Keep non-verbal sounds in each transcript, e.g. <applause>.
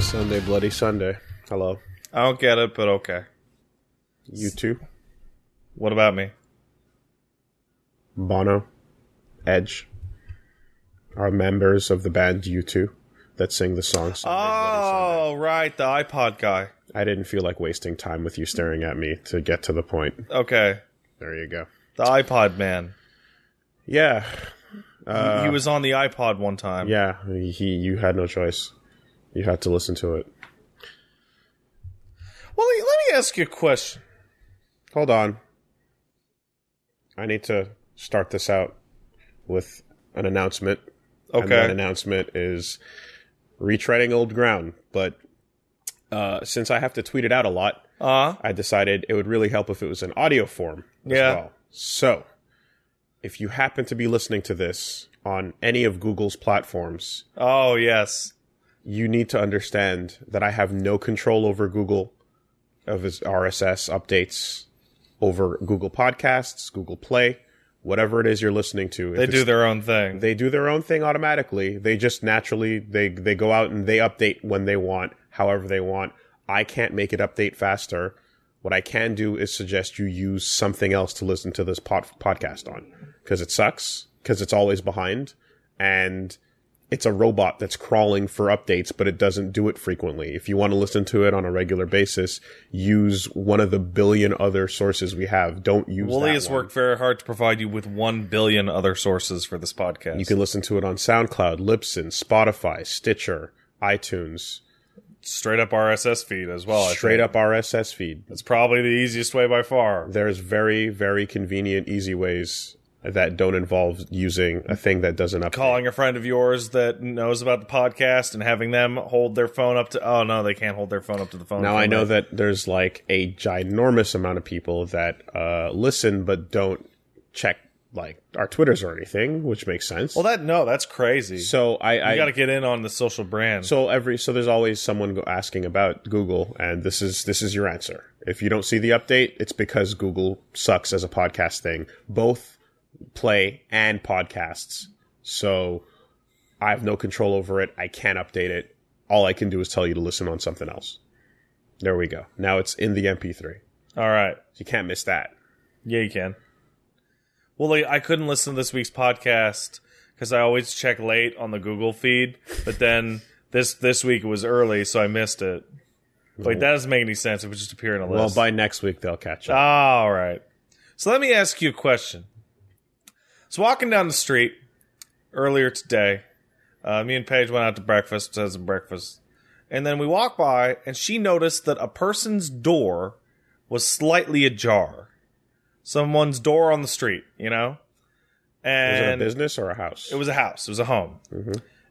Sunday, Bloody Sunday. Hello. I don't get it, but okay. You too. What about me? Bono, Edge are members of the band U2 that sing the song. Sunday, Bloody Oh, right, the iPod guy. Sunday. I didn't feel like wasting time with you staring at me to get to the point. Okay, There you go. the iPod man. Yeah. He- he was on the iPod one time. Yeah. He, you had no choice. You had to listen to it. Well, let let me ask you a question. Hold on. I need to start this out with an announcement. And that Okay. announcement is retreading old ground. But uh, since I have to tweet it out a lot, Uh, I decided it would really help if it was in audio form as Yeah. well. So, if you happen to be listening to this on any of Google's platforms, oh, yes. you need to understand that I have no control over Google of his RSS updates over Google Podcasts, Google Play, whatever it is you're listening to. If They it's- do their own thing. they do their own thing automatically. They just naturally they they go out and they update when they want, however they want. I can't make it update faster. What I can do is suggest you use something else to listen to this pod- podcast on because it sucks because it's always behind and it's a robot that's crawling for updates, but it doesn't do it frequently. If you want to listen to it on a regular basis, use one of the billion other sources we have. Don't use Wooly that has one. worked very hard to provide you with one billion other sources for this podcast. You can listen to it on SoundCloud, Libsyn, Spotify, Stitcher, iTunes, straight up RSS feed as well. Oh, I straight think. up RSS feed. It's probably the easiest way by far. There's very, very convenient, easy ways that don't involve using a thing that doesn't update. Calling a friend of yours that knows about the podcast and having them hold their phone up to. Oh no, they can't hold their phone up to the phone. now for I a know minute. that there's like a ginormous amount of people that uh, listen but don't check like our Twitters or anything, which makes sense. Well, that no, that's crazy. so I, I you got to get in on the social brand. So every so there's always someone go asking about Google, and this is this is your answer. If you don't see the update, it's because Google sucks as a podcast thing, both play and podcasts. So I have no control over it. I can't update it. All I can do is tell you to listen on something else. There we go. Now it's in the MP3. All right. You can't miss that. Yeah, you can. Well, like, I couldn't listen to this week's podcast because I always check late on the Google feed, but then this this week it was early, so I missed it. Like that doesn't make any sense. It would just appear in a Well, list. by next week they'll catch up. All right. So let me ask you a question. So walking down the street earlier today, uh, me and Paige went out to breakfast, had some breakfast, and then we walked by, and she noticed that a person's door was slightly ajar. Someone's door on the street, you know. Is it a And business or a house? Mm-hmm. Ah, it was a house. It was a home.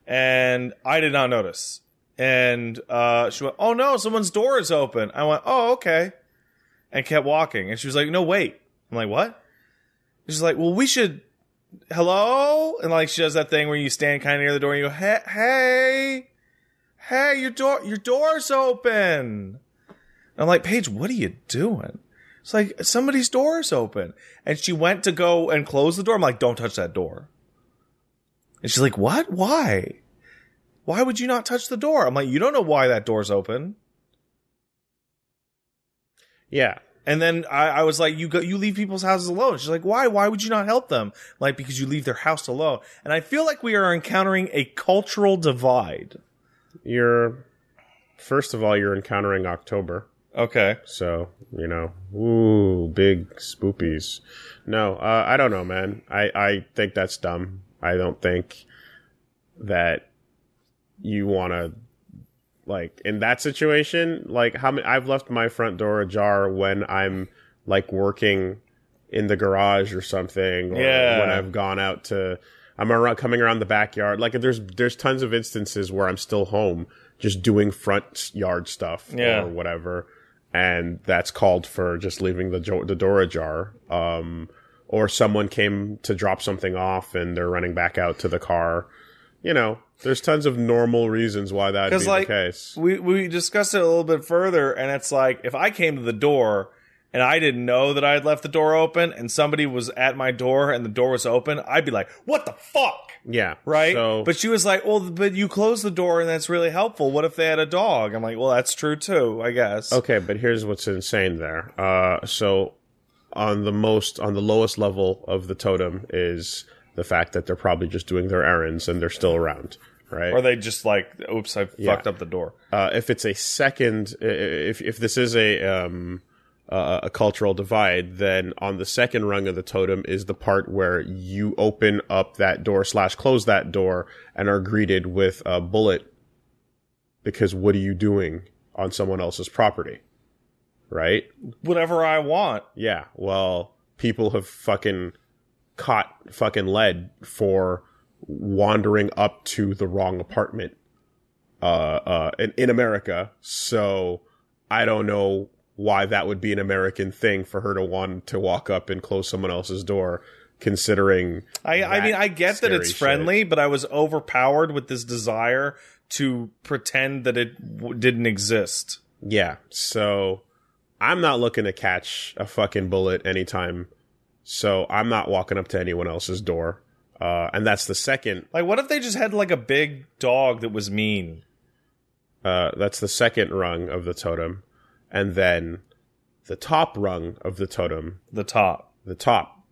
And I did not notice. And uh, she went, "Oh no, someone's door is open." I went, "Oh okay," and kept walking. And she was like, "No, wait." I'm like, "What?" And she's like, "Well, we should." Hello, and like she does that thing where you stand kind of near the door and you go, "Hey, hey, hey, your door, your door's open." And I'm like, "Paige, what are you doing?" It's like somebody's door is open, and she went to go and close the door. I'm like, "Don't touch that door." And she's like, What? Why? Why would you not touch the door? I'm like, You don't know why that door's open. yeah. And then I, I was like, You go you leave people's houses alone. She's like, Why? Why would you not help them? I'm like, because you leave their house alone. And I feel like we are encountering a cultural divide. You're first of all, you're encountering October. Okay. So, you know, ooh, big spoopies. No, uh, I don't know, man. I, I think that's dumb. I don't think that you want to, like, in that situation, like, how many, I've left my front door ajar when I'm, like, working in the garage or something, or Yeah. when I've gone out to, I'm around, coming around the backyard. Like, there's, there's tons of instances where I'm still home just doing front yard stuff Yeah. or whatever, and that's called for just leaving the jo- the door ajar. Um, or someone came to drop something off and they're running back out to the car. You know, there's tons of normal reasons why that would be Because like the case. we we discussed it a little bit further, and it's like if I came to the door and I didn't know that I had left the door open and somebody was at my door and the door was open, I'd be like, what the fuck? Yeah. Right? So, but she was like, well, but you closed the door and that's really helpful. What if they had a dog? I'm like, well, that's true too, I guess. okay, but here's what's insane there. Uh, so on the most, on the lowest level of the totem is the fact that they're probably just doing their errands and they're still around, right? Or they just like, oops, I fucked up the door. uh, if it's a second, i- if if this is a um, uh, a cultural divide, then on the second rung of the totem is the part where you open up that door slash close that door and are greeted with a bullet. Because what are you doing on someone else's property, right? Whatever I want. Yeah. Well, people have fucking caught fucking lead for wandering up to the wrong apartment uh uh in, in America. So I don't know why that would be an American thing for her to want to walk up and close someone else's door considering I, I That mean, I get that scary it's friendly, but I was overpowered with this desire to pretend that it w- didn't exist. Yeah. So I'm not looking to catch a fucking bullet anytime. So I'm not walking up to anyone else's door. Uh, and that's the second. Like, what if they just had like a big dog that was mean? Uh, that's the second rung of the totem, and then the top rung of the totem, The top. the top,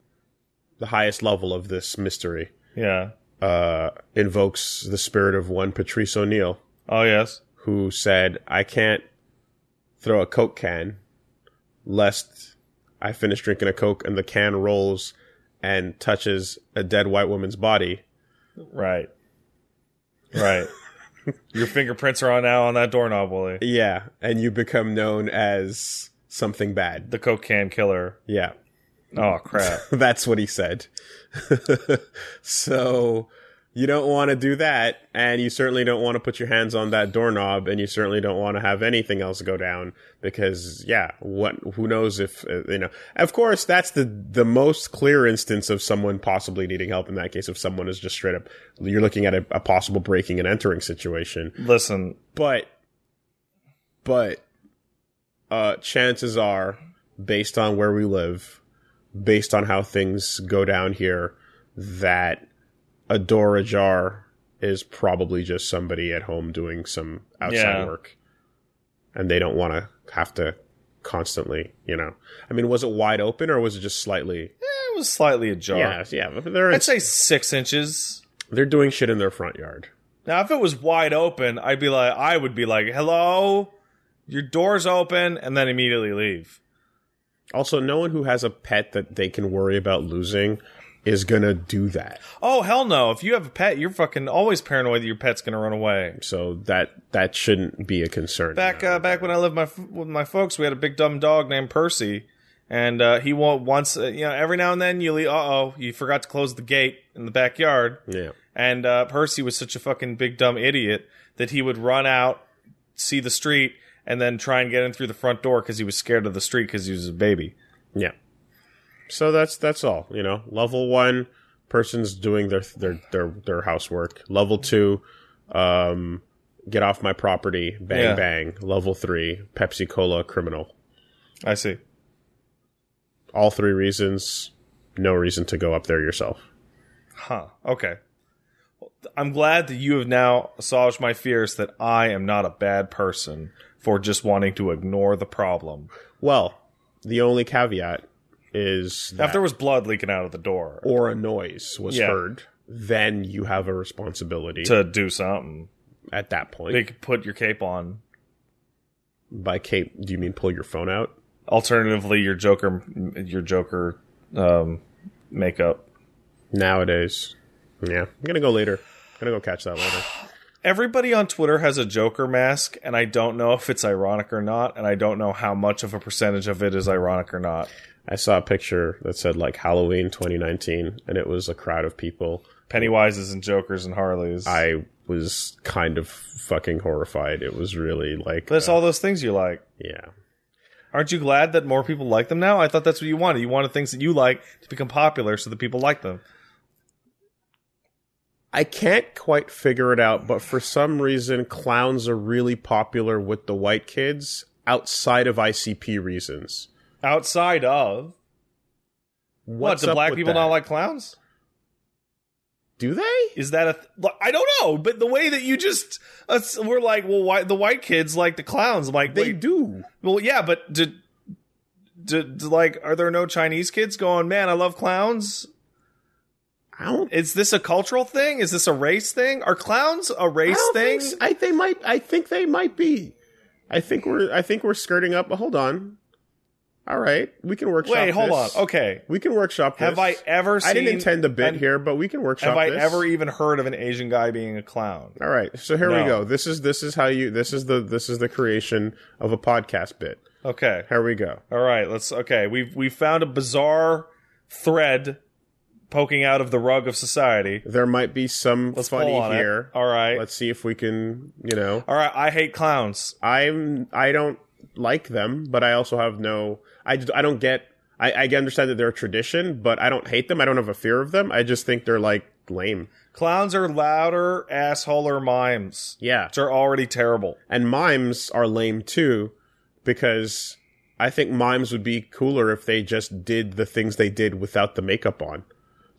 the highest level of this mystery, Yeah. uh, invokes the spirit of one Patrice O'Neill, Oh yes. who said, "I can't throw a Coke can, lest I finish drinking a Coke and the can rolls and touches a dead white woman's body." Right. <laughs> Right. Your fingerprints are on now on that doorknob, Willie. Yeah, and you become known as something bad. The Coke can killer. Yeah. Oh crap. <laughs> That's what he said. so you don't want to do that, and you certainly don't want to put your hands on that doorknob, and you certainly don't want to have anything else go down because, yeah, what? Who knows if uh, you know? Of course, that's the the most clear instance of someone possibly needing help in that case. If someone is just straight up, you're looking at a, a possible breaking and entering situation Listen, but but uh chances are based on where we live based on how things go down here that a door ajar is probably just somebody at home doing some outside Yeah. work and they don't want to have to constantly you know i mean was it wide open or was it just slightly it was slightly ajar. yeah yeah but they're I'd say six inches. they're doing shit in their front yard Now, if it was wide open, I'd be like, I would be like, "Hello, your door's open," and then immediately leave. Also, no one who has a pet that they can worry about losing is gonna do that. Oh hell no! If you have a pet, you're fucking always paranoid that your pet's gonna run away. So that that shouldn't be a concern. Back uh, back when I lived my f- with my folks, we had a big dumb dog named Percy, and uh, he won't once uh, you know every now and then you leave. Uh oh, you forgot to close the gate in the backyard, yeah. and uh, Percy was such a fucking big dumb idiot that he would run out, see the street, and then try and get in through the front door because he was scared of the street because he was a baby. Yeah. So that's that's all. You know, level one, person's doing their their their their housework. Level two, um, get off my property. Bang Yeah. bang. Level three, Pepsi Cola criminal. I see. All three reasons. No reason to go up there yourself. Huh. Okay. I'm glad that you have now assuaged my fears that I am not a bad person for just wanting to ignore the problem. Well, the only caveat is Now, that if there was blood leaking out of the door or a noise was Yeah. heard, then you have a responsibility to do something, at that point. they could put your cape on. By cape, do you mean pull your phone out? Alternatively, your Joker, your Joker um, makeup. Nowadays, yeah, I'm gonna go later. I'm gonna go catch that later. Everybody on Twitter has a Joker mask, and I don't know if it's ironic or not, and I don't know how much of a percentage of it is ironic or not. I saw a picture that said like Halloween 2019, and it was a crowd of people. Pennywise's and Jokers and Harleys. I was kind of fucking horrified. It was really like, But it's all those things you like. yeah, Aren't you glad that more people like them now? I thought that's what you wanted. You wanted things that you like to become popular so that people like them. I can't quite figure it out, but for some reason, clowns are really popular with the white kids outside of ICP reasons. Outside of What's what? Do up black with people that? not like clowns? Do they? Is that a? Th- look, I don't know, but the way that you just us, we're like, well, why the white kids like the clowns? I'm like, They wait, do. well, yeah, but did, did, did, like, are there no Chinese kids going? Man, I love clowns. I don't. Is this a cultural thing? Is this a race thing? Are clowns a I race don't thing? think s- I they might. I think they might be. I think we're. I think we're skirting up. Hold on. All right, we can workshop. Wait, hold this. on. Okay, we can workshop. have this. I ever? Seen, I didn't intend a bit an- here, but we can workshop. Have I this. ever even heard of an Asian guy being a clown? All right, so here No. we go. This is this is how you. This is the this is the creation of a podcast bit. Okay. Here we go. All right, let's okay. We've we found a bizarre thread poking out of the rug of society. There might be some Let's funny pull on it. here. All right. Let's see if we can. You know, All right, I hate clowns. I'm I don't like them, but I also have no. I just- I don't get. I, I understand that they're a tradition, but I don't hate them. I don't have a fear of them. I just think they're like lame. Clowns are louder assholer mimes, Yeah, which are already terrible. and mimes are lame too, because I think mimes would be cooler if they just did the things they did without the makeup on,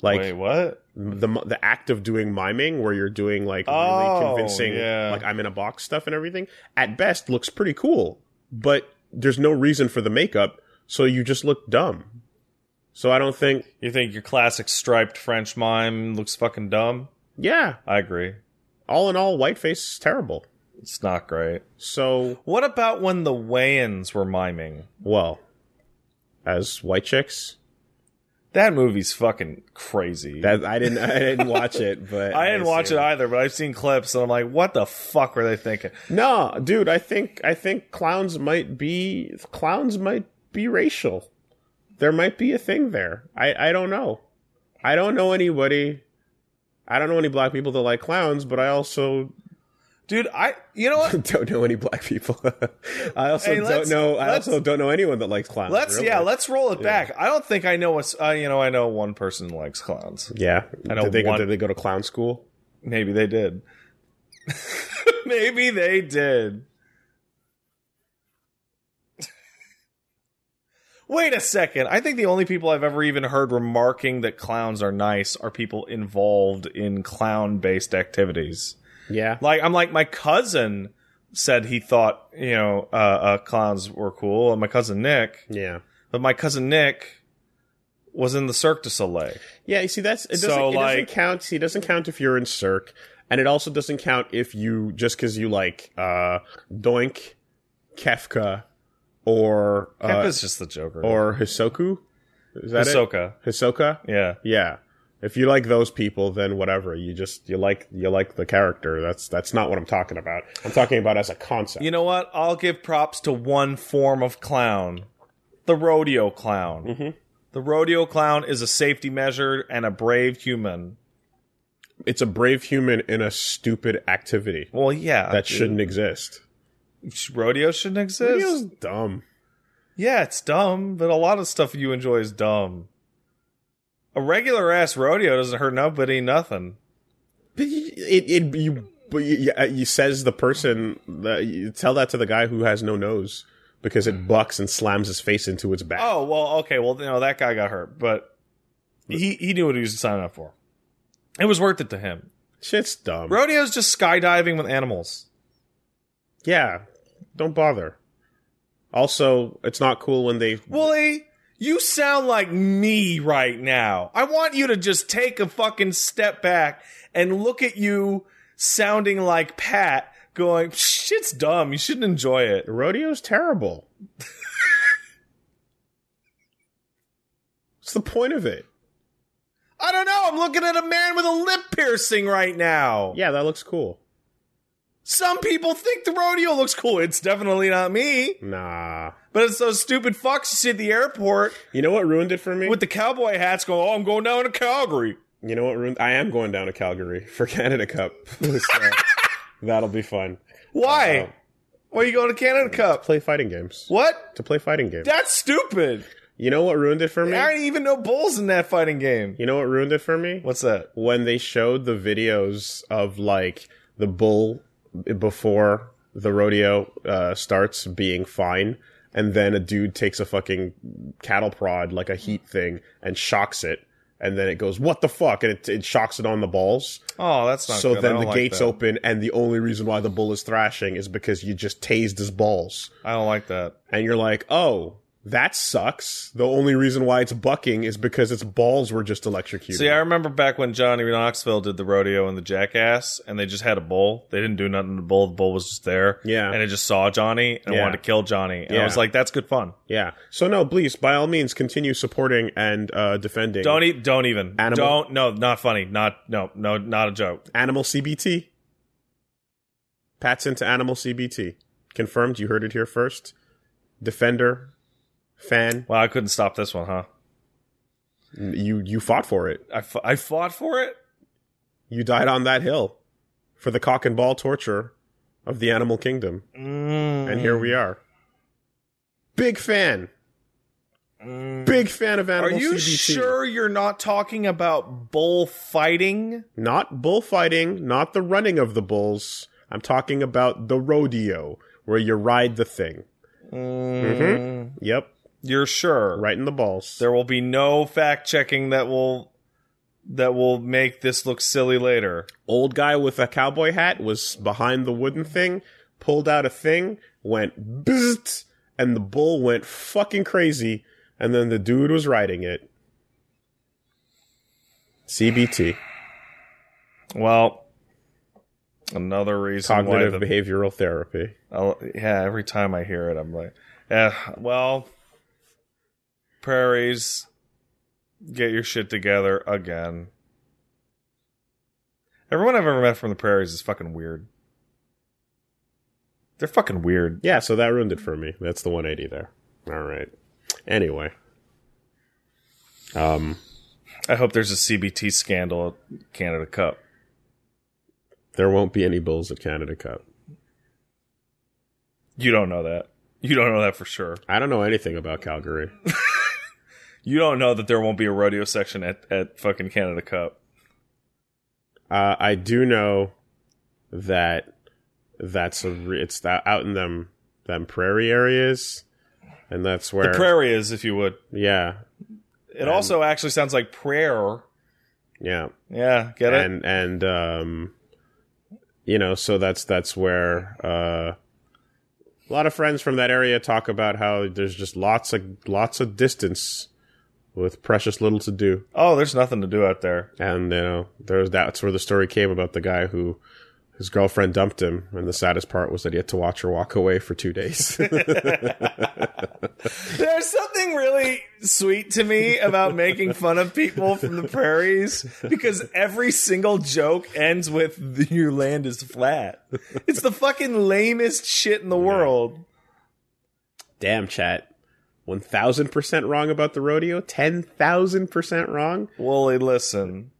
like Wait, what? the mi- the act of doing miming, where you're doing like really Oh, convincing, yeah. like I'm in a box stuff and everything. At best, looks pretty cool, but there's no reason for the makeup, so you just look dumb. So I don't think, You think your classic striped French mime looks fucking dumb? yeah. I agree. All in all, whiteface is terrible. It's not great. So What about when the Wayans were miming? well, as white chicks, That movie's fucking crazy. that I didn't I didn't watch it, but <laughs> I didn't watch assume- it either, but I've seen clips and I'm like, what the fuck were they thinking? No, dude, I think I think clowns might be clowns might be racial. There might be a thing there. I I don't know. I don't know anybody. I don't know any black people that like clowns, but I also <laughs> Dude, I you know what? <laughs> don't know any black people. <laughs> I also Hey, don't let's- know. I let's- also don't know anyone that likes clowns. Let's really. yeah, let's roll it back. I don't think I know what's uh, you know I know one person likes clowns. yeah. I don't did, they go, want- did they go to clown school? Maybe they did. <laughs> Maybe they did. Wait a second. I think the only people I've ever even heard remarking that clowns are nice are people involved in clown-based activities. Yeah, Like I'm like my cousin said he thought you know uh, uh, clowns were cool, and my cousin Nick, yeah, but my cousin Nick was in the Cirque du Soleil. yeah. You see, that's it. Doesn't, So, it doesn't like- count. See, it doesn't count if you're in Cirque, and it also doesn't count if you just because you like uh Doink, Kefka, or uh, Kefka's just the Joker. or Hisoku. Is that Ahsoka. it? Hisoka. Yeah. Yeah. If you like those people, then whatever. You just you like you like the character. That's that's not what I'm talking about. I'm talking about as a concept. You know what? I'll give props to one form of clown, the rodeo clown. Mhm. The rodeo clown is a safety measure and a brave human. it's a brave human in a stupid activity Well, yeah, that shouldn't exist. rodeo shouldn't exist. Radio's dumb. Yeah, it's dumb, but a lot of stuff you enjoy is dumb. A regular ass rodeo doesn't hurt nobody nothing. But you- it it you but you, yeah, uh, you says the person that you tell that to the guy who has no nose because it bucks and slams his face into its back. Oh well, okay. Well, you know that guy got hurt, but he he knew what he was signing up for. It was worth it to him. Shit's dumb. Rodeo's just skydiving with animals. yeah, don't bother. Also, it's not cool when they. Wooly, you sound like me right now. I want you to just take a fucking step back and look at you sounding like Pat going, shit's dumb. You shouldn't enjoy it. The rodeo's terrible. What's the point of it? I don't know. I'm looking at a man with a lip piercing right now. Yeah, that looks cool. Some people think the rodeo looks cool. It's definitely not me, Nah. but it's those stupid fucks you see at the airport You know what ruined it for me? with the cowboy hats going, oh, I'm going down to Calgary. You know what ruined? I am going down to Calgary for Canada Cup. <laughs> So, that'll be fun. Why? Uh, Why are you going to Canada Cup? play fighting games. What? To play fighting games. That's stupid. You know what ruined it for me? There aren't even no bulls in that fighting game. You know what ruined it for me? What's that? When they showed the videos of like the bull before the rodeo uh, starts being fine, and then a dude takes a fucking cattle prod, like a heat thing, and shocks it, and then it goes, "What the fuck?" and it, it shocks it on the balls. Oh, that's not So good. I then don't the like gates that. open, and the only reason why the bull is thrashing is because you just tased his balls, I don't like that. and you're like, "Oh." That sucks. The only reason why it's bucking is because its balls were just electrocuted. See, I remember back when Johnny Knoxville did the rodeo and the jackass, and they just had a bull. They didn't do nothing to the bull. The bull was just there. Yeah. And it just saw Johnny and it Yeah. wanted to kill Johnny. And I Yeah. was like, that's good fun. yeah. So no, please, by all means, continue supporting and uh, defending Don't eat. Don't even. Animal- Don't. No, not funny. Not, no, no, not a joke. animal CBT. Pat's into animal CBT. Confirmed. You heard it here first. Defender, fan. Well, I couldn't stop this one, huh? You you fought for it. I, f- I fought for it. You died on that hill for the cock and ball torture of the animal kingdom, Mm. and here we are. Big fan. Mm. Big fan of Are animal. you CBT. sure you're not talking about bullfighting? Not bullfighting. Not the running of the bulls. I'm talking about the rodeo where you ride the thing. Mm. Yep, You're sure. right in the balls. There will be no fact checking that will that will make this look silly later. old guy with a cowboy hat was behind the wooden thing, pulled out a thing, went bzzzt, and the bull went fucking crazy, and then the dude was riding it. CBT, Well, another reason cognitive why the, behavioral therapy. I'll- yeah, every time I hear it I'm like, eh, well, prairies get your shit together again. Everyone I've ever met from the prairies is fucking weird. They're fucking weird. Yeah, so that ruined it for me. That's the 180 there. All right. Anyway, um, I hope there's a CBT scandal at Canada Cup. there won't be any bulls at Canada Cup. You don't know that. You don't know that for sure. I don't know anything about Calgary. You don't know that there won't be a rodeo section at, at fucking Canada Cup. Uh, I do know that that's a re- it's that out in them them prairie areas, and that's where The prairie is, if you would. yeah It also actually sounds like prayer. yeah Yeah, get it? and and um you know so that's that's where uh a lot of friends from that area talk about how there's just lots of lots of distance with precious little to do. Oh, there's nothing to do out there. and you know there's that's where the story came about the guy who his girlfriend dumped him and the saddest part was that he had to watch her walk away for two days <laughs> <laughs> There's something really sweet to me about making fun of people from the prairies because every single joke ends with your land is flat. It's the fucking lamest shit in the world. damn chat 1000% wrong about the rodeo 10000% wrong Wooly, listen.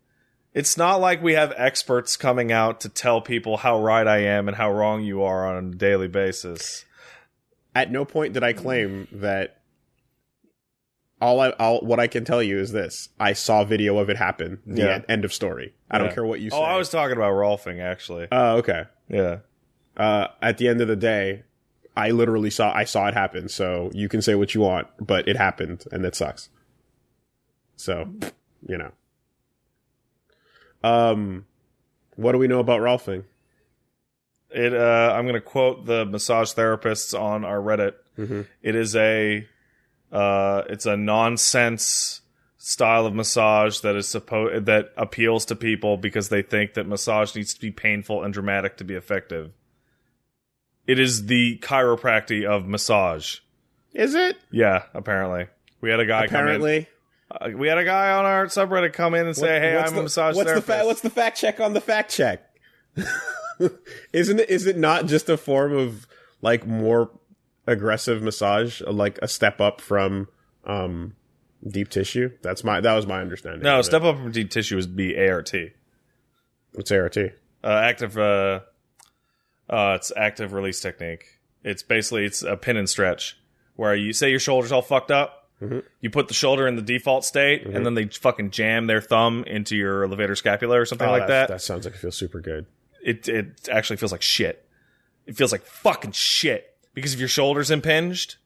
It's not like we have experts coming out to tell people how right I am and how wrong you are on a daily basis. at no point did i claim that all i all what i can tell you is this i saw video of it happen the Yeah. end, end of story i Yeah. don't care what you say Oh, I was talking about Rolfing, actually. oh okay Yeah. uh, at the end of the day, I literally saw I saw it happen. So you can say what you want, but it happened, and that sucks. So, you know. Um, what do we know about Rolfing? It. Uh, I'm going to quote the massage therapists on our Reddit. Mhm. It is a. Uh, it's a nonsense style of massage that is supposed that appeals to people because they think that massage needs to be painful and dramatic to be effective. It is the chiropractic of massage. Is it Yeah, apparently. We had a guy apparently? come in. Uh, we had a guy on our subreddit come in and say, What- "Hey, what's I'm the, a massage what's therapist." The fa- what's the fact check on the fact check? <laughs> Isn't it? Is it not just a form of like more aggressive massage, like a step up from um deep tissue? That's my that was my understanding. no, of it. step up from deep tissue is be ART. It's ART. Uh, active uh uh it's active release technique. It's basically it's a pin and stretch where you say your shoulder's all fucked up. Mhm. You put the shoulder in the default state, Mm-hmm. and then they fucking jam their thumb into your elevator scapula or something like that. Oh, That sounds like it feels super good. It it actually feels like shit. It feels like fucking shit because if your shoulder's impinged,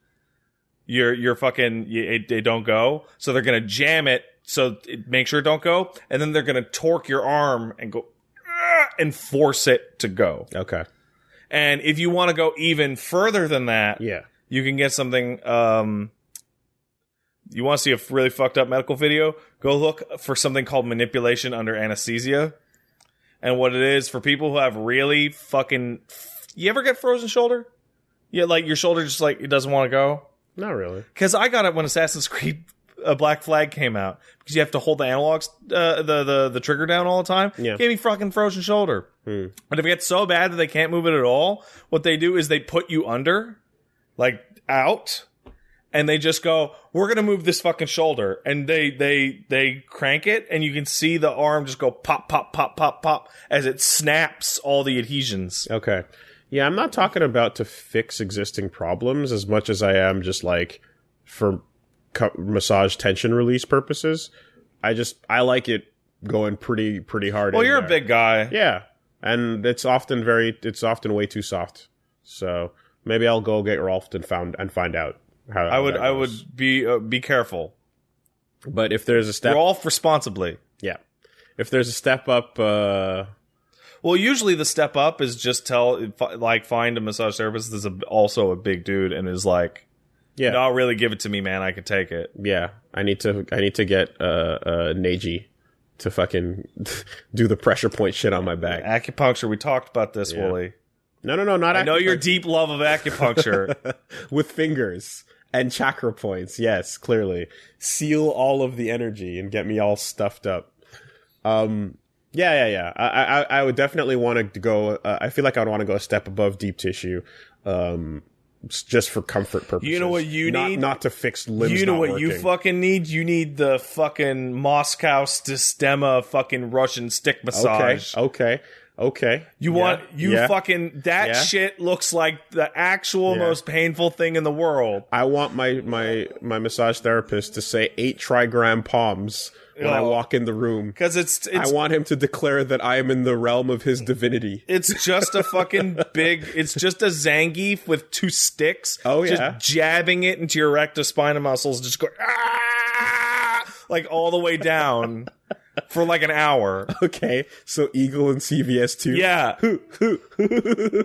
your your fucking y- it, it don't go. So they're gonna jam it. So it, make sure it don't go, and then they're gonna torque your arm and go "Ah," and force it to go. Okay. And if you want to go even further than that, Yeah. you can get something. Um, you want to see a really fucked up medical video? Go look for something called manipulation under anesthesia. And what it is for people who have really fucking. You ever get frozen shoulder? Yeah, like your shoulder just like it doesn't want to go. Not really. Because I got it when Assassin's Creed uh, Black Flag came out because you have to hold the analogs, uh, the, the the trigger down all the time. Yeah. Hmm. Gave me fucking frozen shoulder. But if it gets so bad that they can't move it at all, what they do is they put you under, like out, and they just go, "We're gonna move this fucking shoulder," and they they they crank it, and you can see the arm just go pop pop pop pop pop as it snaps all the adhesions. Okay. Yeah, I'm not talking about to fix existing problems as much as I am just like for co- massage tension release purposes. I just I like it going pretty pretty hard. Well, in you're a there. big guy. yeah, and it's often very it's often way too soft. So maybe I'll go get Rolfed and found and find out how. I would I would be uh, be careful. but if there's a step, We're all responsibly. yeah, if there's a step up, uh, Well, usually the step up is just tell, fi- like, find a massage therapist that's a, also a big dude and is like, Yeah. no, really give it to me, man. I could take it. yeah, I need to I need to get uh, uh Neji to fucking <laughs> do the pressure point shit on my back. Acupuncture. We talked about this, Wooly. No, no, no, not I know your deep love of <laughs> acupuncture. with fingers and chakra points. Yes, clearly seal all of the energy and get me all stuffed up. Um, yeah, yeah, yeah. I, I, I would definitely want to go. Uh, I feel like I would want to go a step above deep tissue, um, s- just for comfort purposes. You know what you not, need? Not to fix limbs. you know not what you working. fucking need? You need the fucking Moscow Stistema fucking Russian stick Okay, massage. okay, okay. You Yeah, want, you yeah. fucking, that Yeah. shit looks like the actual Yeah. most painful thing in the world. I want my my my massage therapist to say eight trigram palms when I Oh. walk in the room. Cause it's, it's I want him to declare that I am in the realm of his divinity. <laughs> It's just a fucking big. It's just a Zangief with two sticks. Oh, yeah. just jabbing it into your rectus spina muscles, just going ah, like all the way down for like an <laughs> hour. Okay, so Eagle and CVS too. Yeah, <laughs>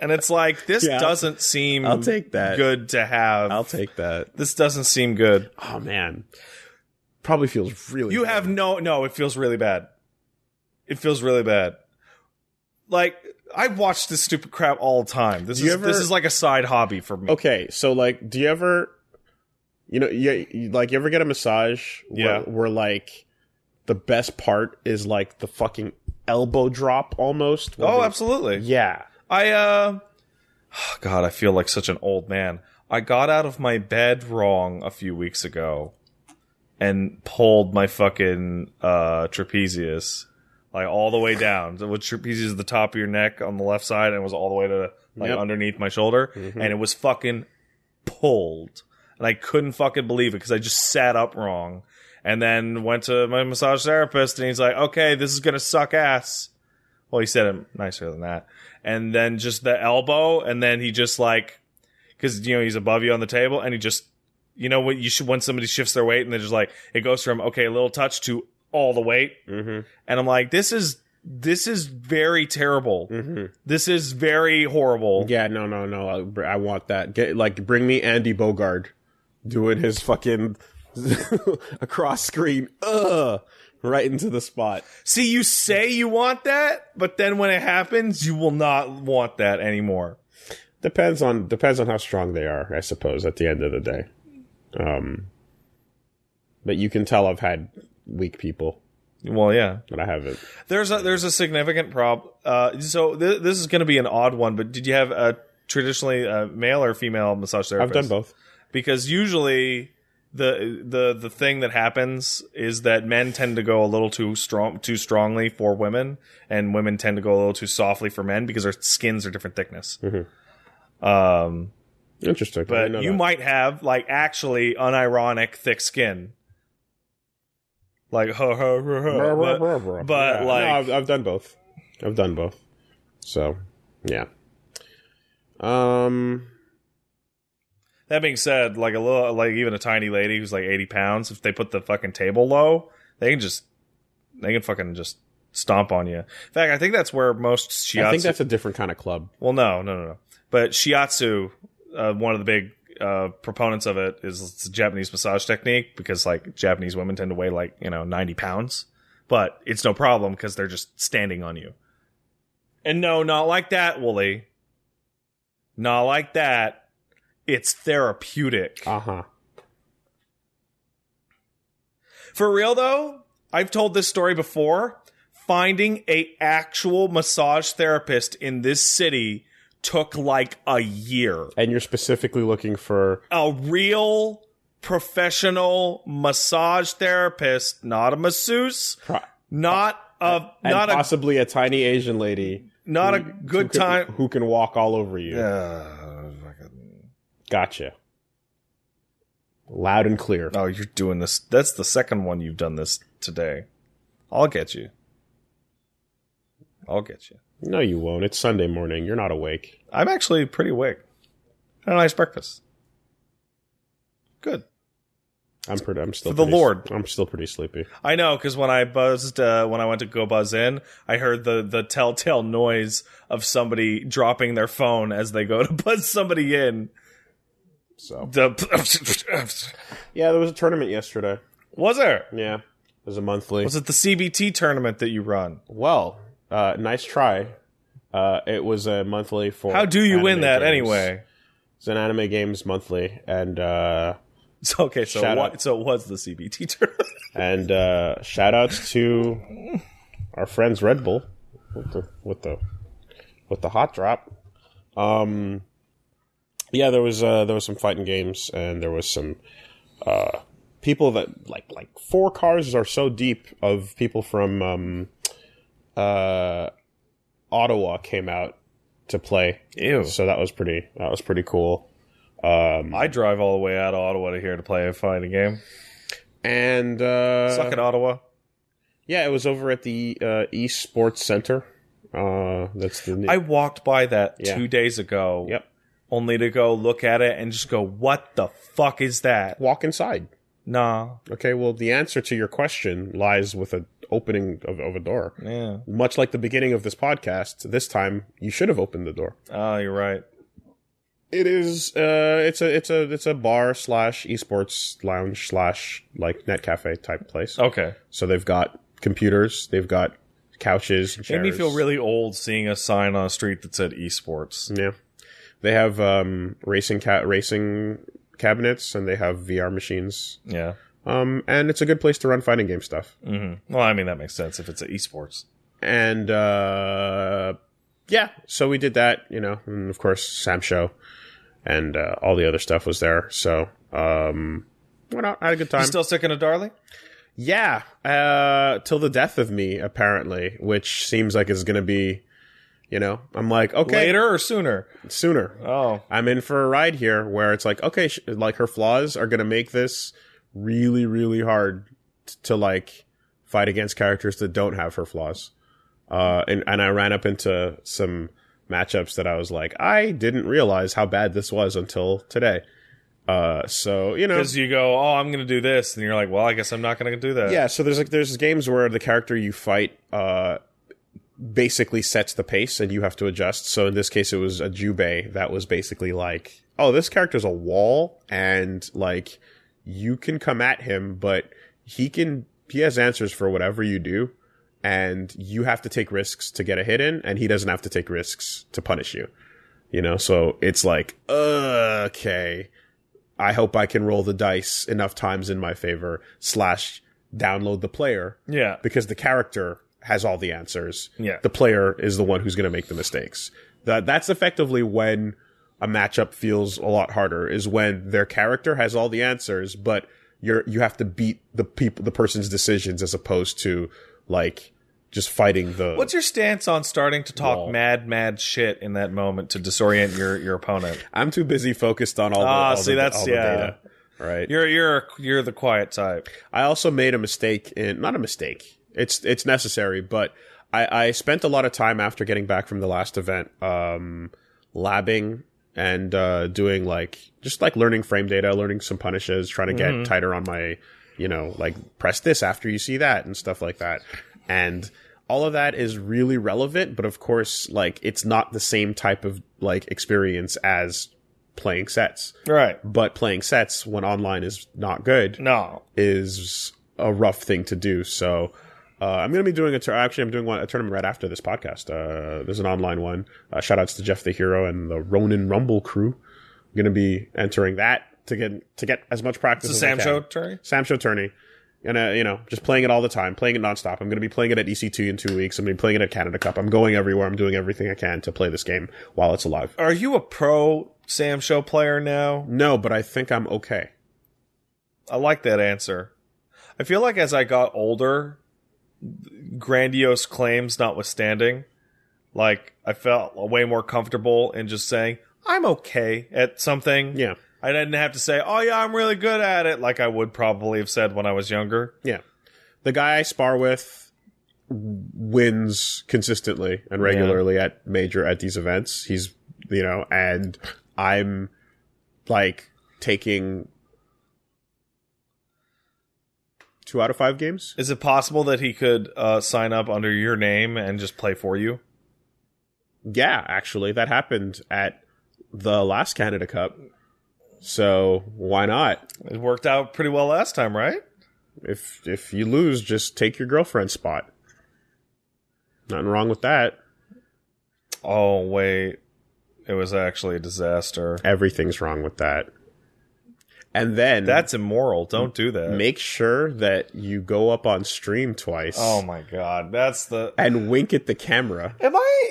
and it's like this Yeah. doesn't seem. I'll take that. Good to have. I'll take that. this doesn't seem good. Oh man, probably feels really. You have no. No, it feels really bad. It feels really bad. Like I watch this stupid crap all the time. This Do you is ever- this is like a side hobby for me. Okay, so like, do you ever, you know, you, you- like you ever get a massage? Yeah. Where, where like the best part is like the fucking elbow drop almost. where Oh, they- absolutely. Yeah. I uh <sighs> God, I feel like such an old man. I got out of my bed wrong a few weeks ago and pulled my fucking uh trapezius like all the way down. So with trapezius is the top of your neck on the left side and it was all the way to like Yep. underneath my shoulder and it was fucking pulled. And I couldn't fucking believe it because I just sat up wrong. And then went to my massage therapist and he's like, "Okay, this is going to suck ass." Well, he said it nicer than that. And then just the elbow, and then he just like, because you know he's above you on the table, and he just, you know, when you should when somebody shifts their weight, and they're just like, it goes from okay, a little touch to all the weight, Mm-hmm. and I'm like, this is this is very terrible. Mm-hmm. This is very horrible. Yeah. No. No. No. I, br- I want that. Get like, bring me Andy Bogard doing his fucking <laughs> across screen. Ugh. Right into the spot. See, you say you want that, but then when it happens, you will not want that anymore. depends on depends on how strong they are, I suppose. At the end of the day, um, but you can tell I've had weak people, Well, yeah. but I haven't. There's a there's a significant problem. Uh, so th- this is going to be an odd one, but did you have a traditionally uh male or female massage I've therapist? done both. because usually the the the thing that happens is that men tend to go a little too strong too strongly for women, and women tend to go a little too softly for men because their skins are different thickness. Um, Interesting. Mm-hmm. I didn't know but you that. might have like actually unironic thick skin. Like ho ho ho ho. But- but, Yeah. like- no, I've, I've done both. I've done both. So yeah. Um. That being said, like a little, like even a tiny lady who's like 80 pounds, if they put the fucking table low, they can just, they can fucking just stomp on you. In fact, I think that's where most shiatsu. I think that's a different kind of club. well, no, no, no, no. But shiatsu, uh, one of the big uh, proponents of it is it's a Japanese massage technique because like Japanese women tend to weigh like you know 90 pounds, but it's no problem because they're just standing on you. And no, not like that, Wooly. Not like that. It's therapeutic. Uh huh. For real though, I've told this story before. Finding a actual massage therapist in this city took like a year. And you're specifically looking for A real professional massage therapist, not a masseuse, pro- not a and not a possibly a tiny Asian lady. not a who good can, time. Who can walk all over you? Uh, Gotcha. Loud and clear. oh, you're doing this. That's the second one you've done this today. I'll get you. I'll get you. No, you won't. It's Sunday morning. You're not awake. I'm actually pretty awake. Had a nice breakfast. Good. I'm pretty. I'm still For the pretty- Lord. I'm still pretty sleepy. I know because when I buzzed, uh, when I went to go buzz in, I heard the the telltale noise of somebody dropping their phone as they go to <laughs> buzz somebody in. So The <laughs> yeah, there was a tournament yesterday. was there? Yeah, it was a monthly. Was it the CBT tournament that you run? Well, uh, nice try. Uh, it was a monthly for. How do you anime win that games. anyway? <laughs> It's an anime games monthly, and uh, So, okay, so Shout what, out. so it was the CBT <laughs> tournament. and uh, shout outs to our friends Red Bull with the with the with the hot drop. Um, yeah, there was uh, there was some fighting games, and there was some uh, people that like like four cars are so deep of people from um, uh, Ottawa came out to play. Ew! So that was pretty that was pretty cool. I drive all the way out of Ottawa to here to play a fighting game. And uh, Suck it, Ottawa. Yeah, it was over at the uh, East Sports Center. Uh, that's the I walked by that Yeah. two days ago. yep. Only to go look at it and just go, what the fuck is that? Walk inside. Nah. Okay. Well, the answer to your question lies with an opening of, of a door. Yeah. Much like the beginning of this podcast, this time you should have opened the door. Oh, you're right. It is. Uh, it's a. It's a. It's a bar slash esports lounge slash like net cafe type place. Okay. So they've got computers. They've got couches. and Made me chairs. feel really old seeing a sign on a street that said esports. Yeah, they have um, racing ca- racing cabinets, and they have VR machines. Yeah. Um, and it's a good place to run fighting game stuff. hmm Well, I mean, that makes sense if it's a esports. And uh, yeah, so we did that, you know, and of course Sam Show and uh, all the other stuff was there. So um, went out, had a good time. You still sticking to Darling? yeah, uh, till the death of me, apparently, which seems like it's gonna be, you know, I'm like, okay, Later or sooner? sooner. Oh. I'm in for a ride here where it's like, okay, sh- like her flaws are going to make this really, really hard t- to like fight against characters that don't have her flaws. Uh, and, and I ran up into some matchups that I was like, I didn't realize how bad this was until today. Uh, so, you know, Because you go, oh, I'm going to do this. And you're like, well, I guess I'm not going to do that. yeah, so there's like, there's games where the character you fight, uh, basically sets the pace and you have to adjust. So in this case, it was a Jubei that was basically like, oh, this character's a wall and like you can come at him, but he can, he has answers for whatever you do and you have to take risks to get a hit in and he doesn't have to take risks to punish you. You know, so it's like, okay, I hope I can roll the dice enough times in my favor slash download the player Yeah. because the character has all the answers. Yeah. The player is the one who's going to make the mistakes. That that's effectively when a matchup feels a lot harder is when their character has all the answers, but you're you have to beat the people the person's decisions as opposed to like just fighting the What's your stance on starting to talk Wall. mad, mad shit in that moment to disorient your, your opponent? I'm too busy focused on all the, Ah, all see, the, that's- all the yeah. data. Right. You're you're you're the quiet type. I also made a mistake in not a mistake. It's it's necessary, but I, I spent a lot of time after getting back from the last event um, labbing and uh, doing like just like learning frame data, learning some punishes, trying to get tighter on my, you know, like press this after you see that and stuff like that. And all of that is really relevant, but of course, like it's not the same type of like experience as playing sets. Right. But playing sets when online is not good No. is a rough thing to do. So uh, I'm going to be doing a tur- actually I'm doing one, a tournament right after this podcast. Uh, there's an online one. Uh, shout outs to Jeff the Hero and the Ronin Rumble crew. I'm going to be entering that to get to get as much practice. It's as a I Sam can. Show tourney. Sam Show tourney. And uh, you know, just playing it all the time, playing it nonstop. I'm going to be playing it at EC2 in two weeks. I'm going to be playing it at Canada Cup. I'm going everywhere. I'm doing everything I can to play this game while it's alive. Are you a pro Sam Show player now? No, but I think I'm okay. I like that answer. I feel like as I got older, grandiose claims notwithstanding, like I felt way more comfortable in just saying, I'm okay at something. Yeah, I didn't have to say, oh yeah, I'm really good at it, like I would probably have said when I was younger. yeah. The guy I spar with wins consistently and regularly at major at these events. He's you know, and I'm like taking two out of five games. Is it possible that he could uh, sign up under your name and just play for you? Yeah, actually, that happened at the last Canada Cup. So why not? It worked out pretty well last time, right? If if you lose, just take your girlfriend's spot. Nothing wrong with that. Oh wait, it was actually a disaster. Everything's wrong with that. And then That's immoral. Don't do that. make sure that you go up on stream twice oh my god, that's the. and wink at the camera. Am I?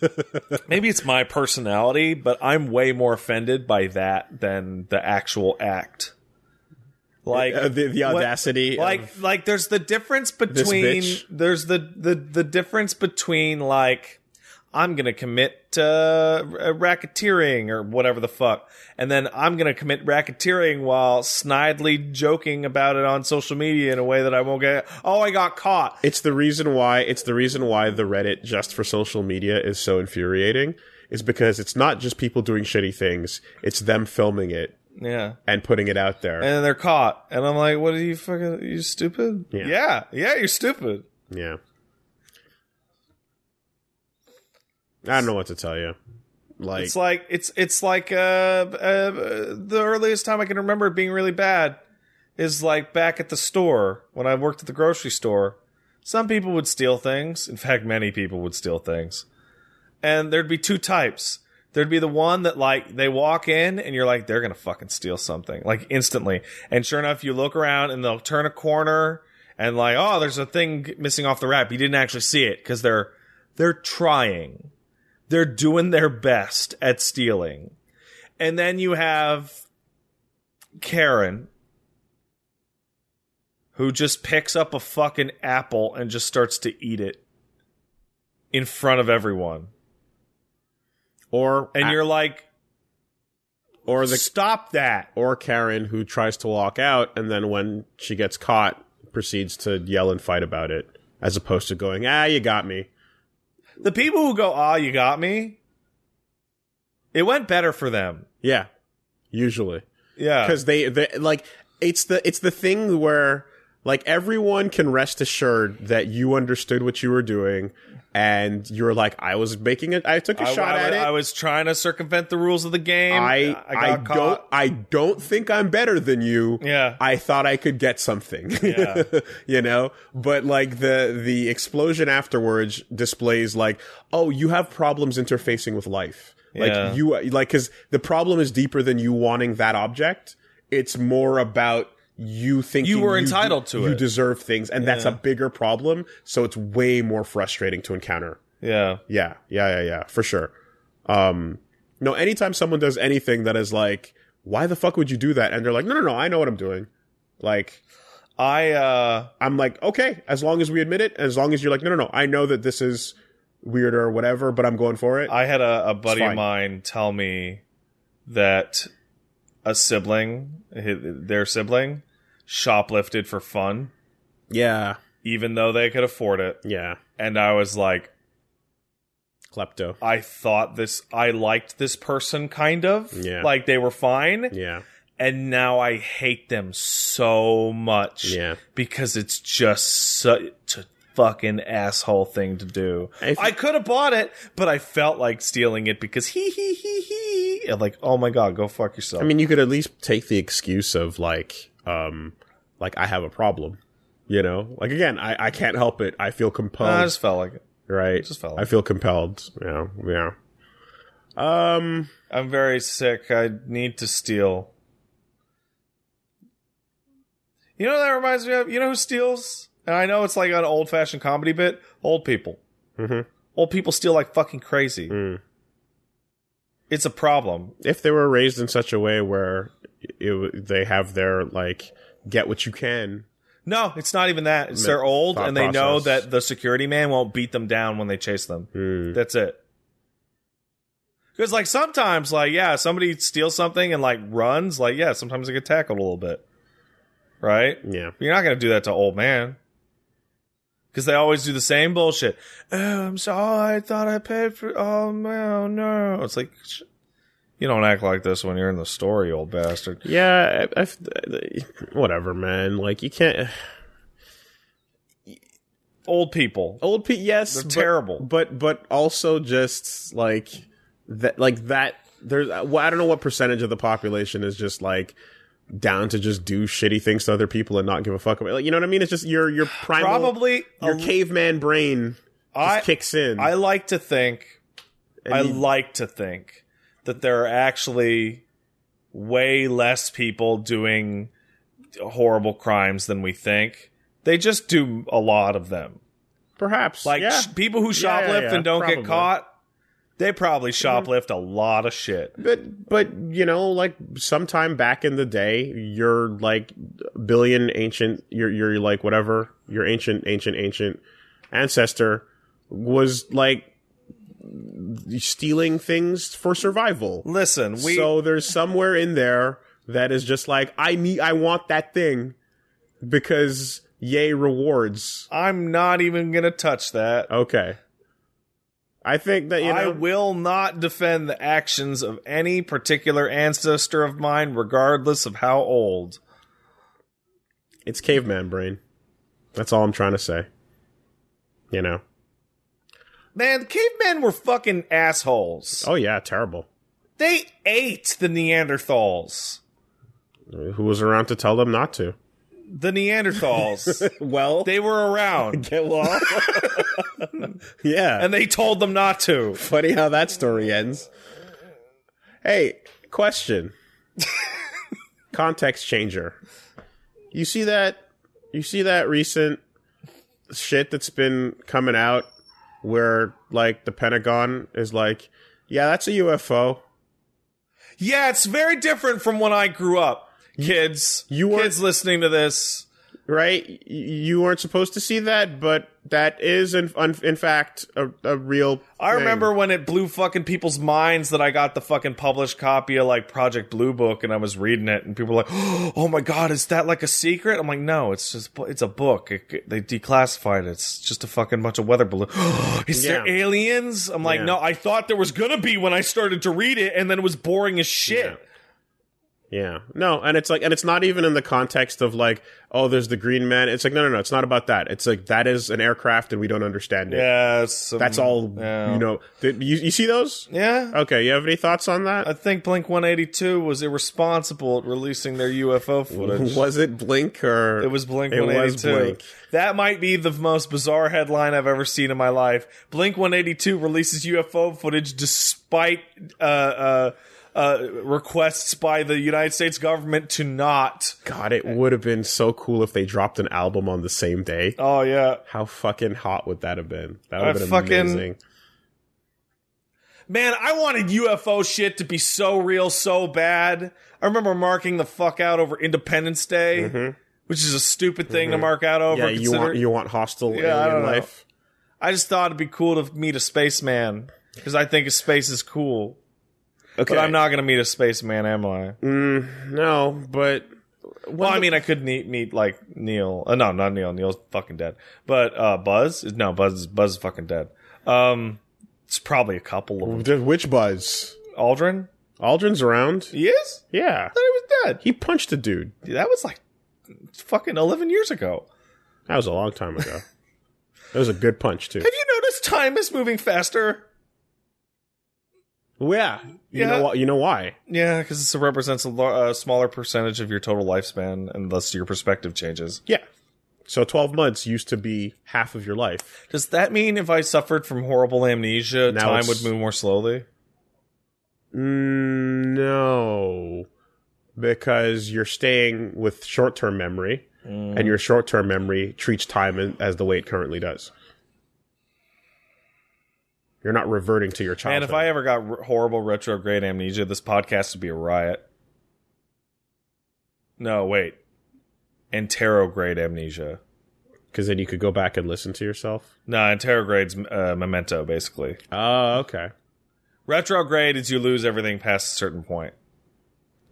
<laughs> Maybe it's my personality, but I'm way more offended by that than the actual act. Like Uh, the, the what- audacity. like of- like there's the difference between bitch. there's the, the the difference between like i'm gonna commit uh, r- racketeering or whatever the fuck and then i'm gonna commit racketeering while snidely joking about it on social media in a way that i won't get oh i got caught it's the reason why it's the reason why the Reddit just for social media is so infuriating is because it's not just people doing shitty things, it's them filming it yeah and putting it out there. and then they're caught and i'm like what are you fucking you stupid Yeah. yeah, yeah you're stupid yeah. I don't know what to tell you. Like, it's like it's it's like uh, uh the earliest time I can remember it being really bad is like back at the store when I worked at the grocery store. Some people would steal things. In fact, many people would steal things, and there'd be two types. There'd be the one that like they walk in and you're like they're gonna fucking steal something like instantly, and sure enough you look around and they'll turn a corner and like oh there's a thing missing off the wrap you didn't actually see it because they're they're trying they're doing their best at stealing. And then you have Karen who just picks up a fucking apple and just starts to eat it in front of everyone. or And you're like, or the "Stop that." or Karen who tries to walk out and then when she gets caught proceeds to yell and fight about it as opposed to going, "Ah, you got me." The people who go, "Ah, you got me." It went better for them. Yeah. Usually. Yeah. because they, they like it's the it's the thing where like everyone can rest assured that you understood what you were doing and you were like i was making it i took a I, shot I- at I it was trying to circumvent the rules of the game. i i, got don't caught. i don't think i'm better than you Yeah. I thought I could get something, <laughs> Yeah. you know, but like the, the explosion afterwards displays like, oh, you have problems interfacing with life. Yeah. Like you, like, cause the problem is deeper than you wanting that object. It's more about you thinking You were de- entitled to You it. deserve things. And that's a bigger problem. So it's way more frustrating to encounter. yeah. Yeah, yeah, yeah, yeah, for sure. Um, no, anytime someone does anything that is like, why the fuck would you do that? And they're like, no, no, no, I know what I'm doing. Like, I uh I'm like, okay, as long as we admit it, as long as you're like, no, no, no, I know that this is weird or whatever, but I'm going for it. I had a, a buddy of fine. mine tell me that a sibling, hi- their sibling, shoplifted for fun, yeah, even though they could afford it. yeah. And I was like, klepto. I thought this, I liked this person kind of. Yeah. Like they were fine. Yeah. And now I hate them so much. Yeah. Because it's just such a fucking asshole thing to do. If- <laughs> I could have bought it, but I felt like stealing it because he, he, he, he. And like, oh my God, go fuck yourself. I mean, you could at least take the excuse of like, um, like I have a problem. You know, like again, I, I can't help it. I feel compelled. I just felt like it. right. just felt- um, I feel compelled. Yeah. Yeah. Um. I'm very sick. I need to steal. You know what that reminds me of? You know who steals? And I know it's like an old fashioned comedy bit. Old people. mhm. Old people steal like fucking crazy. Mm. It's a problem. If they were raised in such a way where it, they have their like get what you can. No, it's not even that. It's Ma- they're old thought and they know process. that the security man won't beat them down when they chase them. Mm. That's it. Because like sometimes, like yeah, somebody steals something and like runs, like yeah, sometimes they get tackled a little bit, right? Yeah. But You're not gonna do that to old man. Because they always do the same bullshit. Oh, I'm sorry. I thought I paid for. Oh no, no. It's like sh- you don't act like this when you're in the story, old bastard. Yeah, I, I- whatever, man. Like you can't. Old people. Old people, yes, They're but- terrible. but but also just like that, like that. There's, uh, well, I don't know what percentage of the population is just like down to just do shitty things to other people and not give a fuck about. It. Like you know what I mean? It's just your your primal, Probably. your caveman brain just I kicks in. I like to think and I you- like to think that there are actually way less people doing horrible crimes than we think. They just do a lot of them. perhaps Like yeah. sh- people who Yeah, shoplift yeah, yeah, and don't probably. Mm-hmm. get caught, they probably shoplift a lot of shit. But but you know, like sometime back in the day, your like billion ancient, your your like whatever your ancient ancient ancient ancestor was like stealing things for survival. Listen, we so there's somewhere in there that is just like I need, I want that thing because yay rewards. I'm not even going to touch that. Okay, I think that you know. I will not defend the actions of any particular ancestor of mine regardless of how old. It's caveman brain. That's all I'm trying to say. You know. Man, cavemen were fucking assholes. Oh yeah, terrible. They ate the Neanderthals. Who was around to tell them not to? <laughs> The Neanderthals. Well, they were around get well. <laughs> yeah. and they told them not to. funny how that story ends. Hey, question. <laughs> Context changer. You see that you see that recent shit that's been coming out where like the Pentagon is like, yeah, that's a UFO. Yeah, it's very different from when I grew up. Kids, you were- kids listening to this. right? Y- You weren't supposed to see that, but that is, in, un- in fact, a, a real. I thing. remember when it blew fucking people's minds that I got the fucking published copy of like Project Blue Book and I was reading it and people were like, <gasps> "Oh my god, is that like a secret?" I'm like, "No, it's just it's a book. It, they declassified it. It's just a fucking bunch of weather balloons. <gasps> is there Yeah. aliens?" I'm like, Yeah. "No, I thought there was gonna be when I started to read it, and then it was boring as shit." Yeah. Yeah, no, and it's like, and it's not even in the context of like, oh, there's the green man. It's like, no, no, no, it's not about that. It's like that is an aircraft, and we don't understand it. Yes, That's all. You know, Th- you, you see those? Yeah, Okay, you have any thoughts on that? I think Blink 182 was irresponsible at releasing their UFO <laughs> footage. was it Blink or It was Blink It was 182. Blink. That might be the most bizarre headline I've ever seen in my life. Blink 182 releases UFO footage despite uh, uh, uh, requests by the United States government to not. God? It would have been so cool if they dropped an album on the same day. Oh yeah, How fucking hot would that have been? That I would have been fucking- amazing. man! I wanted UFO shit to be so real, so bad. I remember marking the fuck out over Independence Day, which is a stupid thing to mark out over. Mm-hmm. Yeah, you consider- want you want hostile I alien don't know. life. I just thought it'd be cool to meet a spaceman because I think space is cool. Okay, But I'm not gonna meet a spaceman, am I? Mm, no, but Well, I mean, I could meet meet like Neil. Uh, no, not Neil. Neil's fucking dead. But uh, Buzz, no, Buzz, Buzz is fucking dead. Um, It's probably a couple of them. The Witch Buzz. Aldrin? Aldrin's around. He is? Yeah. I thought he was dead. He punched a dude. Dude, that was like fucking 11 years ago. That was a long time <laughs> ago. that was a good punch, too. Have you noticed time is moving faster? Yeah. You, Know, Yeah. why- you know why? Yeah, because it represents a, lar- a smaller percentage of your total lifespan, and thus your perspective changes. Yeah. So 12 months used to be half of your life. Does that mean if I suffered from horrible amnesia, Now time it's- would move more slowly? Mm, no. Because you're staying with short term memory, and your short term memory treats time in- as the way it currently does. You're not reverting to your Man, childhood. if I ever got r- horrible retrograde amnesia, this podcast would be a riot. No, wait. Anterograde amnesia. Because then you could go back and listen to yourself. No, anterograde's uh, memento, basically. Oh, okay. Retrograde is you lose everything past a certain point,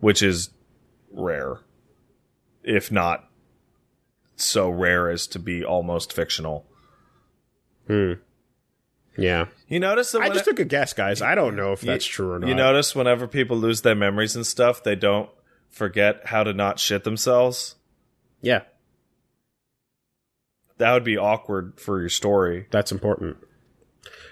which is rare, if not so rare as to be almost fictional. Hmm. Yeah. You notice that I when just took a guess, guys. I don't know if You- that's true or not. you notice whenever people lose their memories and stuff, they don't forget how to not shit themselves. yeah, That would be awkward for your story. that's important.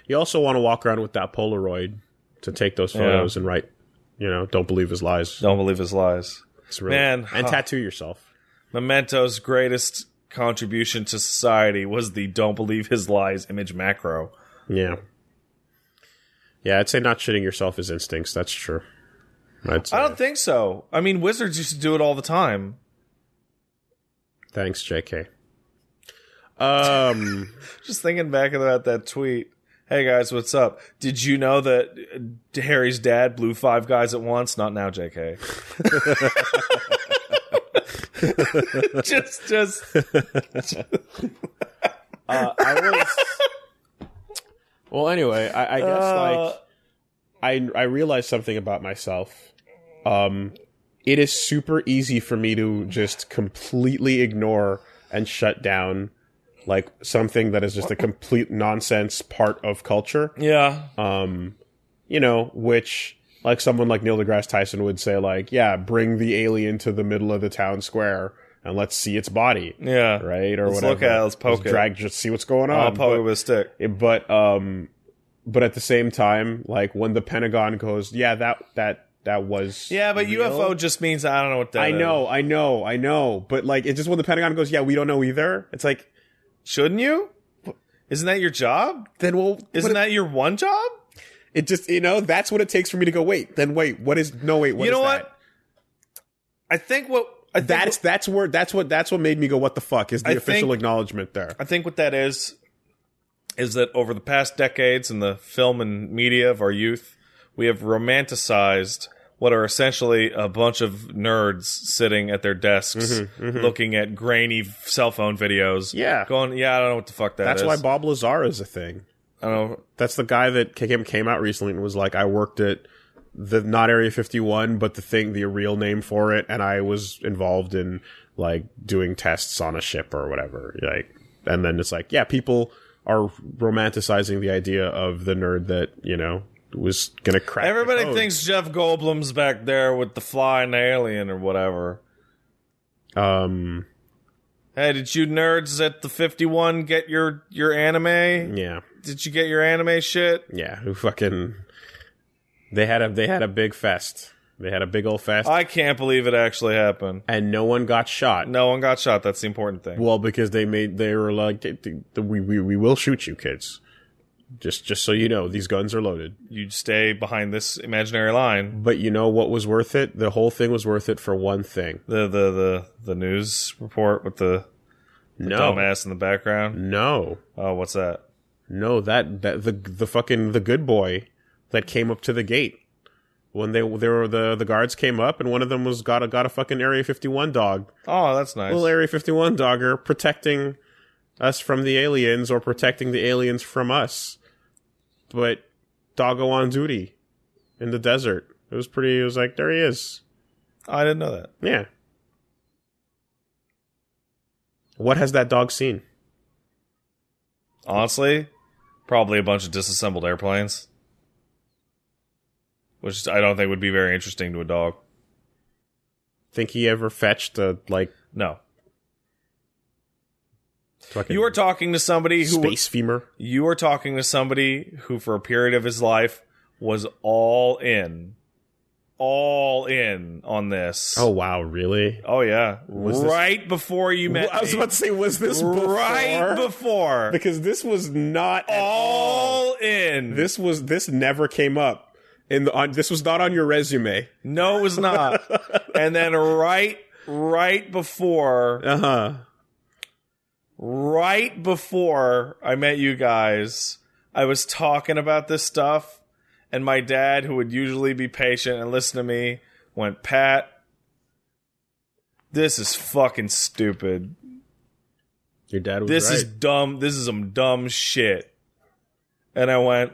You also want to walk around with that Polaroid to take those photos and write, you know, don't believe his lies. Don't believe his lies. It's really Man, and huh. tattoo yourself. Memento's greatest contribution to society was the "Don't believe his lies" image macro. Yeah, yeah. I'd say not shitting yourself is instincts. That's true. I'd say. I don't think so. I mean, wizards used to do it all the time. Thanks, J.K. Um, Just thinking back about that tweet. Hey guys, what's up? Did you know that uh, Harry's dad blew five guys at once? Not now, JK. <laughs> just, just. uh, I was. <laughs> well, anyway, I, I guess like uh, I I realized something about myself. Um, it is super easy for me to just completely ignore and shut down like something that is just a complete nonsense part of culture. yeah, Um, you know, which like someone like Neil deGrasse Tyson would say, like, yeah, bring the alien to the middle of the town square and let's see its body, yeah. right, or Let's whatever. look at it. Let's poke it. Drag, just see what's going on. Oh, I'll poke But- it with a stick. it- but um but at the same time like when the pentagon goes yeah that that that was Yeah, but real." UFO just means I don't know what that i is. know i know i know but like it's just when the pentagon goes yeah we don't know either it's like Shouldn't you? Isn't that your job? then well Isn't what- that your one job? it just you know that's what it takes for me to go wait then wait what is no wait what you is know that what? I think what I think that's that's where that's what that's what made me go what the fuck is the I official think- acknowledgement there I think what that is is that over the past decades in the film and media of our youth, we have romanticized what are essentially a bunch of nerds sitting at their desks looking at grainy cell phone videos. Mm-hmm, Yeah. Going, yeah, I don't know what the fuck that that's is." why bob lazar is a thing I don't know. That's the guy that came came out recently and was like, I worked at the not Area 51, but the thing, the real name for it, and I was involved in like doing tests on a ship or whatever. Like, and then it's like, yeah, people are romanticizing the idea of the nerd that you know was gonna crack. the Everybody code. thinks Jeff Goldblum's back there with the flying alien or whatever. um, Hey, did you nerds at the 51 get your your anime? yeah, Did you get your anime shit? yeah, who fucking they had a they had a big fest. They had a big old fest, I can't believe it actually happened. and no one got shot. No one got shot. That's the important thing. Well, because they made they were like, "Th- th- th- we, we we will shoot you, kids. Just just so you know, these guns are loaded. You stay behind this imaginary line. But you know what was worth it? The whole thing was worth it for one thing. The the the the news report with the no, dumbass in the background. no, Oh, what's that? no. That that the the fucking the good boy that came up to the gate when they there were the the guards came up and one of them was got a got a fucking Area 51 dog, Oh, that's nice. little Area 51 dogger protecting us from the aliens or protecting the aliens from us. But doggo on duty in the desert. It was pretty. It was like there he is. I didn't know that. Yeah. What has that dog seen? Honestly, Probably a bunch of disassembled airplanes, which I don't think would be very interesting to a dog. Think he ever fetched a like No. fucking You are talking to somebody who space femur? you are talking to somebody who for a period of his life was all in all in on this. Oh wow, really? Oh yeah. Was this- right before you met I was me. about to say, was this right before? before Because this was not at all. all in. This was this never came up in the on. This was not on your resume. No, it was <laughs> not. and then right right before Uh huh. right before I met you guys, I was talking about this stuff, and my dad, who would usually be patient and listen to me, went, Pat, this is fucking stupid. Your dad was This right. is dumb. This is some dumb shit. And I went,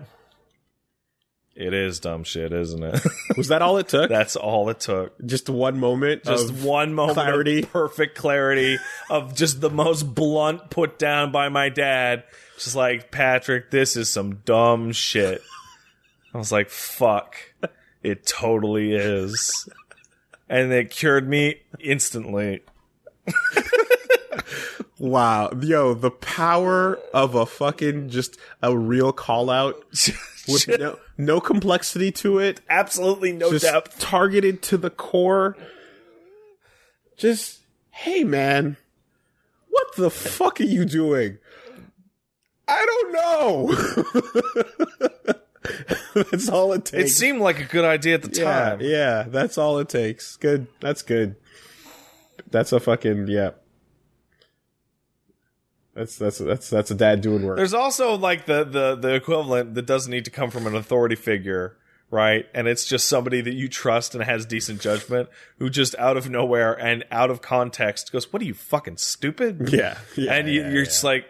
It is dumb shit, isn't it? <laughs> was that all it <laughs> took? That's all it took. just one moment. Just of- one moment clarity. of perfect clarity of just the most blunt put down by my dad. Just like, Patrick, this is some dumb shit. I was like, fuck. It totally is. And it cured me instantly. <laughs> Wow, yo, the power of a fucking just a real call out <laughs> with no no complexity to it. Absolutely no just depth. targeted to the core. Just, hey man, what the fuck are you doing? I don't know. <laughs> that's all it It takes. seemed like a good idea at the yeah, time. yeah, that's all it takes. Good, that's good. That's a fucking yeah. That's that's that's that's a dad doing work. There's also like the, the the equivalent that doesn't need to come from an authority figure, right? And it's just somebody that you trust and has decent judgment who just out of nowhere and out of context goes, "What are you fucking stupid?" <laughs> yeah, yeah, and you, yeah, you're yeah. just like.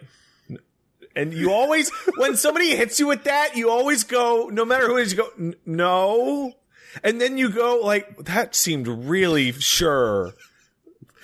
And you always, when somebody hits you with that, you always go, no matter who it is, you go, "N- no. And then you go, like, that seemed really sure.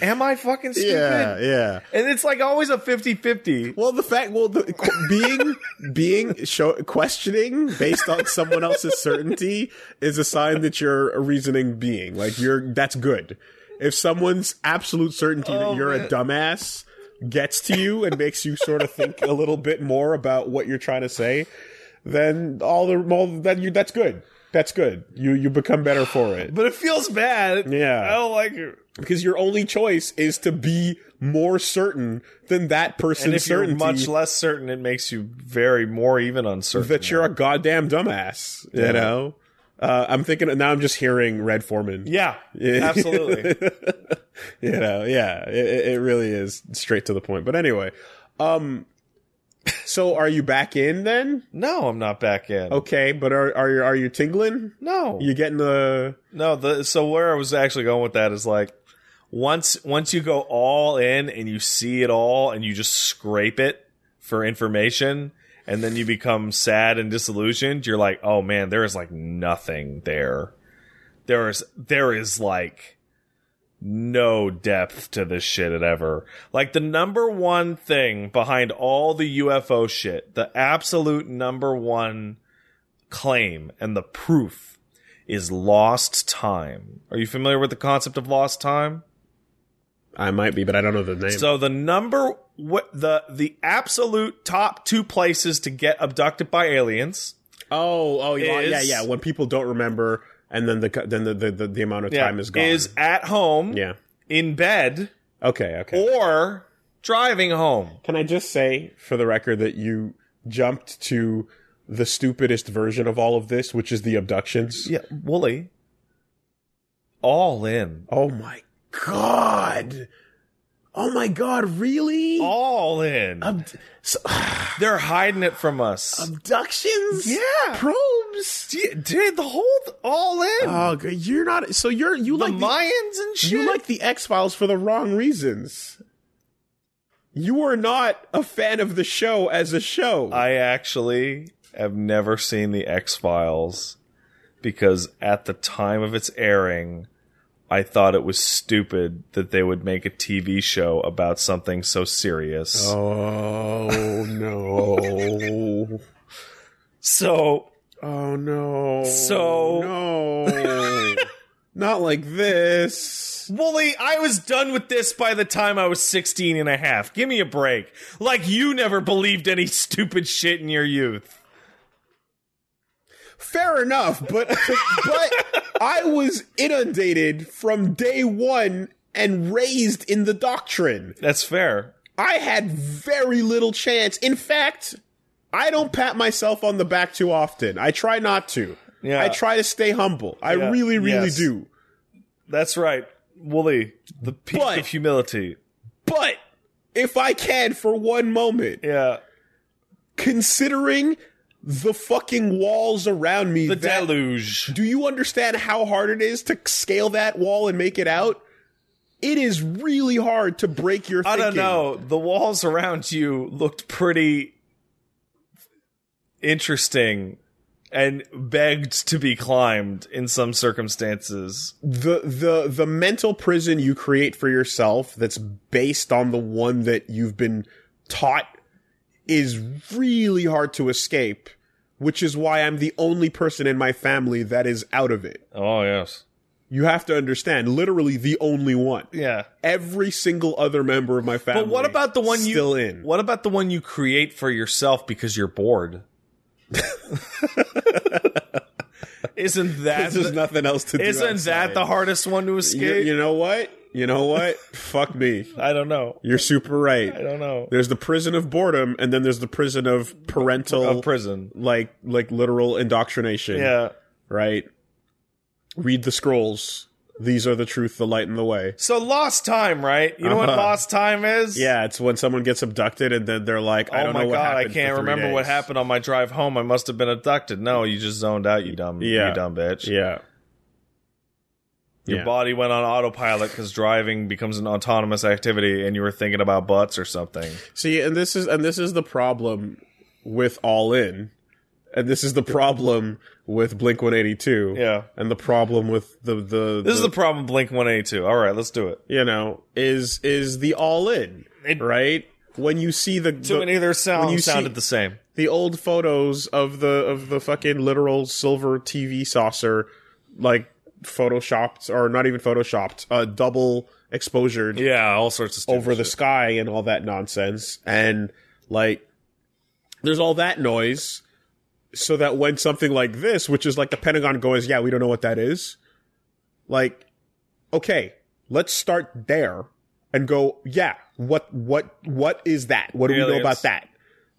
Am I fucking stupid? yeah, yeah. And it's like always a 50 50. Well, the fact, well, the, qu- being being show, questioning based on someone else's certainty is a sign that you're a reasoning being. Like you're, that's good. If someone's absolute certainty Oh, that you're a dumbass gets to you and makes you sort of think a little bit more about what you're trying to say, then all the all, then you that's good. That's good. You you become better for it But it feels bad. Yeah. I don't like it. because your only choice is to be more certain than that person's And if you're certainty. much less certain, it makes you very more even uncertain. that you're a goddamn dumbass. Yeah. You know, uh, I'm thinking now. I'm just hearing Red Foreman. <laughs> yeah, <laughs> absolutely. you know, yeah, it, it- it really is straight to the point. But anyway, um, so are you back in then? No, I'm not back in. Okay, but are are you are you tingling? No, You getting the no. The, so where I was actually going with that is like once once you go all in and you see it all and you just scrape it for information and then you become sad and disillusioned. You're like, oh man, there is like nothing there. There is there is like no depth to this shit at ever. Like the number one thing behind all the UFO shit, the absolute number one claim and the proof is lost time. Are you familiar with the concept of lost time? I might be, but I don't know the name. So the number what the the absolute top two places to get abducted by aliens. oh, oh, yeah, Is- yeah, yeah. When people don't remember, and then the co- then the the, the, the amount of time is gone. Is at home, yeah. in bed, Okay. Okay. or driving home. Can I just say, for the record, that you jumped to the stupidest version of all of this, which is the abductions? Yeah, Wooly. All in. Oh my god! Oh my god! Really? All in. Abd- so- <sighs> They're hiding it from us. abductions? Yeah. Probes. D- Dude, the whole th- all in. Oh, g- you're not. So you're you the like the, Mayans and shit. you like the X Files for the wrong reasons. You are not a fan of the show as a show. I actually have never seen the X Files because at the time of its airing, I thought it was stupid that they would make a TV show about something so serious. Oh <laughs> no. So Oh no. So- <laughs> no. Not like this. Wooly, I was done with this by the time I was 16 and a half. Give me a break. Like you never believed any stupid shit in your youth. Fair enough, but but I was inundated from day 1 and raised in the doctrine. That's fair. I had very little chance. In fact, I don't pat myself on the back too often. I try not to. Yeah. I try to stay humble. I Yeah. really, really Yes. do. That's right. Wooly, the peak But- of humility. But if I can for one moment, Yeah. considering the fucking walls around me, The that- deluge. do you understand how hard it is to scale that wall and make it out? It is really hard to break your I thinking. don't know. The walls around you looked pretty interesting and begged to be climbed in some circumstances. the the the mental prison you create for yourself that's based on the one that you've been taught is really hard to escape which is why I'm the only person in my family that is out of it. Oh, yes. You have to understand, literally the only one. Yeah. Every single other member of my family. But what about the one you still in? What about the one you create for yourself because you're bored? <laughs> isn't that There's just the, nothing else to do. isn't that outside. the hardest one to escape? You, you know what? You know what? Fuck me. I don't know. You're super right. I don't know. There's the prison of boredom, and then there's the prison of parental, A prison. like like literal indoctrination. Yeah. Right. Read the scrolls. These are the truth, the light, and the way. So lost time, right? You know what Uh-huh. lost time is? Yeah, it's when someone gets abducted, and then they're like, "I Oh don't my know what god, I happened for can't three remember what days. happened on my drive home. I must have been abducted. No, you just zoned out, you dumb Yeah. you dumb bitch. Yeah. Your Yeah. body went on autopilot because driving becomes an autonomous activity and you were thinking about butts or something. See, and this is and this is the problem with All In, and this is the problem with Blink One Eighty Two, Yeah. and the problem with the the This is the problem with Blink 182. All right, let's do it. you know is is the All In It- right when you see the Too the, many of their when you sounds see- sounded the same. the old photos of the of the fucking literal silver TV saucer like photoshopped or not even photoshopped uh double exposured Yeah, all sorts of stuff. over the sky and all that nonsense. And like, there's all that noise so that when something like this, which is like the Pentagon goes, yeah, we don't know what that is. Like, okay, let's start there and go, yeah, what, what, what is that? What do we know Aliens. about that?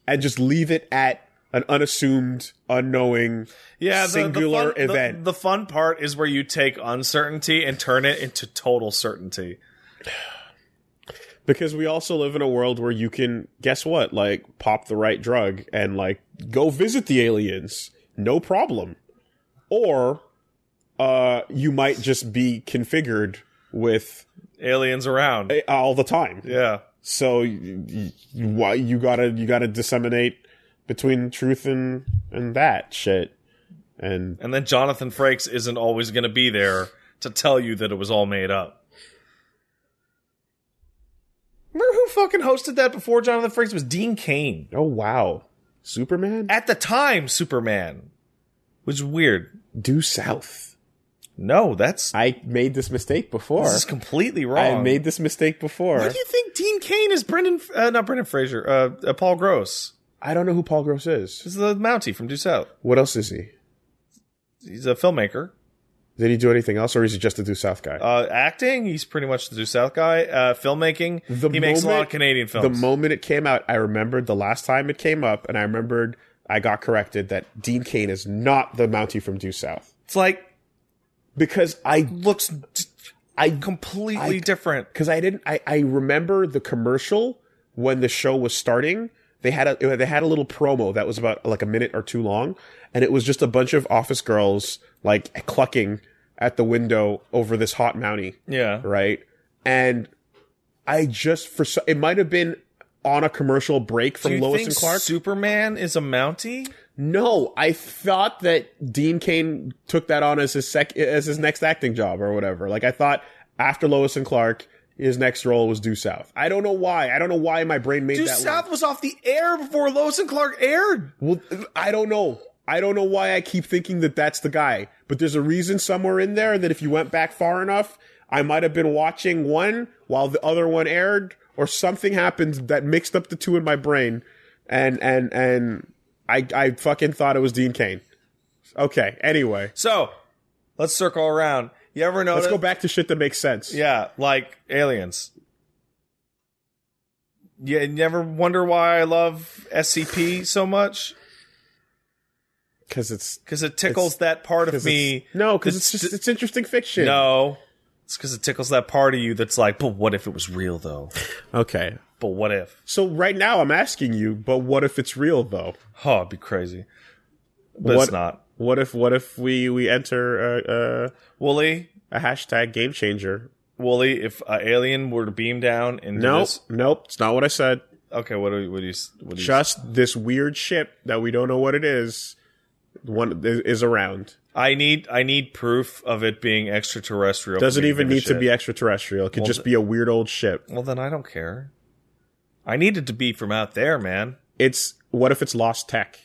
And just leave it at an unassumed, unknowing. yeah, the- the singular fun- the- event. The, fun part is where you take uncertainty and turn it into total certainty. Because we also live in a world where you can, guess what? Like, pop the right drug and, like, go visit the aliens. No problem. Or, uh, you might just be configured with Aliens around. eh, all the time. yeah. So, you, you, why- you gotta, you gotta disseminate between truth and, and that shit. And And then Jonathan Frakes isn't always going to be there to tell you that it was all made up. Remember who fucking hosted that before Jonathan Frakes It was Dean Kane. oh wow. Superman? At the time, Superman. Which is weird. Due south. No, that's I made this mistake before. this is completely wrong. I made this mistake before. Why do you think Dean Kane is Brendan? Uh, not Brendan Fraser. Uh, uh, Paul Gross. I don't know who Paul Gross is. This is the Mountie from Due South. What else is he? He's a filmmaker. Did he do anything else, or is he just a Due South guy? Uh, acting. He's pretty much the Due South guy. Uh, filmmaking. The he makes a lot moment- of Canadian the films. moment it came out, I remembered the last time it came up, and I remembered I got corrected that Dean Kane is not the Mountie from Due South it's like because I looks d- I completely I- different. because I didn't I, I remember the commercial when the show was starting. They had a they had a little promo that was about like a minute or two long, and it was just a bunch of office girls like clucking at the window over this hot Mountie. Yeah. right? And I just for so, it might have been on a commercial break from Do you Lois think and Clark? Superman is a Mountie? no, I thought that Dean Kane took that on as his sec as his next acting job or whatever. Like I thought after Lois and Clark, his next role was Due South. I don't know why. I don't know why my brain made Dude, that. South was off the air before Lois and Clark aired. Well, I don't know. I don't know why I keep thinking that that's the guy, but there's a reason somewhere in there that if you went back far enough, I might have been watching one while the other one aired, or something happened that mixed up the two in my brain, and and and I I fucking thought it was Dean Kane. Okay. Anyway, So let's circle around. You ever notice? let's go back to shit that makes sense. Yeah, like aliens. Yeah, you never wonder why I love SCP so much because it's because it tickles that part of 'cause me. it's- no, because that's it's just d- it's interesting fiction. no, it's because it tickles that part of you that's like, but what if it was real though? Okay. But what if? So right now I'm asking you, but what if it's real though? Oh, it'd be crazy. But What- it's not. What if what if we we enter Wooly, a, a, a hashtag game changer? Wooly, if an alien were to beam down and Nope, this, nope, it's not what I said. okay, what do you, what do you, what do you Just this weird ship that we don't know what it is. One is is around. I need I need proof of it being extraterrestrial. for Doesn't me even give a need to shit. be extraterrestrial. It could Well, just th- be a weird old ship. Well, then I don't care. I need it to be from out there, man. It's what if it's lost tech?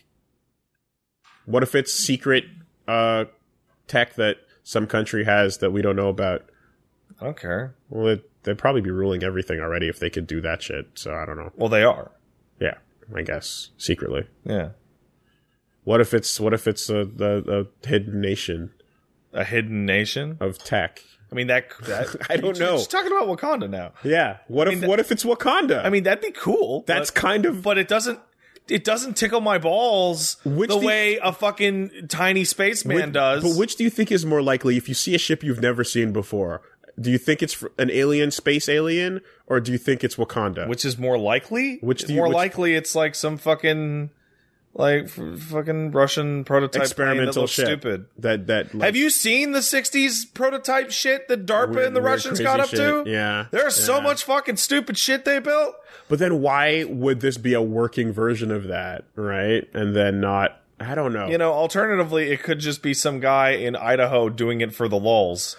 What if it's secret uh, tech that some country has that we don't know about? I don't care. Well, it, they'd probably be ruling everything already if they could do that shit. So I don't know. Well, they are. Yeah, I guess secretly. Yeah, What if it's what if it's a, a, a hidden nation a hidden nation. of tech? I mean, that. that <laughs> I don't You're know. just talking about Wakanda now. Yeah. What if mean, tha- what if it's Wakanda? I mean, that'd be cool. that's kind but, of but it doesn't. It doesn't tickle my balls Which the the- way a fucking tiny spaceman which- does. But which do you think is more likely? If you see a ship you've never seen before, do you think it's fr- an alien space alien, or do you think it's Wakanda? Which is more likely? Which It's do you- more which- likely? It's like some fucking like f- fucking Russian prototype plane that experimental looks shit? Stupid. That that like, Have you seen the '60s prototype shit that DARPA weird- and the weird Russians crazy got up shit? to? Yeah. There's so Yeah. much fucking stupid shit they built. But then why would this be a working version of that, right? And then not. I don't know. You know, alternatively, it could just be some guy in Idaho doing it for the lulz.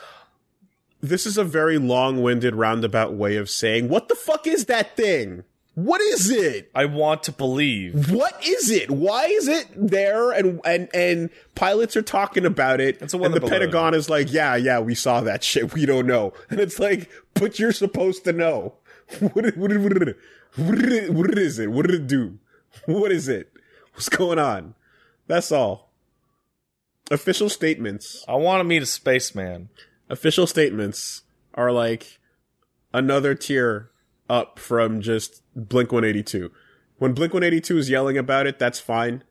this is a very long-winded roundabout way of saying what the fuck is that thing what is it I want to believe. what is it why is it there and and and pilots are talking about it a and the weather balloon. pentagon is like yeah yeah we saw that shit we don't know and it's like but you're supposed to know <laughs> what, it- what, it- what, it- what, it- what is it what did it do what is it what's going on that's all official statements I want to meet a spaceman. official statements are like another tier up from just Blink 182. When Blink 182 is yelling about it, that's fine.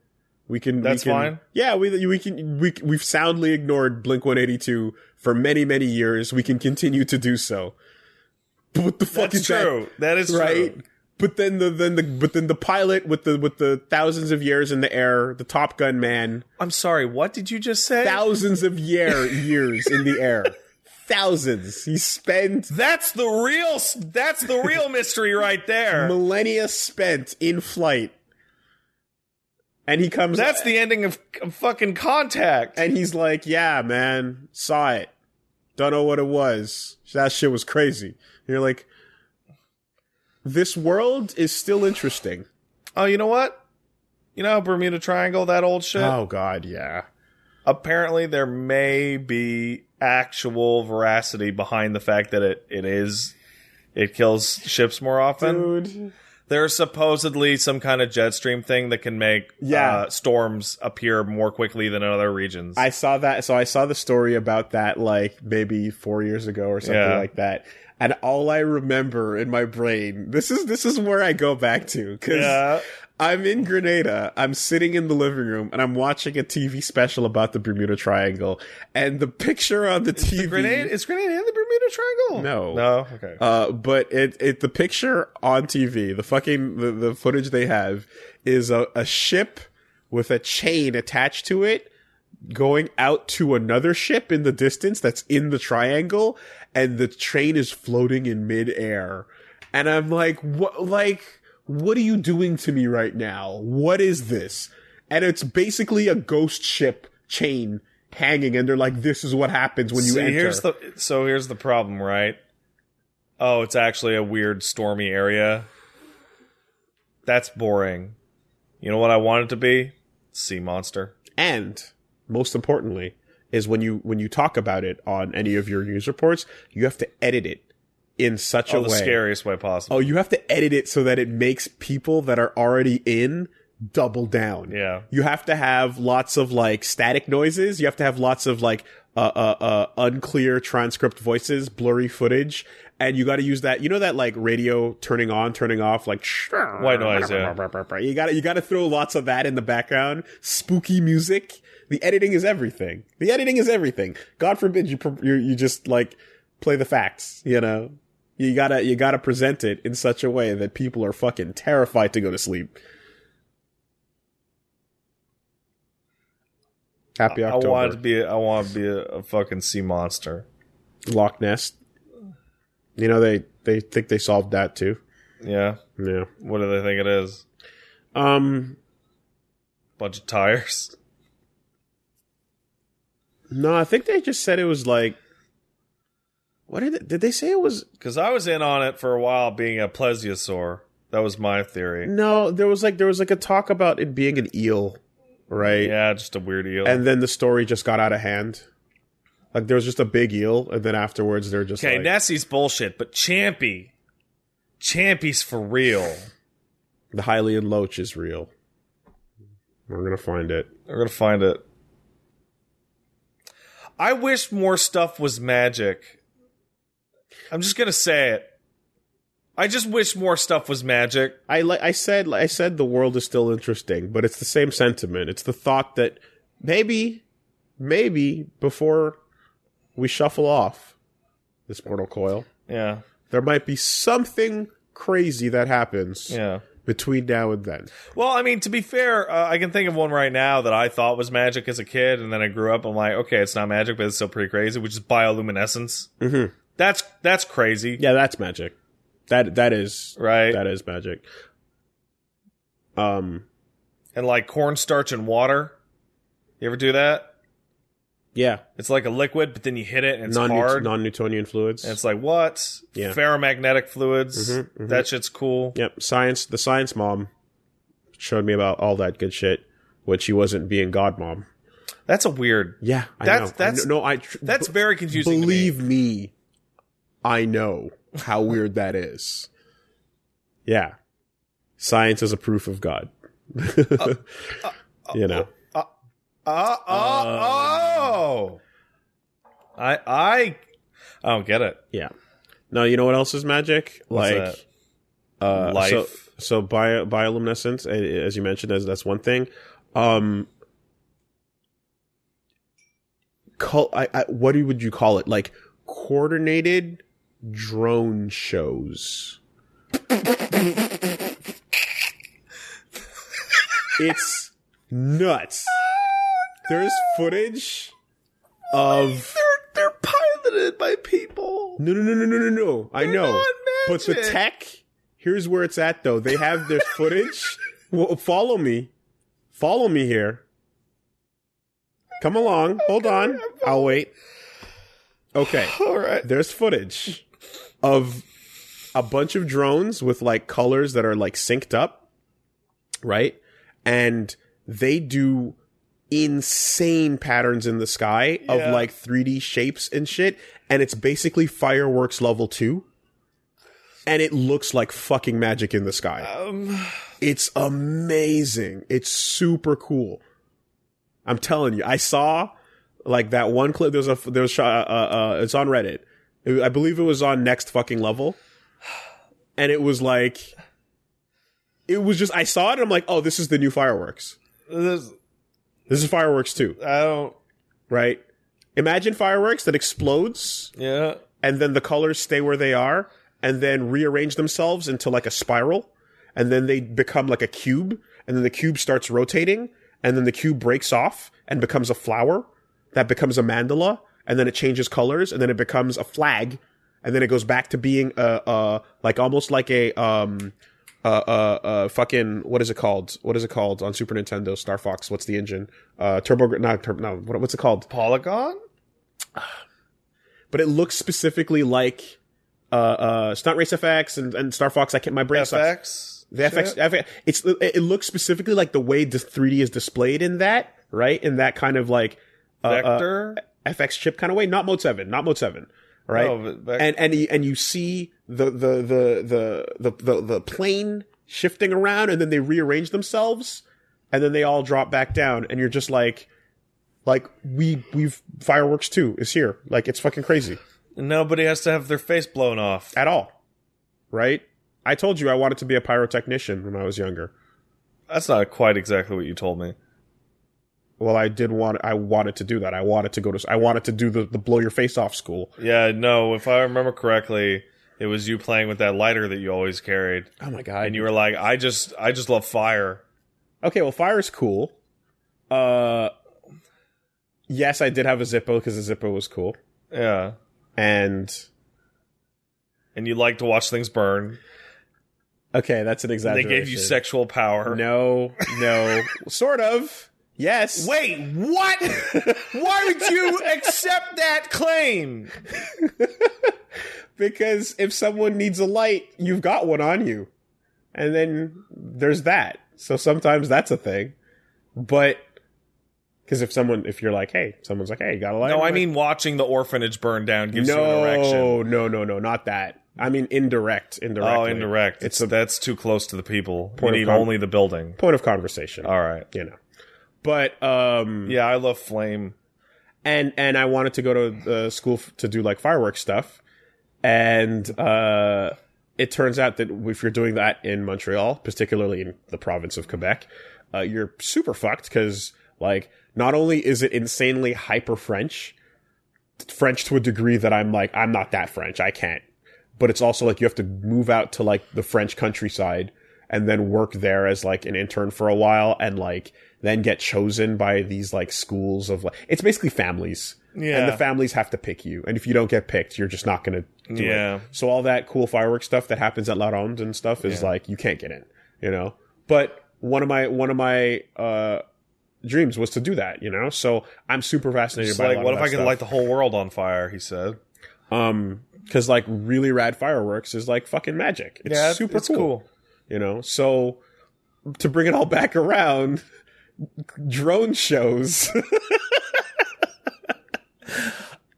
We can. That's we can, fine? Yeah, we we can we we've soundly ignored Blink 182 for many many years. We can continue to do so. But what the fuck That's is true. that is that? Right. true. But then the then the but then the pilot with the with the thousands of years in the air, the Top Gun man I'm sorry. What did you just say? thousands of year years in the air. Thousands. He spent that's the real. s- That's the real mystery <laughs> right there. millennia spent in flight. And he comes That's the ending of, of fucking contact. and he's like, "Yeah, man, saw it. Don't know what it was. That shit was crazy." And you're like, "This world is still interesting." Oh, you know what? You know Bermuda Triangle, that old shit. Oh god, yeah. apparently there may be actual veracity behind the fact that it, it is it kills ships more often. Dude. There's supposedly some kind of jet stream thing that can make Yeah. uh, storms appear more quickly than in other regions. I saw that. So I saw the story about that like maybe four years ago or something Yeah. like that. And all I remember in my brain, this is this is where I go back to because yeah, <laughs> I'm in Grenada. I'm sitting in the living room and I'm watching a TV special about the Bermuda Triangle. And the picture on the TV, Grenade is Grenade in the Bermuda Triangle. No. no, okay. uh, but it it the picture on TV, the fucking the, the footage they have is a, a ship with a chain attached to it going out to another ship in the distance that's in the triangle, and the train is floating in midair. And I'm like, what? Like, what are you doing to me right now? What is this? And it's basically a ghost ship chain hanging, and they're like, this is what happens when you See, enter. here's the so here's the problem, right? Oh, it's actually a weird stormy area. That's boring. You know what I want it to be? Sea monster. Oh, and most importantly is when you when you talk about it on any of your news reports you have to edit it in such Oh, a the way scariest way possible. oh you have to edit it so that it makes people that are already in double down Yeah. you have to have lots of like static noises you have to have lots of like uh, uh, uh, unclear transcript voices blurry footage and you got to use that you know that like radio turning on turning off like White noise, yeah. you got to you got to throw lots of that in the background spooky music the editing is everything the editing is everything god forbid you pr- you, you just like play the facts you know you got to you got to present it in such a way that people are fucking terrified to go to sleep Happy I want it to October. be. I want to be a, a fucking sea monster. Loch Ness. You know they they think they solved that too. Yeah. Yeah. What do they think it is? Um. Bunch of tires. <laughs> No, I think they just said it was like. What did they, did they say it was? Because I was in on it for a while, being a plesiosaur. That was my theory. No, there was like there was like a talk about it being an eel, right? Yeah, just a weird eel. And then the story just got out of hand. Like there was just a big eel, and then afterwards they're just okay, like, Nessie's bullshit, but Champy, Champy's for real. the Hylian loach is real. We're gonna find it. We're gonna find it. I wish more stuff was magic. I'm just gonna say it. I just wish more stuff was magic. I like I said I said the world is still interesting, but it's the same sentiment. It's the thought that maybe maybe before we shuffle off this mortal coil, Yeah, there might be something crazy that happens yeah. between now and then. Well, I mean, to be fair, uh, I can think of one right now that I thought was magic as a kid, and then I grew up. I'm like, okay, it's not magic, but it's still pretty crazy, which is bioluminescence. Mhm. That's that's crazy, Yeah, that's magic. That that is right? that is magic. Um and like cornstarch and water. You ever do that? yeah, It's like a liquid, but then you hit it and it's non hard. non-Newtonian fluids. and it's like what? Yeah. Ferromagnetic fluids. Mhm, mhm. That shit's cool. Yep, science. The science mom showed me about all that good shit when she wasn't being god mom. That's a weird. Yeah, I That's- know. that's- I kn- no, I tr- That's b- very confusing. believe me. I know how weird that is. Yeah, science is a proof of God. <laughs> Uh, you know, To me. Uh, oh, oh. I I I don't get it. yeah. No, you know what else is magic? What's like that? uh, Life. So, so bio, bioluminescence, a- as you mentioned, as that's one thing. Um, call, I, I, what do- would you call it? Like coordinated drone shows. it's nuts. There's footage of. they're piloted by people. No, no, no, no, no, no, no. I know. not But the magic. tech, here's where it's at though. They have their footage. Well, follow me. Follow me here. Come along. Hold on. I'll wait. Okay. All right. There's footage of a bunch of drones with like colors that are like synced up, right? And they do insane patterns in the sky Yeah. of like 3D shapes and shit. And it's basically fireworks level two. And it looks like fucking magic in the sky. Um, It's amazing. It's super cool. I'm telling you, I saw like that one clip. There's a there's uh, uh, uh it's on Reddit. It- I believe it was on Next Fucking Level, and it was like, it was just I saw it. and I'm like, oh, this is the new fireworks. this, This is fireworks too, I don't. right? Imagine fireworks that explodes Yeah. and then the colors stay where they are and then rearrange themselves into like a spiral and then they become like a cube and then the cube starts rotating and then the cube breaks off and becomes a flower that becomes a mandala and then it changes colors and then it becomes a flag and then it goes back to being a, a like almost like a um uh, uh, uh, fucking what is it called? What is it called on Super Nintendo? Star Fox. What's the engine? Uh, Turbo. Not Turbo. No. What, what's it called? Polygon? But it looks specifically like uh, uh, Stunt Race FX and, and Star Fox. I can't. My brain sucks. FX? The FX, Shit? FX it's it it looks specifically like the way the 3D is displayed in that right in that kind of like uh, uh, Vector? FX chip kind of way. Not Mode Seven. Not Mode Seven. Right Oh, but Vec- and and he- and you see the the the the the the, the plane shifting around and then they rearrange themselves and then they all drop back down and you're just like like we we've fireworks too is here like it's fucking crazy Nobody has to have their face blown off. at all right i told you i wanted to be a pyrotechnician when i was younger That's not quite exactly what you told me. well i did want i wanted to do that i wanted to go to i wanted to do the, the blow your face off school Yeah, no, if I remember correctly, it was you playing with that lighter that you always carried. oh my god And you were like, I just I just love fire. Okay, well, fire is cool. Uh, yes, I did have a Zippo because the Zippo was cool, Yeah. and And you like to watch things burn. okay, that's an And they exaggeration. gave you sexual power. No, no, <laughs> sort of. Yes. Wait, <laughs> what? Why would you accept that claim? because if someone needs a light, you've got one on you, and then there's that. So sometimes that's a thing, but because if someone, if you're like, hey, someone's like, hey, you got a light? No, I Like, mean watching the orphanage burn down gives you an erection. no, no, no, no, not that. I mean indirect, indirect. Oh, indirect. It's that's too close to the people. You of need con- only the building. point of conversation. All right. you know. But um, Yeah, I love flame. and and I wanted to go to the school f- to do like fireworks stuff, and uh, it turns out that if you're doing that in Montreal, particularly in the province of Quebec, uh, you're super fucked because like not only is it insanely hyper French, French to a degree that I'm like I'm not that French, I can't. But it's also like you have to move out to like the French countryside and then work there as like an intern for a while and like then get chosen by these like schools of like it's basically families. Yeah. And the families have to pick you. And if you don't get picked, you're just not gonna do Yeah. it. So all that cool fireworks stuff that happens at La Ronde and stuff is like you can't get in, you know? But one of my one of my uh dreams was to do that, you know? So I'm super fascinated It's by a like, lot what of if that I could stuff. light the whole world on fire? He said. Um 'cause because like really rad fireworks is like fucking magic. It's super cool, You know, so to bring it all back around, drone shows <laughs>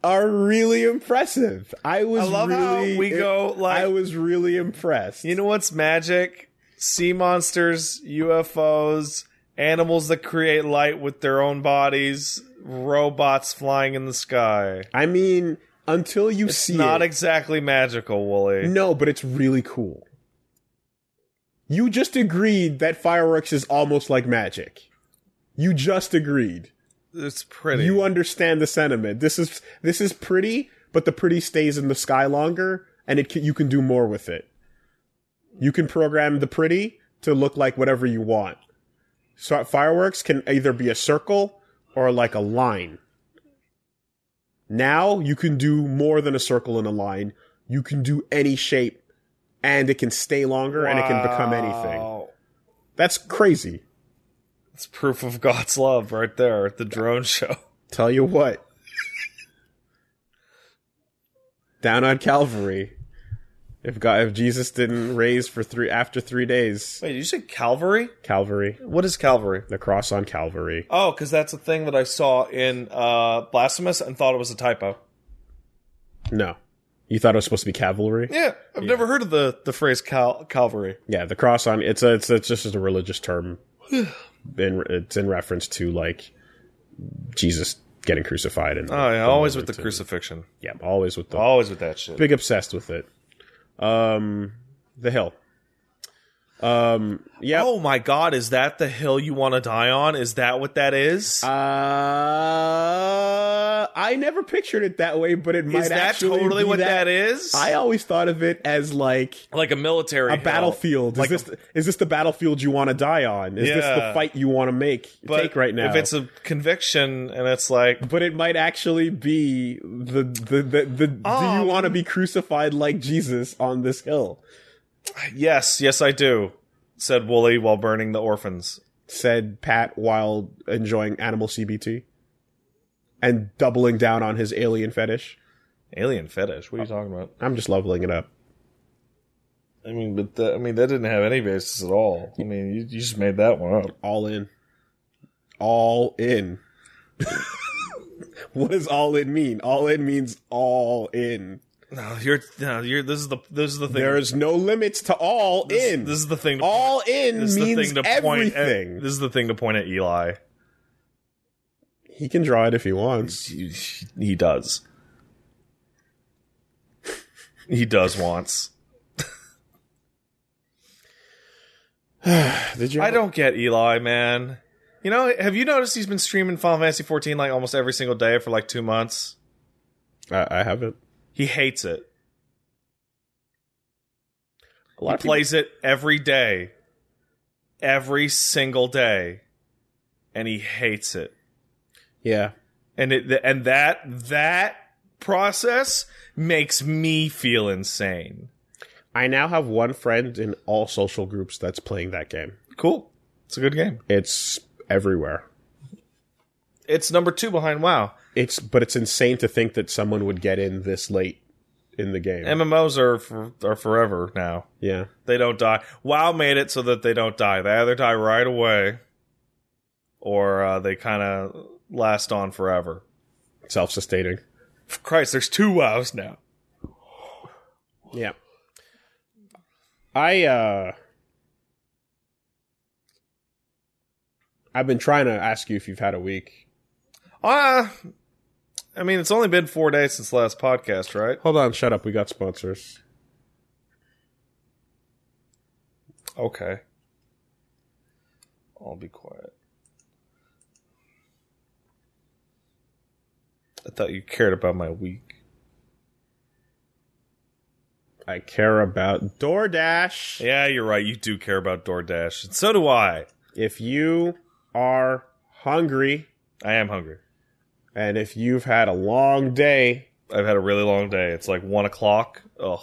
are really impressive. I was I love really, how we go like I was really impressed. you know what's magic? Sea monsters, UFOs, animals that create light with their own bodies, robots flying in the sky. I mean, until you It's see not it, exactly magical, Wooly. No, but it's really cool. You just agreed that fireworks is almost like magic. You just agreed. It's pretty. You understand the sentiment. This is this is pretty, but the pretty stays in the sky longer, and it can, you can do more with it. You can program the pretty to look like whatever you want. So fireworks can either be a circle or like a line. Now you can do more than a circle and a line. You can do any shape, and it can stay longer, and it can become anything. Wow. That's crazy. It's proof of God's love right there at the drone <laughs> show. Tell you what. Down on Calvary. If God if Jesus didn't raise for three after three days. Wait, did you say Calvary? Calvary. What is Calvary? The cross on Calvary. Oh, because that's a thing that I saw in uh, Blasphemous and thought it was a typo. No. You thought it was supposed to be cavalry? Yeah, I've never heard of the, the phrase cal- Calvary. Yeah, the cross on it's a, it's it's just a religious term. in, it's in reference to like Jesus getting crucified and Oh, yeah, always with the crucifixion. yeah, always with the Always with that shit. big obsessed with it. Um the hill. Um yeah. Oh my god, is that the hill you want to die on? Is that what that is? Uh, I never pictured it that way, but it might is that actually totally be what that. that is? I always thought of it as like like a military a hill. battlefield. Is Like this is this the battlefield you want to die on? Is this the Yeah. fight you want to make But take right now? If it's a conviction and it's like but it might actually be the the the, the do Oh. you want to be crucified like Jesus on this hill? Yes, yes, I do, said Wooly while burning the orphans. said Pat while enjoying animal CBT and doubling down on his alien fetish. Alien fetish? What are you talking about? I'm just leveling it up. I mean, but that, I mean that didn't have any basis at all. I mean, you, you just made that one up. All in. All in. <laughs> what does all in mean? All in means all in. No, you're no, you're. This is the this is the thing. There is no limits to all this, in. This is the thing. To all in This is the means thing to point everything. at, This is the thing to point at Eli. he can draw it if he wants. He, he does. he does once. Did you? I don't get Eli, man. You know, have you noticed he's been streaming Final Fantasy 14 like almost every single day for like two months? I, I haven't. He hates it. A lot he of people- plays it every day, every single day, and he hates it. Yeah. And it and that that process makes me feel insane. I now have one friend in all social groups that's playing that game. Cool. It's a good game. It's everywhere. It's number two behind WoW. It's but it's insane to think that someone would get in this late in the game. MMOs are for, are forever now. yeah. They don't die. WoW made it so that they don't die. They either die right away, or uh, they kind of last on forever. Self sustaining. For Christ, there's two WoWs now. Yeah. I uh I've been trying to ask you if you've had a week. Uh, I mean, it's only been four days since last podcast, right? Hold on, shut up. We got sponsors. Okay. I'll be quiet. I thought you cared about my week. I care about DoorDash. Yeah, you're right. You do care about DoorDash. And so do I. If you are hungry I am hungry. and if you've had a long day I've had a really long day. It's like one o'clock. Ugh.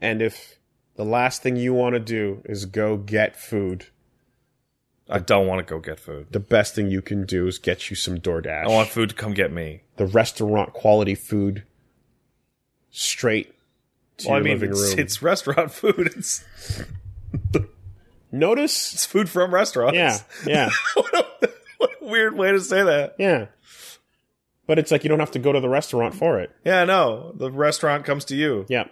and if the last thing you want to do is go get food, I don't want to go get food. the best thing you can do is get you some DoorDash. I want food to come get me. the restaurant quality food straight to Well, I your mean, living it's, room. it's restaurant <laughs> food. It's, Notice, it's food from restaurants. yeah, yeah, what, a, what a weird way to say that. yeah. But it's like you don't have to go to the restaurant for it. Yeah, no. The restaurant comes to you. Yeah,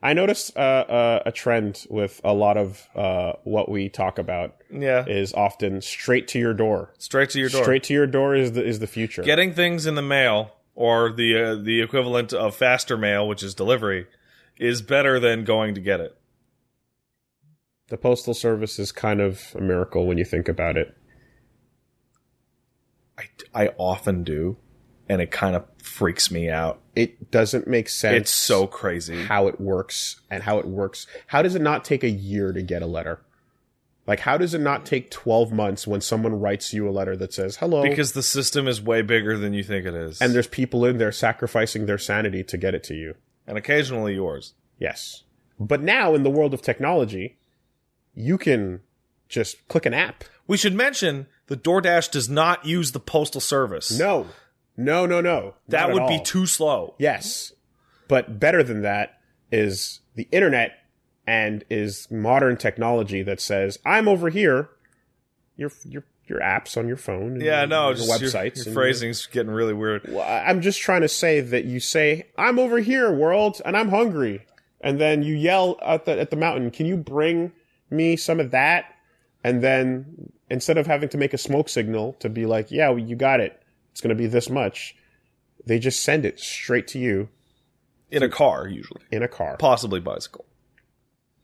I noticed uh, uh, a trend with a lot of uh, what we talk about Yeah. is often straight to your door. Straight to your door. Straight to your door is the is the future. Getting things in the mail or the uh, the equivalent of faster mail, which is delivery, is better than going to get it. the postal service is kind of a miracle when you think about it. I, I often do, and it kind of freaks me out. It doesn't make sense. It's so crazy. how it works and how it works. How does it not take a year to get a letter? Like, how does it not take 12 months when someone writes you a letter that says, hello? Because the system is way bigger than you think it is. and there's people in there sacrificing their sanity to get it to you. and occasionally yours. Yes. But now in the world of technology, you can just click an app. We should mention the DoorDash does not use the postal service. No, no, no, no. Not that at would be all. too slow. Yes. But better than that is the internet and is modern technology that says, I'm over here. Your, your, your apps on your phone. and Yeah, your- no, your just websites. Your, and- your phrasing's getting really weird. Well, I- I'm just trying to say that you say, I'm over here, world, and I'm hungry. And then you yell at the, at the mountain, can you bring me some of that? And then instead of having to make a smoke signal to be like, yeah, well, you got it. It's going to be this much. They just send it straight to you In a car, usually. in a car. Possibly bicycle.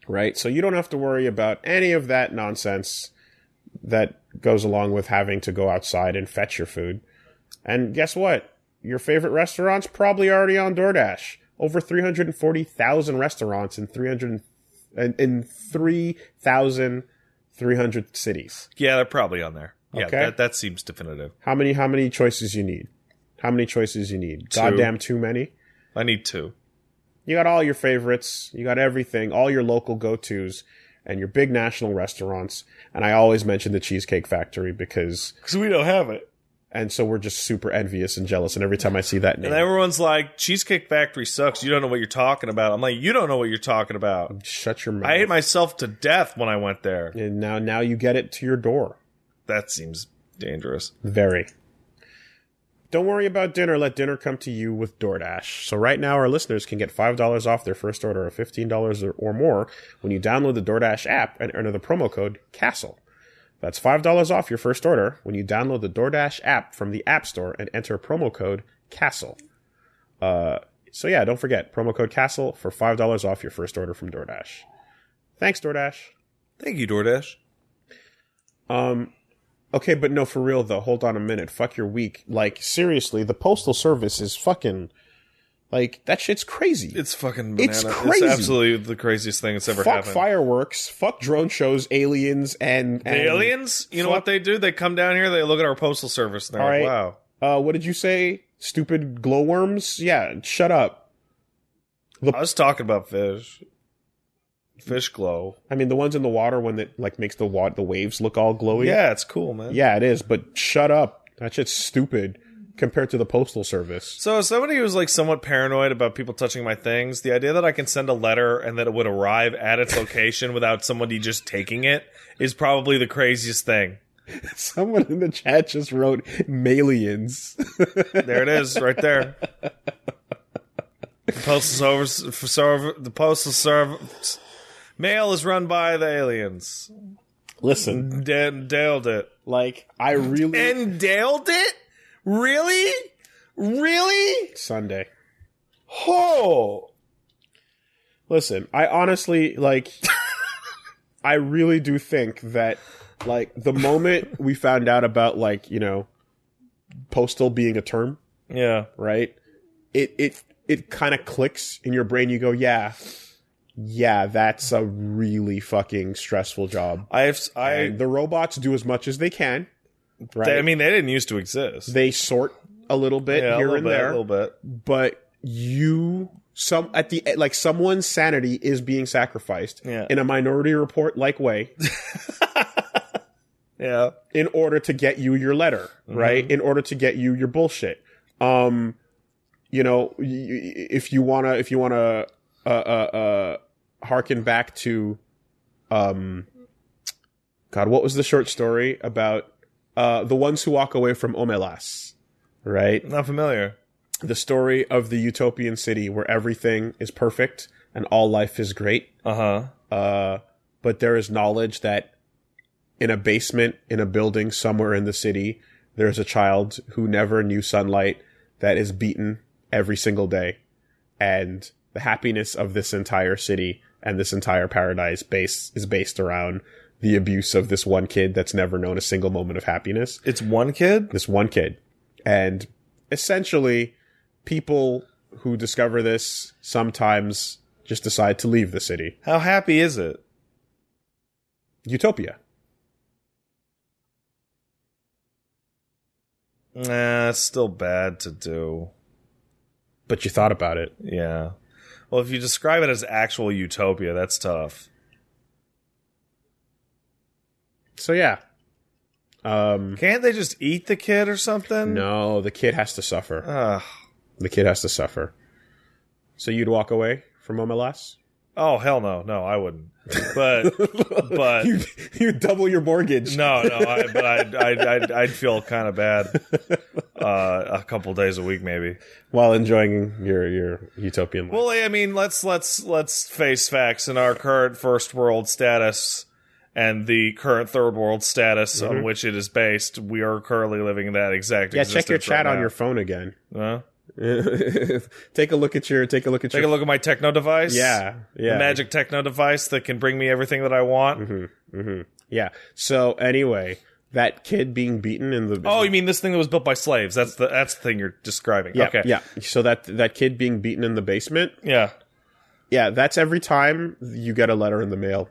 right? So you don't have to worry about any of that nonsense that goes along with having to go outside and fetch your food. And guess what? Your favorite restaurant's probably already on DoorDash. Over 340,000 restaurants in 300 in, in 3,300 cities. Yeah, they're probably on there. Yeah, Okay. that, that seems definitive. How many how many choices you need? How many choices you need? Goddamn too many. I need two. You got all your favorites, you got everything, all your local go-tos and your big national restaurants. And I always mention the Cheesecake Factory because because we don't have it. and so we're just super envious and jealous and every time I see that name And everyone's like, Cheesecake Factory sucks. You don't know what you're talking about. I'm like, you don't know what you're talking about. shut your mouth. I hate myself to death when I went there. and now now you get it to your door. That seems dangerous. Very. Don't worry about dinner. Let dinner come to you with DoorDash. So right now, our listeners can get five dollars off their first order of fifteen dollars or, or more when you download the DoorDash app and enter the promo code Castle. That's five dollars off your first order when you download the DoorDash app from the App Store and enter promo code Castle. Uh, so yeah, don't forget promo code Castle for five dollars off your first order from DoorDash. Thanks, DoorDash. Thank you, DoorDash. Um, okay, but no, for real though. Hold on a minute. Fuck your week. Like seriously, the postal service is fucking like that shit's crazy. It's fucking banana. It's It's, crazy. absolutely the craziest thing that's ever fuck happened. fireworks. Fuck drone shows. Aliens and, The and aliens, you know Fuck. what they do? They come down here, they look at our postal service, and they're All like, right. wow. Uh, what did you say? Stupid glowworms. Yeah, shut up. I was talking about fish. Fish glow. I mean, the ones in the water one that like makes the wa- the waves look all glowy. Yeah, it's cool, man. yeah, it is. But shut up. That shit's stupid compared to the postal service. <laughs> So, as somebody who's like somewhat paranoid about people touching my things, the idea that I can send a letter and that it would arrive at its location without somebody just taking it is probably the craziest thing. Someone in the chat just wrote "malians." There it is, right there. The postal service, for serv- the postal service, mail is run by the aliens. Listen, Da- Dailed it. <laughs> Like I really And dailed it? Really? Really? Sunday. Oh. Listen, I honestly like <laughs> I really do think that like the moment we found out about like, you know, postal being a term, Yeah. right? It it it kind of clicks in your brain you go, yeah. Yeah, that's a really fucking stressful job. I've, I, And the robots do as much as they can. Right? I mean, they didn't used to exist. they sort a little bit yeah, a here little and bit, there. a little bit. but you some at the like someone's sanity is being sacrificed Yeah. in a minority report like way Yeah. in order to get you your letter right in order to get you your bullshit um you know y- y- if you want to if you want to uh uh uh harken back to um god what was the short story about uh the ones who walk away from omelas right Not familiar. the story of the utopian city where everything is perfect and all life is great. Uh huh. Uh, but there is knowledge that in a basement, in a building somewhere in the city, there's a child who never knew sunlight that is beaten every single day. And the happiness of this entire city and this entire paradise base is based around the abuse of this one kid that's never known a single moment of happiness It's one kid? this one kid. And essentially, people who discover this sometimes just decide to leave the city. How happy is it? Utopia. Nah, it's still bad to do. But you thought about it. Yeah. Well, if you describe it as actual utopia, that's tough. So yeah. Um Can't they just eat the kid or something? no, the kid has to suffer. Ugh. The kid has to suffer. So you'd walk away from MLS? oh hell no, no, I wouldn't. But <laughs> but You you double your mortgage. no, no, I, but I'd, I'd, I'd, I'd feel kind <laughs> of bad. Uh, a couple days a week, maybe. While enjoying your your utopian life. Well, I mean, let's let's let's face facts in our current first world status and the current third world status on which it is based. We are currently living that exact. Mm-hmm. yeah, check your existence chat right on now. your phone <laughs> again. Huh? take a look at your take a look at Take a your look at my techno device. Yeah. Yeah. The magic techno device that can bring me everything that I want. hmm Yeah. So anyway, that kid being beaten in the Oh, you mean this thing that was built by slaves? That's the that's the thing you're describing. yeah, okay. yeah. So that that kid being beaten in the basement. Yeah. Yeah, that's every time you get a letter in the mail.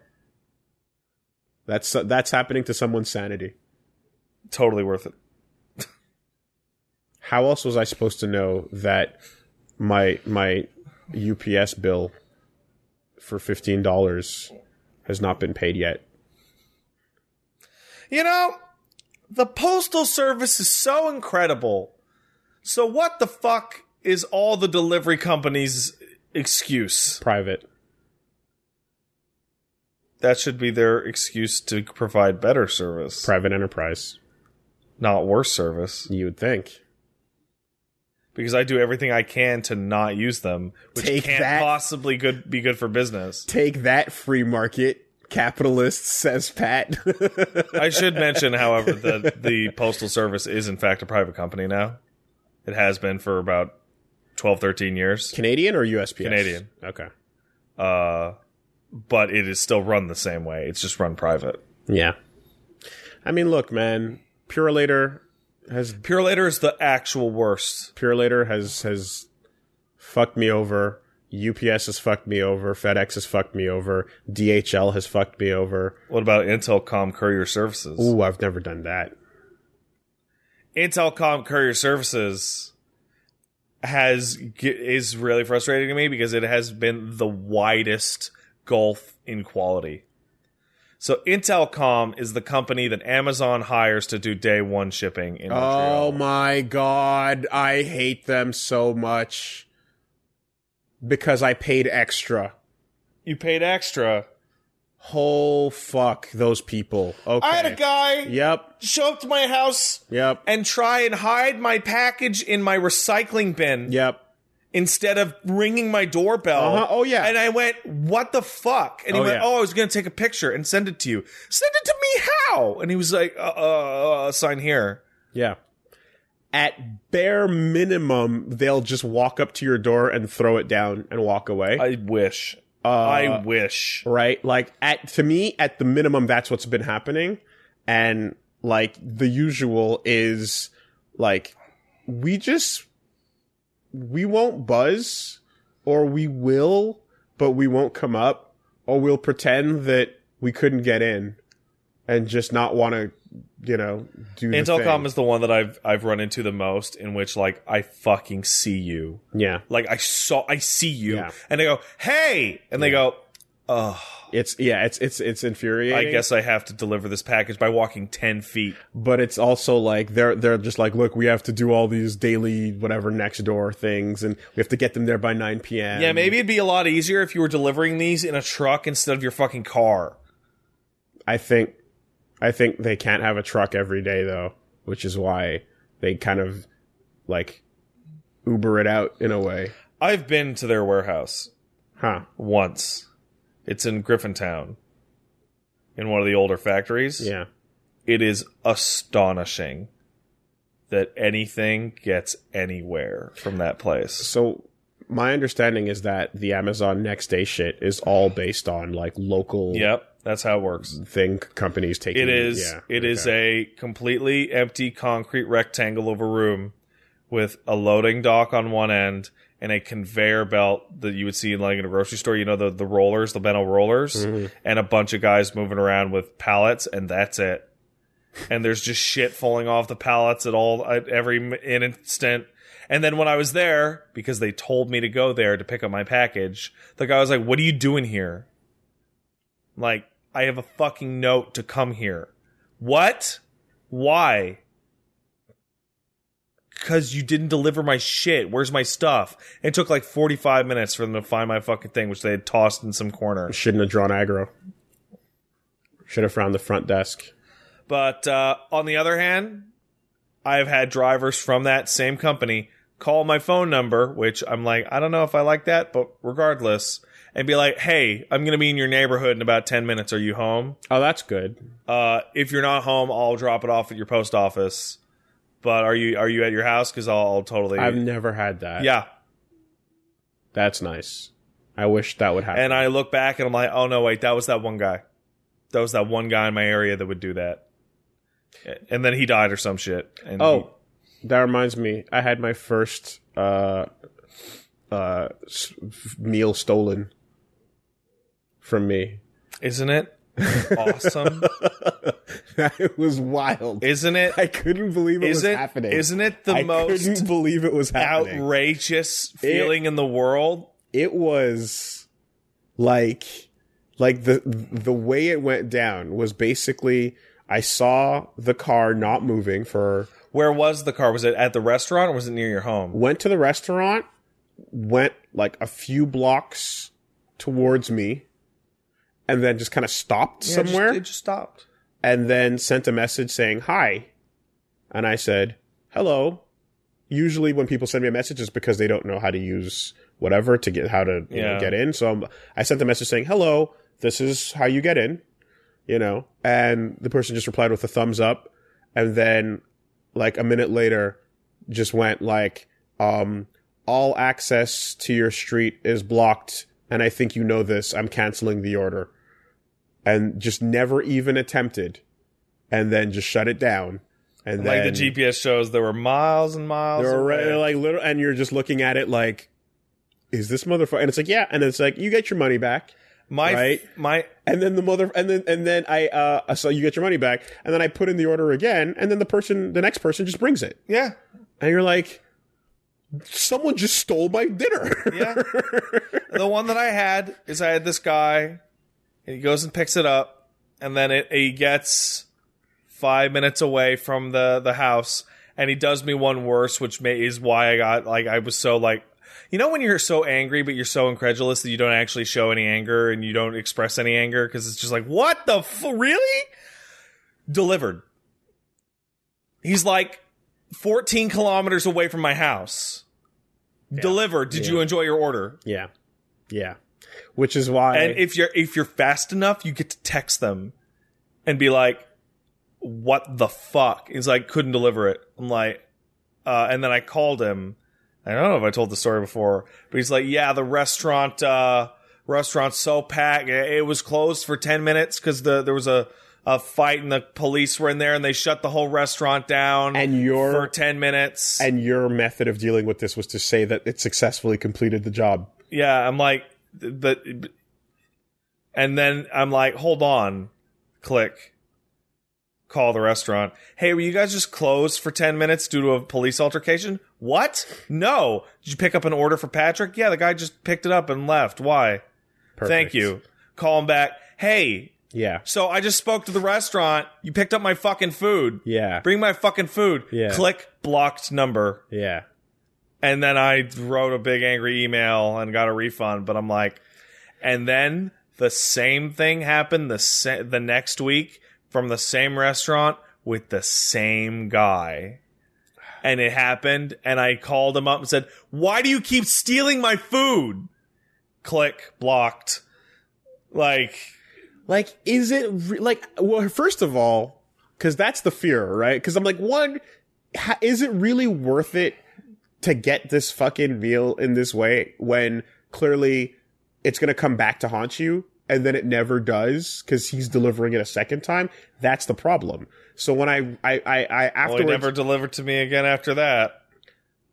That's that's happening to someone's sanity. Totally worth it. How else was I supposed to know that my my UPS bill for fifteen dollars has not been paid yet. You know, the postal service is so incredible. So what the fuck is all the delivery companies' excuse? Private. That should be their excuse to provide better service, Private enterprise. not worse service. You would think. Because I do everything I can to not use them, which Take can't that. possibly good be good for business. Take that free market capitalist says Pat. <laughs> I should mention, however, that the Postal Service is in fact a private company now. It has been for about 12, 13 years. Canadian or USPS? Canadian. Okay. Uh, but it is still run the same way. It's just run private. Yeah. I mean, look, man. Purelator has Purelator is the actual worst. Purelator has has fucked me over. UPS has fucked me over. FedEx has fucked me over. DHL has fucked me over. What about Intelcom Courier Services? Ooh, I've never done that. Intelcom Courier Services has is really frustrating to me because it has been the widest gulf in quality. So Intelcom is the company that Amazon hires to do day one shipping in Oh Montreal. my god, I hate them so much because I paid extra. You paid extra. Whole fuck those people. Okay. I had a guy Yep. show up to my house Yep. and try and hide my package in my recycling bin Yep. instead of ringing my doorbell. Uh-huh. Oh, yeah. And I went, "What the fuck?" And he Oh, went, yeah. "Oh, I was gonna take a picture and send it to you. Send it to me how?" And he was like, "Uh, uh, uh sign here." Yeah. At bare minimum, they'll just walk up to your door and throw it down and walk away. Uh, I wish. I wish. right? Like at to me, at the minimum, that's what's been happening, and like the usual is like we just we won't buzz, or we will, but we won't come up, or we'll pretend that we couldn't get in, and just not want to, you know, do the Intelcom thing. is the one that I've I've run into the most, in which like I fucking see you, yeah, like I saw I see you, Yeah. and they go, "Hey," and they go, "Oh, it's yeah, it's it's it's I infuriating. guess I have to deliver this package by walking ten feet." but it's also like they're they're just like look we have to do all these daily whatever next door things and we have to get them there by 9 p.m Yeah, maybe it'd be a lot easier if you were delivering these in a truck instead of your fucking car. i think i think they can't have a truck every day though which is why they kind of like uber it out in a way I've been to their warehouse huh once. It's in Griffintown, in one of the older factories. yeah It is astonishing that anything gets anywhere from that place. so my understanding is that the amazon next day shit is all based on like local Yep, that's how it works. thing companies taking It is. yeah, It is okay. a completely empty concrete rectangle of a room with a loading dock on one end and a conveyor belt that you would see in like in a grocery store. You know the the rollers, the metal rollers, Mm-hmm. and a bunch of guys moving around with pallets, and that's it. And there's just shit falling off the pallets at all at every m- in instant. And then when I was there, because they told me to go there to pick up my package, the guy was like, "What are you doing here?" I'm Like, I have a fucking note to come here. What? Why? Because you didn't deliver my shit. Where's my stuff? It took like 45 minutes for them to find my fucking thing, which they had tossed in some corner. shouldn't have drawn aggro should have found the front desk But uh, on the other hand, I've had drivers from that same company call my phone number, which I'm like, I don't know if I like that, but regardless, and be like, hey, I'm going to be in your neighborhood in about 10 minutes. Are you home? oh that's good Uh, if you're not home, I'll drop it off at your post office. But are you are you at your house? Because I'll, I'll totally. I've never had that. yeah. That's nice. I wish that would happen. And I look back and I'm like, oh no, wait, that was that one guy. That was that one guy in my area that would do that. And then he died or some shit. And oh, that reminds me. I had my first uh uh s- f- meal stolen from <laughs> me. he- isn't it <laughs> awesome? That was wild. isn't it? I couldn't believe it Is was it? happening. Isn't it the I most couldn't believe it was happening. outrageous feeling in the world? it was like like the the way it went down was basically I saw the car not moving for Where was the car? Was it at the restaurant or was it near your home? went to the restaurant, went like a few blocks towards me, and then just kind of stopped Yeah, it just- somewhere it just stopped. and then sent a message saying hi. And I said, hello. Usually when people send me a message, it's because they don't know how to use whatever to get how to you know, Yeah. get in. So I'm, I sent the message saying, hello, this is how you get in, you know, and the person just replied with a thumbs up. And then like a minute later just went like, um, all access to your street is blocked. And I think you know this. I'm canceling the order and just never even attempted, and then just shut it down. And like then the GPS shows, there were miles and miles. they're alre- away. they're like little, and you're just looking at it like, is this motherfucker? And it's like, yeah, and it's like you get your money back. my right? my And then the mother, and then and then I, uh, so you get your money back, and then I put in the order again, and then the person, the next person, just brings it, yeah and you're like, someone just stole my dinner. Yeah. the one that I had is I had this guy, and he goes and picks it up, and then it he gets five minutes away from the the house, and he does me one worse, which may is why I got like I was so like. You know when you're so angry but you're so incredulous that you don't actually show any anger and you don't express any anger because it's just like what the f- really delivered. He's like 14 kilometers away from my house. Delivered. Did Yeah. you enjoy your order? <laughs> yeah, yeah, which is why, And if you're if you're fast enough, you get to text them and be like, "What the fuck?" He's like, "Couldn't deliver it." I'm like, uh, and then I called him. I don't know if I told the story before, but he's like, "Yeah, the restaurant uh, restaurant's so packed, it it was closed for ten minutes because the there was a a fight and the police were in there and they shut the whole restaurant down and your for ten minutes." And your method of dealing with this was to say that it successfully completed the job. yeah, I'm like, but, and then I'm like, hold on, click, call the restaurant. Hey, were you guys just closed for 10 minutes due to a police altercation? What? No. Did you pick up an order for Patrick? Yeah, the guy just picked it up and left. Why? Perfect. Thank you. Call him back. Hey, Yeah. so I just spoke to the restaurant. You picked up my fucking food. Yeah. Bring my fucking food. Yeah. Click blocked number. Yeah. And then I wrote a big angry email and got a refund, but I'm like, and then the same thing happened the sa- the next week from the same restaurant with the same guy. And it happened and I called him up and said, "Why do you keep stealing my food?" Click blocked. Like Like, is it re- like? Well, first of all, because that's the fear, right? Because I'm like, one, ha- is it really worth it to get this fucking meal in this way when clearly it's gonna come back to haunt you, and then it never does because he's delivering it a second time. That's the problem. So when I I I, I well, afterwards he never delivered to me again after that.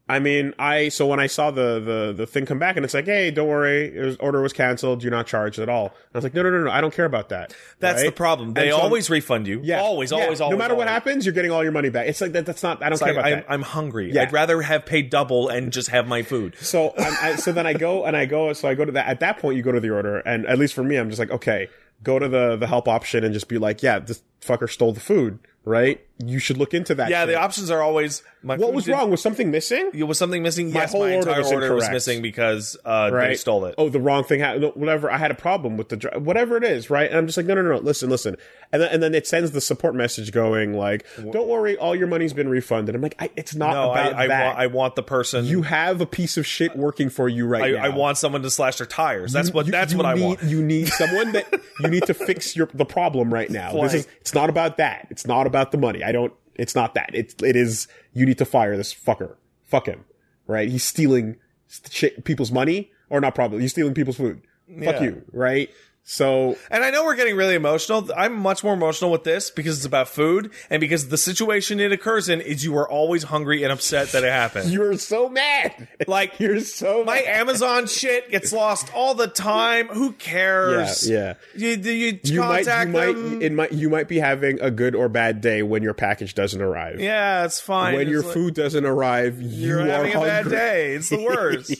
I mean, I so when I saw the the the thing come back and it's like, hey, don't worry, it was, order was canceled. You're not charged at all. I was like, no, no, no, no, I don't care about that. That's Right? the problem. They And so- always refund you. Yeah. Always, Yeah. always, always. No matter what always. happens, you're getting all your money back. It's like that. That's not. I don't It's care like, about I'm, that. I'm hungry. Yeah. I'd rather have paid double and just have my food. so i I, so then I go and I go so I go to that at that point you go to the order and at least for me I'm just like okay go to the the help option and just be like yeah this fucker stole the food right you should look into that Yeah, shit. the options are always my what food was did- wrong was something missing yeah, Was something missing? yes, whole my order entire was was incorrect. missing because uh, they right? stole it. Oh, the wrong thing happened. Whatever. I had a problem with the dri- whatever it is, right? And I'm just like, no, no, no, no. Listen, listen. And then, and then it sends the support message going like, don't worry, all your money's been refunded. I'm like, I, it's not no, about I, I, that. want, I want the person. you have a piece of shit working for you right I, now. I want someone to slash their tires. That's what. You- that's you what need, I want. You need someone that you need to fix your the problem <laughs> right now. Like- This is it's not about that. It's not about the money. I don't. It's not that. It it is. You need to fire this fucker. Fuck him. Right. He's stealing st- shit, people's money, or not probably. He's stealing people's food. Yeah. Fuck you. Right. So And I know we're getting really emotional. I'm much more emotional with this because it's about food and because the situation it occurs in is you are always hungry and upset that it <laughs> happened. you're so mad. <laughs> Like You're so my mad. Amazon shit gets lost all the time. Who Yeah, cares? yeah. You, you, You might, you contact them. might, it might, you might be having a good or bad day when your package doesn't arrive. Yeah, it's fine. when It's your like- food doesn't arrive, you you're are having <laughs> a hungry. bad day. It's the worst.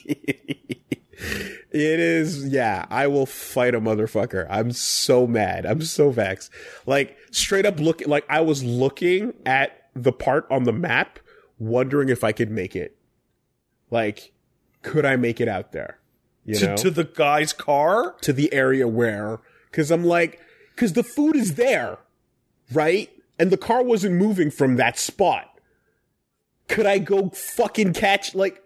It is, yeah. I will fight a motherfucker. I'm so mad. I'm so vexed. Like straight up look, like I was looking at the part on the map, wondering if I could make it. Like, could I make it out there? You to, know, to the guy's car? to the area where, because I'm like, because the food is there, right? And the car wasn't moving from that spot. Could I go fucking catch like?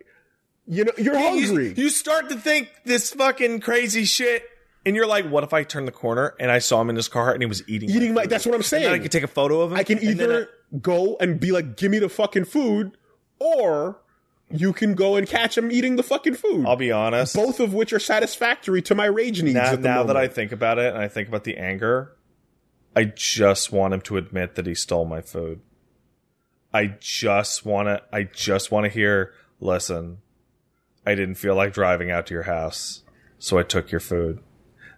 You know, you're hungry. You, you start to think this fucking crazy shit, and you're like, what if I turn the corner and I saw him in his car and he was eating? eating my food? that's what i'm And then I saying could take a photo of him. i can and then either go and be like give me the fucking food or you can go and catch him eating the fucking food I, will be honest. both of which are satisfactory to my rage needs now, at the now that I moment. think about it and I think about the anger, I just want him to admit that he stole my food. I just want to. I just want to hear. Listen, I didn't feel like driving out to your house, so I took your food.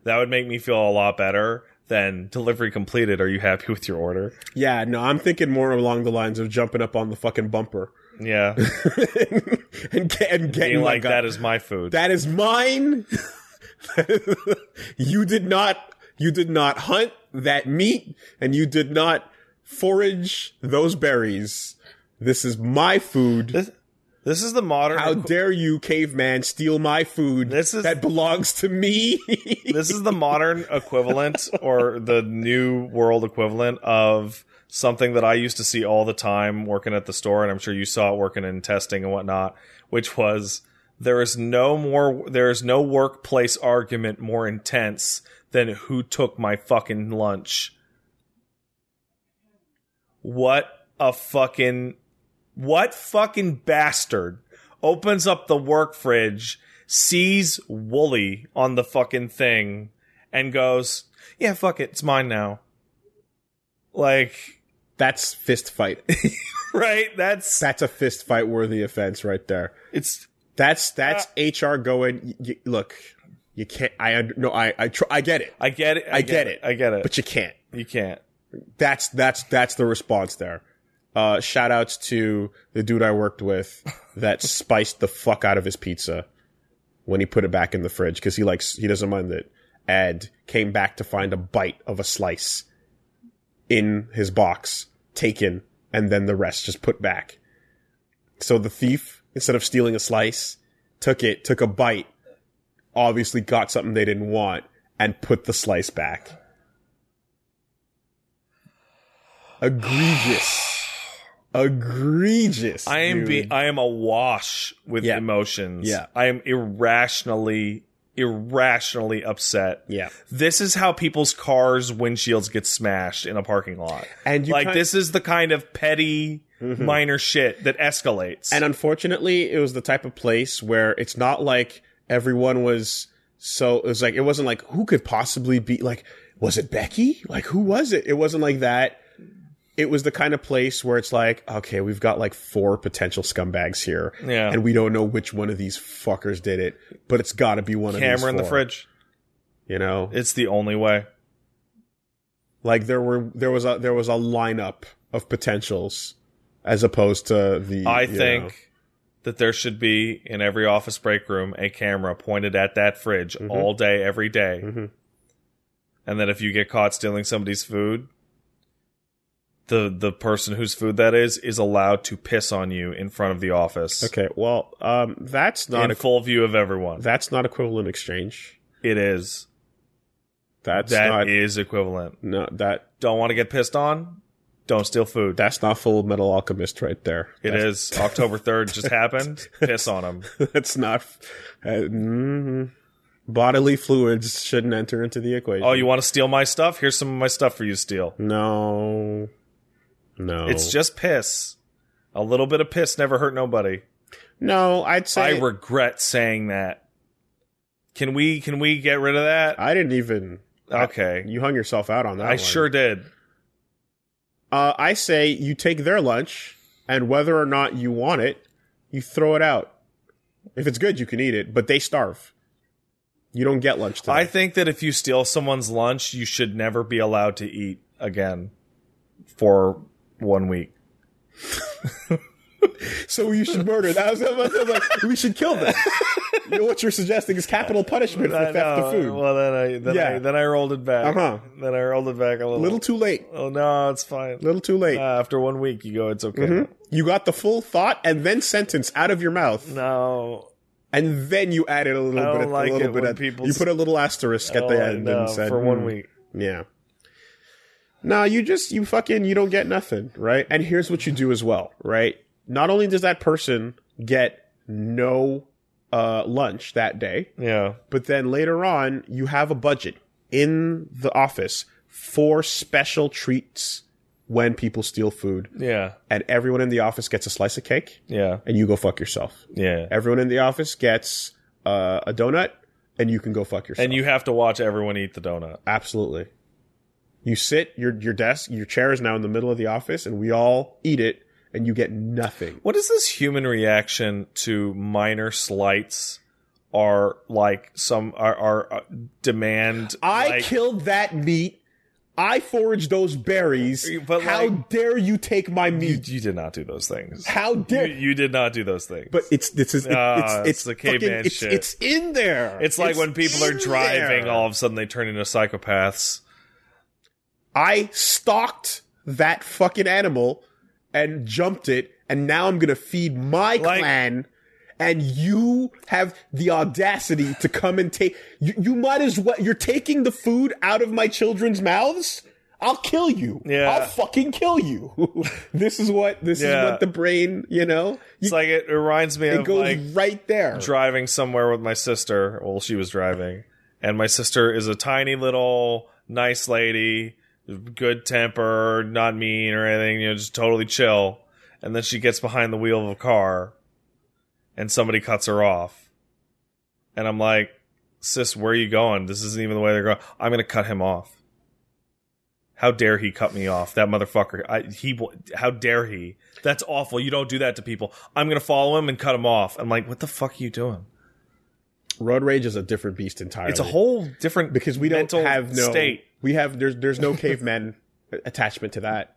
That would make me feel a lot better than delivery completed. Are you happy with your order? yeah no i'm thinking more along the lines of jumping up on the fucking bumper <laughs> Yeah, and, get, and getting being Oh my like gun. that is my food. that is mine <laughs> you did not you did not hunt that meat and you did not forage those berries this is my food this, this is the modern. How dare you, caveman, steal my food This is- that belongs to me? <laughs> this is the modern equivalent or the new world equivalent of something that I used to see all the time working at the store, and I'm sure you saw it working in testing and whatnot, which was there is no more there is no workplace argument more intense than who took my fucking lunch. What a fucking what fucking bastard opens up the work fridge, sees Wooly on the fucking thing, and goes, Yeah, fuck it, it's mine now. Like, <laughs> That's fist fight. right? That's That's a fist fight worthy offense right there. it's That's that's Uh, HR going. Y- y- look, you can't. I un- no. I I tr- I get it, I get it. I, get it. I get it. but you can't. you can't. That's that's that's the response there. Uh, shout outs to the dude I worked with that <laughs> spiced the fuck out of his pizza when he put it back in the fridge because he likes he doesn't mind it. And came back to find a bite of a slice in his box, taken, and then the rest just put back. So the thief, instead of stealing a slice, took it, took a bite, obviously got something they didn't want, and put the slice back. <sighs> Egregious. Egregious. I am dude. be I am awash with Yeah. emotions. Yeah. I am irrationally irrationally upset. Yeah. This is how people's cars windshields get smashed in a parking lot. And you Mhm. like <laughs> kind- this is the kind of petty minor shit that escalates. And unfortunately, it was the type of place where it's not like everyone was so it was like it wasn't like who could possibly be like was it Becky? Like who was it? It wasn't like that. It was the kind of place where it's like, okay, we've got like four potential scumbags here. Yeah. And we don't know which one of these fuckers did it, but it's gotta be one of these. camera in the four, fridge. You know? It's the only way. like there were there was a there was a lineup of potentials as opposed to the I you know. think that there should be in every office break room a camera pointed at that fridge Mm-hmm. all day, every day. Mhm. And that if you get caught stealing somebody's food, the the person whose food that is is allowed to piss on you in front of the office Okay, well, um that's not in a full view of everyone. That's not equivalent exchange. it is. That's That is not equivalent. no that Don't want to get pissed on? Don't steal food. that's not Full Metal Alchemist right there. it is October third. <laughs> Just happened. Piss on them. that's not uh, mm, bodily fluids shouldn't enter into the equation. Oh, you want to steal my stuff? Here's some of my stuff for you to steal. no, no. It's just piss. A little bit of piss never hurt nobody. no. I'd say I regret saying that. Can we can we get rid of that? I didn't even. Okay. You hung yourself out on that. I one. sure did. Uh, I say you take their lunch, and whether or not you want it, you throw it out. If it's good, you can eat it, but they starve. You don't get lunch today. I think that if you steal someone's lunch, you should never be allowed to eat again for one week. so we should murder. That was, I was like, we should kill them. You know, what you're suggesting is capital punishment for I theft of know. food. Well, then I then, Yeah. I then I rolled it back. Uh-huh. Then I rolled it back a little. little too late. oh no, it's fine. little Mm-hmm. too late. Uh, after one week, you go. It's okay. you got the full thought and then sentence out of your mouth, No, and then you added a little bit. I don't Of, like a little it bit when of, people You s- put a little asterisk at Oh, the end no, and said for one "Hmm, week. Yeah. No, you just you fucking you don't get nothing, right? And here's what you do as well, right? Not only does that person get no uh, lunch that day, Yeah. but then later on you have a budget in the office for special treats when people steal food, Yeah. and everyone in the office gets a slice of cake, Yeah. and you go fuck yourself. Yeah. Everyone in the office gets uh, a donut, and you can go fuck yourself. And you have to watch everyone eat the donut. Absolutely. You sit your your desk, your chair is now in the middle of the office, and we all eat it, and you get nothing. What is this human reaction to minor slights are like some are, are uh, demand? I like, killed that meat. I foraged those berries. But, How like- dare you take my you, meat? you did not do <laughs> those things. How You, dare? you did not do those things. but it's this is it- Ah, it's it's, it's the caveman fucking- it's, shit. it's in there. it's like when people are in driving, there. all of a sudden they turn into psychopaths. I stalked that fucking animal and jumped it, and now I'm gonna feed my Like- clan. And you have the audacity to come and take. You, you might as well. You're taking the food out of my children's mouths. I'll kill you. Yeah. I'll fucking kill you. <laughs> this is what. This Yeah. is what the brain. You know. You, It's like it reminds me it of goes like right there. Oh. driving somewhere with my sister. Well, she was driving, and my sister is a tiny little nice lady, good temper, not mean or anything. You know, just totally chill. And then she gets behind the wheel of a car, and somebody cuts her off. And I'm like, "Sis, where are you going? This isn't even the way they're going. I'm gonna cut him off." How dare he cut me off? That motherfucker. I, he. wa- How dare he? That's awful. You don't do that to people. I'm gonna follow him and cut him off. I'm like, what the fuck are you doing? Road rage is a different beast entirely. It's a whole different because we don't mental have no state. We have there's there's no caveman <laughs> attachment to that.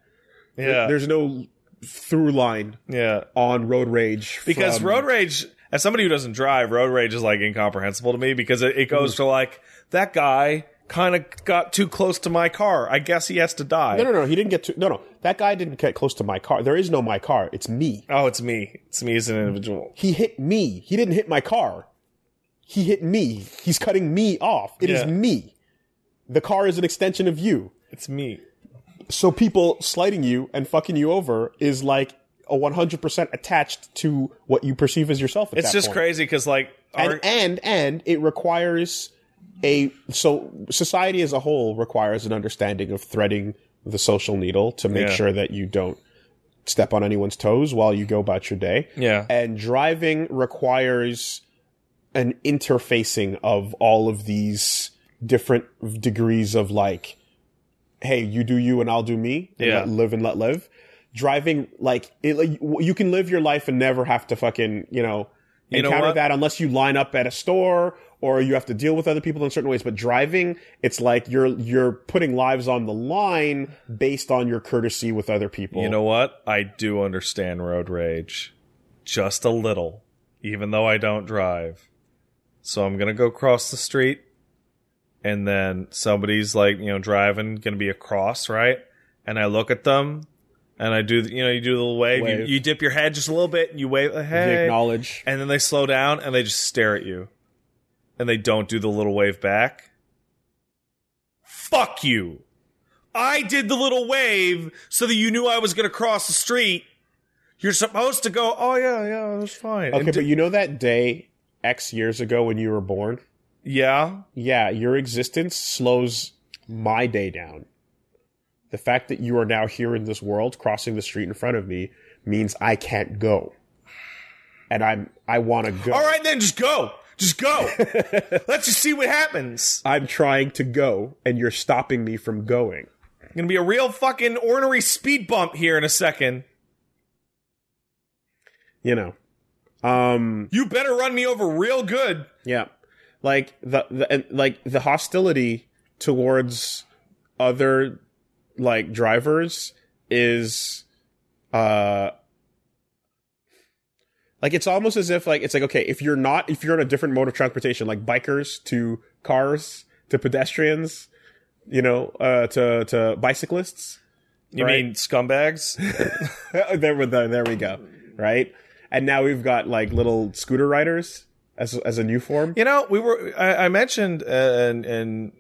Yeah, There's no through line yeah. on road rage Because from- road rage, as somebody who doesn't drive, road rage is like incomprehensible to me because it, it Mm. goes to like that guy kind of got too close to my car. I guess he has to die. No, no, no. He didn't get to. No, no. That guy didn't get close to my car. There is no my car. It's me. Oh, it's me. It's me as an individual. He hit me. He didn't hit my car. He hit me. He's cutting me off. It is Yeah. me. The car is an extension of you. It's me. So people slighting you and fucking you over is like a 100% attached to what you perceive as yourself. At It's that just point. crazy because like our, and and and it requires a so society as a whole requires an understanding of threading the social needle to make Yeah. sure that you don't step on anyone's toes while you go about your day yeah. and driving requires an interfacing of all of these different degrees of like hey you do you and i'll do me and Yeah. let live and let live driving like, it, like you can live your life and never have to fucking you know You know encounter what? that unless you line up at a store or you have to deal with other people in certain ways but driving it's like you're you're putting lives on the line based on your courtesy with other people You know what? I do understand road rage. Just a little. Even though I don't drive. So I'm gonna go cross the street. And then somebody's like, you know, driving, gonna be across, right? And I look at them. And I do, the- you know, you do the little wave. Wave. You, you dip your head just a little bit and you wave, like, you hey. acknowledge And then they slow down and they just stare at you. And they don't do the little wave back. Fuck you. I did the little wave so that you knew I was going to cross the street. You're supposed to go, oh, yeah, yeah, that's fine. Okay, And d- but you know that day X years ago when you were born? yeah. Yeah, your existence slows my day down. The fact that you are now here in this world crossing the street in front of me means I can't go. And I'm I want to go. All right, then just go. <laughs> Just go. Let's just see what happens. I'm trying to go and you're stopping me from going. Gonna be a real fucking ornery speed bump here in a second. You know. Um You better run me over real good. yeah. Like the, the and like the hostility towards other like drivers is uh Like it's almost as if like it's like okay, if you're not if you're in a different mode of transportation, like bikers to cars to pedestrians, you know, uh, to to bicyclists, You Right. <laughs> mean scumbags? there we there, there we go, right? And now we've got like little scooter riders as as a new form. You know, we were. I, I mentioned uh, and and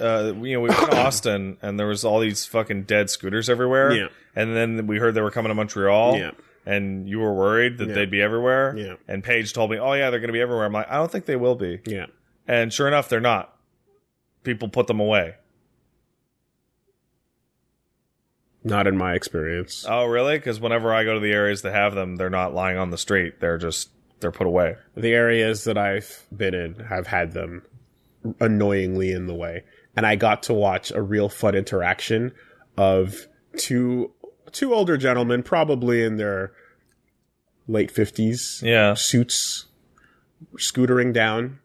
uh, you <coughs> know we were in Austin and there was all these fucking dead scooters everywhere. Yeah. And then we heard they were coming to Montreal. Yeah. And you were worried that Yeah. they'd be everywhere. Yeah. And Paige told me, "Oh yeah, they're going to be everywhere." I'm like, "I don't think they will be." Yeah. And sure enough, they're not. People put them away. Not in my experience. Oh really? Because whenever I go to the areas that have them, they're not lying on the street. They're just they're put away. the areas that I've been in have had them annoyingly in the way. And I got to watch a real fun interaction of two two older gentlemen, probably in their late fifties, Yeah. uh, suits, scootering down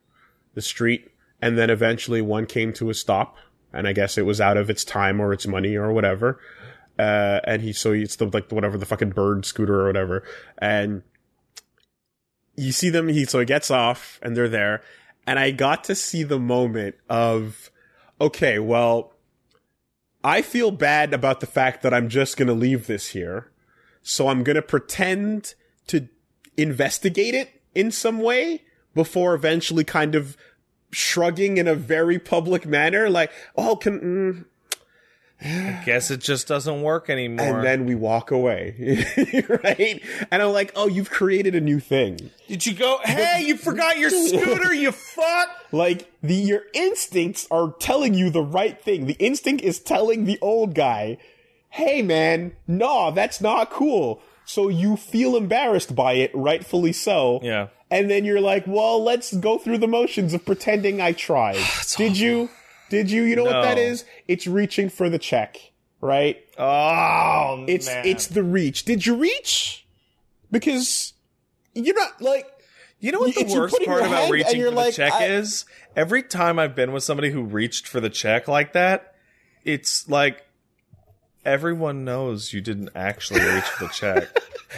the street, and then eventually one came to a stop, and I guess it was out of its time or its money or whatever. Uh, and he so it's the like whatever the fucking bird scooter or whatever, and you see them he so he gets off and they're there and i got to see the moment of okay well i feel bad about the fact that i'm just going to leave this here so i'm going to pretend to investigate it in some way before eventually kind of shrugging in a very public manner like oh can mm, Guess it just doesn't work anymore. and then we walk away <laughs> right and i'm like oh you've created a new thing Did <laughs> you go? Hey, you forgot <laughs> your scooter, you fuck! Like the your instincts are telling you the right thing. The instinct is telling the old guy, "Hey man, nah, that's not cool." So you feel embarrassed by it, rightfully so. Yeah. And then you're like, "Well, let's go through the motions of pretending I tried." Did you? Did you? You know No. what that is? It's reaching for the check, right? Oh, It's man. it's the reach. Did you reach? Because you're not like you know what the it's you worst putting part your about hand and reaching you're for like, the check I- is every time I've been with somebody who reached for the check like that, it's like everyone knows you didn't actually reach for <laughs> the check.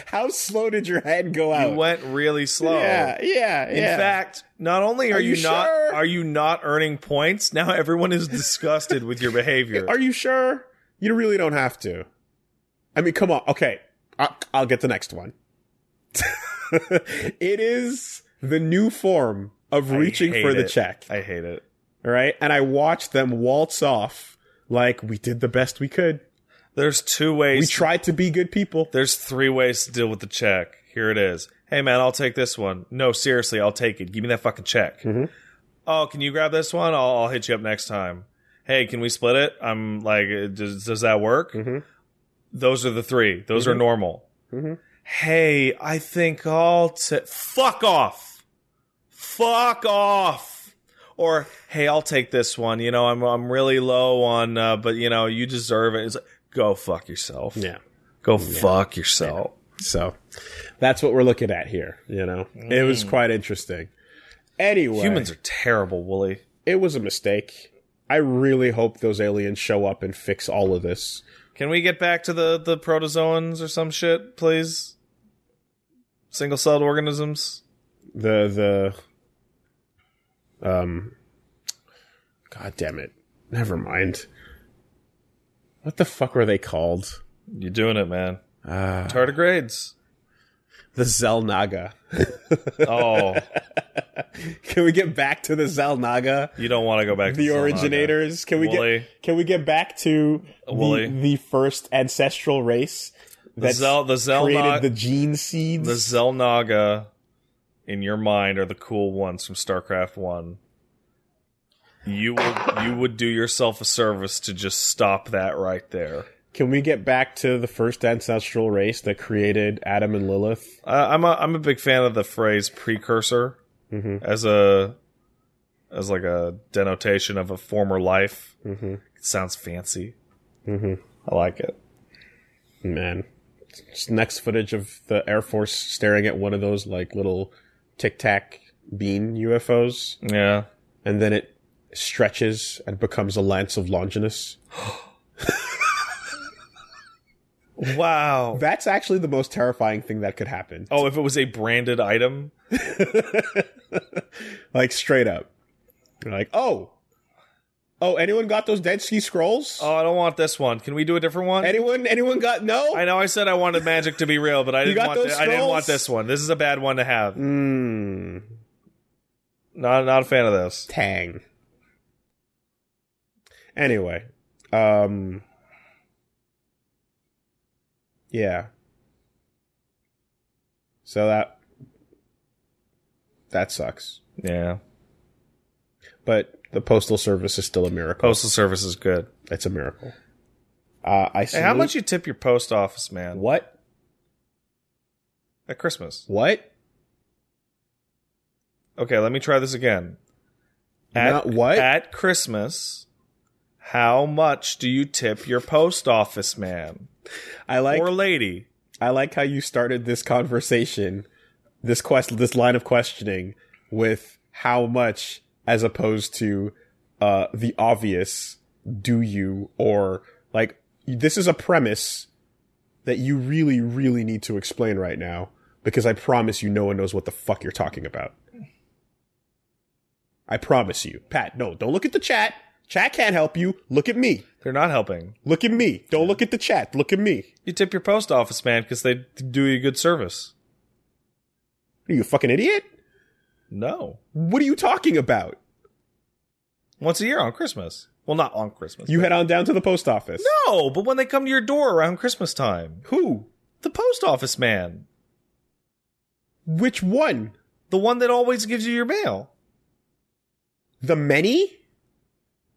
how slow did your hand go out? You went really slow. Yeah, yeah, In fact, not only are, Are you, you not sure? are you not earning points, now everyone is disgusted with your behavior. <laughs> are you sure? You really don't have to. I mean, come on. Okay, I, I'll get the next one. <laughs> it is the new form of reaching hate for the it. check. I hate it. All right, and I watched them waltz off like we did the best we could. There's two We ways to tried to be good people. There's three ways to deal with the check. Here it is. Hey man, I'll take this one. No, seriously, I'll take it. Give me that fucking check. Oh, can you grab this one? I'll, I'll hit you up next time. Hey, can we split it? I'm like, uh, does, does that work? Mhm. Those are the three. Those are normal. Mhm. Hey, I think I'll t- fuck off. Fuck off. Or hey, I'll take this one. You know, I'm I'm really low on, uh, but you know, you deserve it. It's like, go fuck yourself. Yeah. Go fuck yourself. So that's what we're looking at here. You know, it was quite interesting. Anyway, Humans are terrible, Wooly. it was a mistake. I really hope those aliens show up and fix all of this. Can we get back to the the protozoans or some shit, please? Single celled organisms. the the um god damn it never mind what the fuck were they called You're doing it, man. Ah. Tardigrades. the zelnaga <laughs> Oh, can we get back to the zelnaga you don't want to go back to the Zelnaga. originators can we Wooly. get can we get back to Wooly. the, the first ancestral race The that Zel the created the Zelnaga gene seeds the Zelnaga in your mind are the cool ones from StarCraft One. You would you would do yourself a service to just stop that right there. can we get back to the first ancestral race that created adam and lilith Uh, I'm a I'm a big fan of the phrase precursor Mm-hmm. as a as like a denotation of a former life. Mm-hmm. It sounds fancy. Mm-hmm. I like it. Man. Just next footage of the Air Force staring at one of those like little tic tac bean UFOs, Yeah. and then it stretches and becomes a lance of Longinus. <laughs> Wow. That's actually the most terrifying thing that could happen. Oh, if it was a branded item, like straight up. You're like, oh, oh, anyone got those Dead Sea Scrolls? oh, I don't want this one. Can we do a different one? Anyone? Anyone got no? I know I said I wanted magic to be real, but I You didn't got want. those thi- I didn't want scrolls? this one. This is a bad one to have. Mmm. Not not a fan of this. Tang. Anyway, um, yeah. So that that sucks, Yeah, but the postal service is still a miracle. postal service is good. It's a miracle. Uh, I Hey, how salute- much you tip your post office man What? at Christmas? What? Okay, let me try this again. Not what? At Christmas, how much do you tip your post office man I like or lady? I like how you started this conversation, this quest, this line of questioning with how much, as opposed to uh, the obvious, do you or like this is a premise that you really, really need to explain right now because I promise you, no one knows what the fuck you're talking about. I promise you, Pat. No, don't look at the chat. Chat can't help you. Look at me. They're not helping. Look at me. Don't look at the chat. Look at me. You tip your post office man because they do you good service. Are you a fucking idiot? No, What are you talking about? once a year on Christmas. Well, not on Christmas. You head on down to the post office. no, but when they come to your door around Christmas time, Who? the post office man, Which one? the one that always gives you your mail. The many?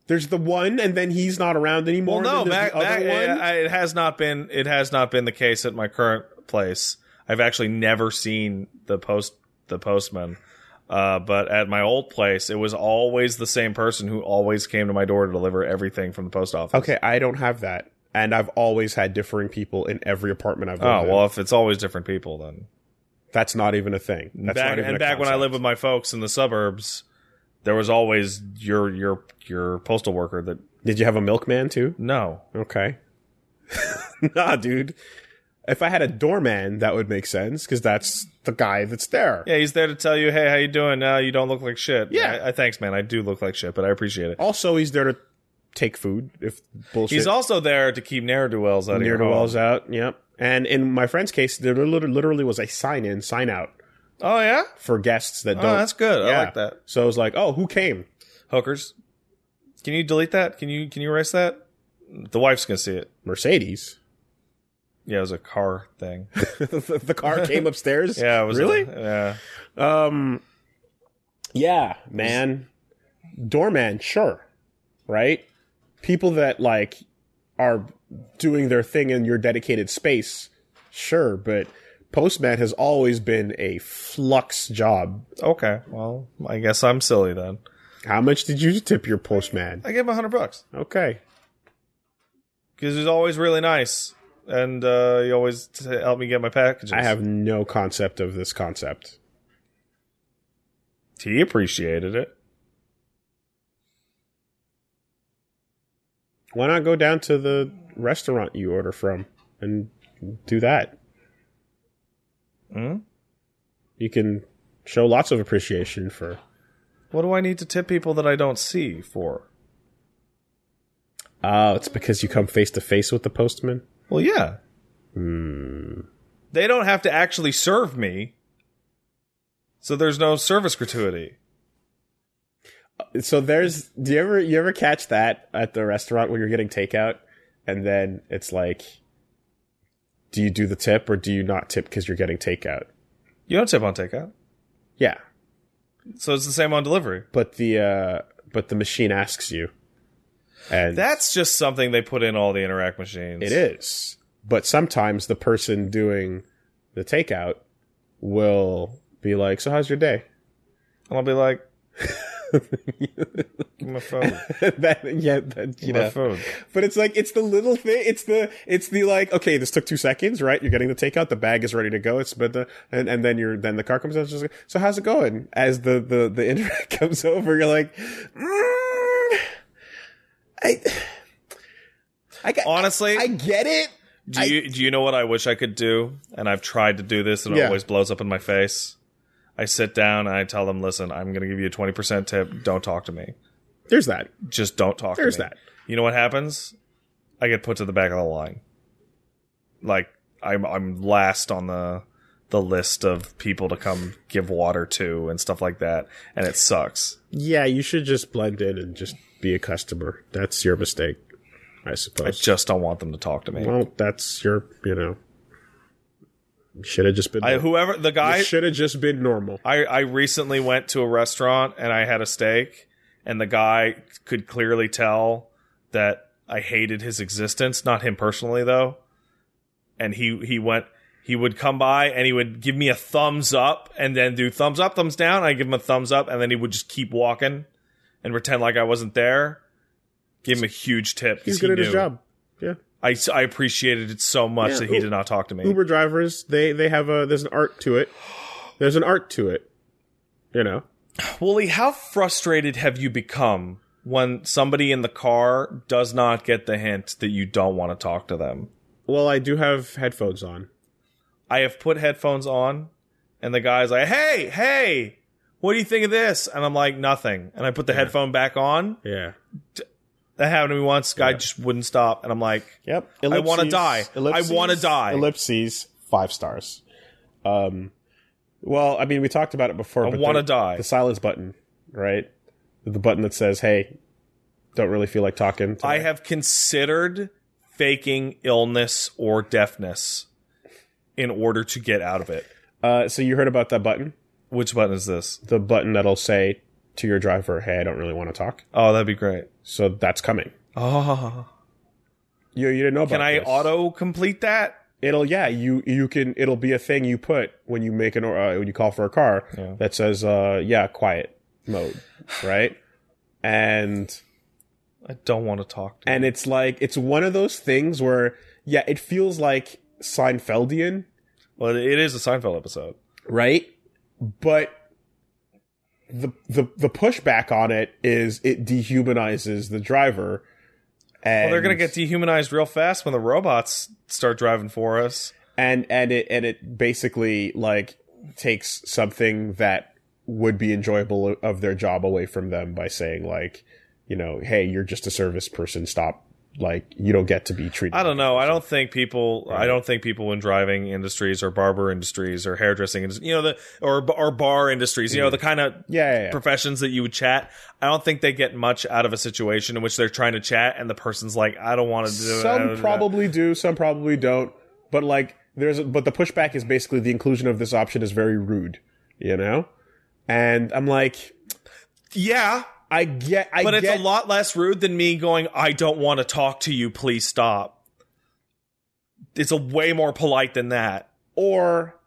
There's the one, and then he's not around anymore. well, no, and then back, there's the back, other one. I- I- it has not been. It has not been the case at my current place. I've actually never seen the post the postman. Uh, but at my old place, it was always the same person who always came to my door to deliver everything from the post office. okay, I don't have that, and I've always had differing people in every apartment I've lived Oh in. well, if it's always different people, then That's not even a thing. That's back, not even and a back when I concept. lived with my folks in the suburbs, there was always your your your postal worker that Did you have a milkman too? no Okay. <laughs> nah, dude. If I had a doorman, that would make sense because that's the guy that's there. Yeah, he's there to tell you, hey, how you doing? Now you don't look like shit. Yeah. I, I- thanks, man. I do look like shit, but I appreciate it. Also, he's there to take food if bullshit. He's also there to keep ne'er do wells out of near your the home. wells out. Yep. And in my friend's case, there lit- literally was a sign in, sign out Oh yeah, for guests that oh don't. that's good. Yeah. I like that. So it was like, oh, who came? Hookers, can you delete that? Can you can you erase that? The wife's gonna see it. Mercedes. <laughs> Yeah, it was a car thing. the, the <laughs> car came upstairs. Yeah, it was a- really. yeah, um, yeah, man. Doorman, sure, right? People that like are doing their thing in your dedicated space, sure, but postman has always been a flux job. okay. Well, I guess I'm silly then. How much did you tip your postman? I gave him a hundred bucks Okay. because he's always really nice, and uh, he always t- helped me get my packages. I have no concept of this concept. He appreciated it. Why not go down to the restaurant you order from and do that? Hmm? You can show lots of appreciation for. What do I need to tip people that I don't see for? Oh, it's because you come face to face with the postman? Well, yeah. Hmm. They don't have to actually serve me. So there's no service gratuity. So there's do you ever you ever catch that at the restaurant when you're getting takeout and then it's like do you do the tip or do you not tip cuz you're getting takeout? You don't tip on takeout. Yeah. So it's the same on delivery. But the uh but the machine asks you. And That's just something they put in all the Interact machines. It is. But sometimes the person doing the takeout will be like, So how's your day? <laughs> And I'll be like, give me my phone. that, yeah, that, you Give me my know. phone. But it's like, it's the little thing. It's the, it's the like, okay, this took two seconds, right? You're getting the takeout. The bag is ready to go. It's, but the, and, and then you're, then the car comes out. It's just like, so how's it going? As the, the, the <laughs> interact comes over, you're like, mm, I, I got, Honestly, I get it. Do I- you do you know what I wish I could do? And I've tried to do this, and it Yeah. always blows up in my face. I sit down and I tell them, "Listen, I'm going to give you a twenty percent tip. Don't talk to me. There's that. Just don't talk There's to me." that. You know what happens? I get put to the back of the line. Like I'm I'm last on the the list of people to come give water to and stuff like that, and it sucks. Yeah, you should just blend in and just be a customer. That's your mistake, I I suppose. just don't want them to talk to me. well, that's your, you know, should have just been. I, whoever the guy should have just been normal. I, I recently went to a restaurant and I had a steak, and the guy could clearly tell that I hated his existence, not him personally though. And he he went he would come by and he would give me a thumbs up and then do thumbs up, thumbs down. I give him a thumbs up and then he would just keep walking and pretend like I wasn't there. Give him a huge tip. 'cause He's he good at his knew. job. Yeah. I, I appreciated it so much Yeah, that he U- did not talk to me. Uber drivers, they they have a there's an art to it. There's an art to it. You know. Wooly, how frustrated have you become when somebody in the car does not get the hint that you don't want to talk to them? Well, I do have headphones on. I have put headphones on, and the guy's like, "Hey, hey, what do you think of this?" And I'm like, "Nothing." And I put the headphone back on. Yeah. That happened to me once. Guy just wouldn't stop, and I'm like, Yep. I wanna die. I wanna die. Ellipses, five stars. Um, well, I mean, we talked about it before. "I but want to the- die." The silence button, right? The button that says, "Hey, don't really feel like talking." I tonight." have considered faking illness or deafness in order to get out of it. Uh, so you heard about that button? Which button is this? The button that'll say to your driver, "Hey, I don't really want to talk." Oh, that'd be great. So that's coming. Oh. You you didn't know about. Can I this. auto complete that? It'll yeah. You you can. It'll be a thing you put when you make an or- uh, when you call for a car Yeah. that says uh yeah quiet mode, right? And I don't want to talk to and it's like it's one of those things where yeah, it feels like Seinfeldian, Well, it is a Seinfeld episode. right? But the the the pushback on it is it dehumanizes the driver. And Well, they're going to get dehumanized real fast when the robots start driving for us. and and it and it basically like takes something that would be enjoyable of their job away from them by saying like you know hey you're just a service person stop like you don't get to be treated I don't know. I don't think people. I don't think people in driving industries or barber industries or hairdressing, industry, you know, the or or bar industries, you know, the kind of yeah, Mm. yeah, yeah. professions that you would chat. I don't think they get much out of a situation in which they're trying to chat and the person's like, I don't want to do it. I don't some do that. probably do some probably don't but like there's but the pushback is basically the inclusion of this option is very rude you know and i'm like Yeah, i get i but it's get a lot less rude than me going i don't want to talk to you please stop it's a way more polite than that or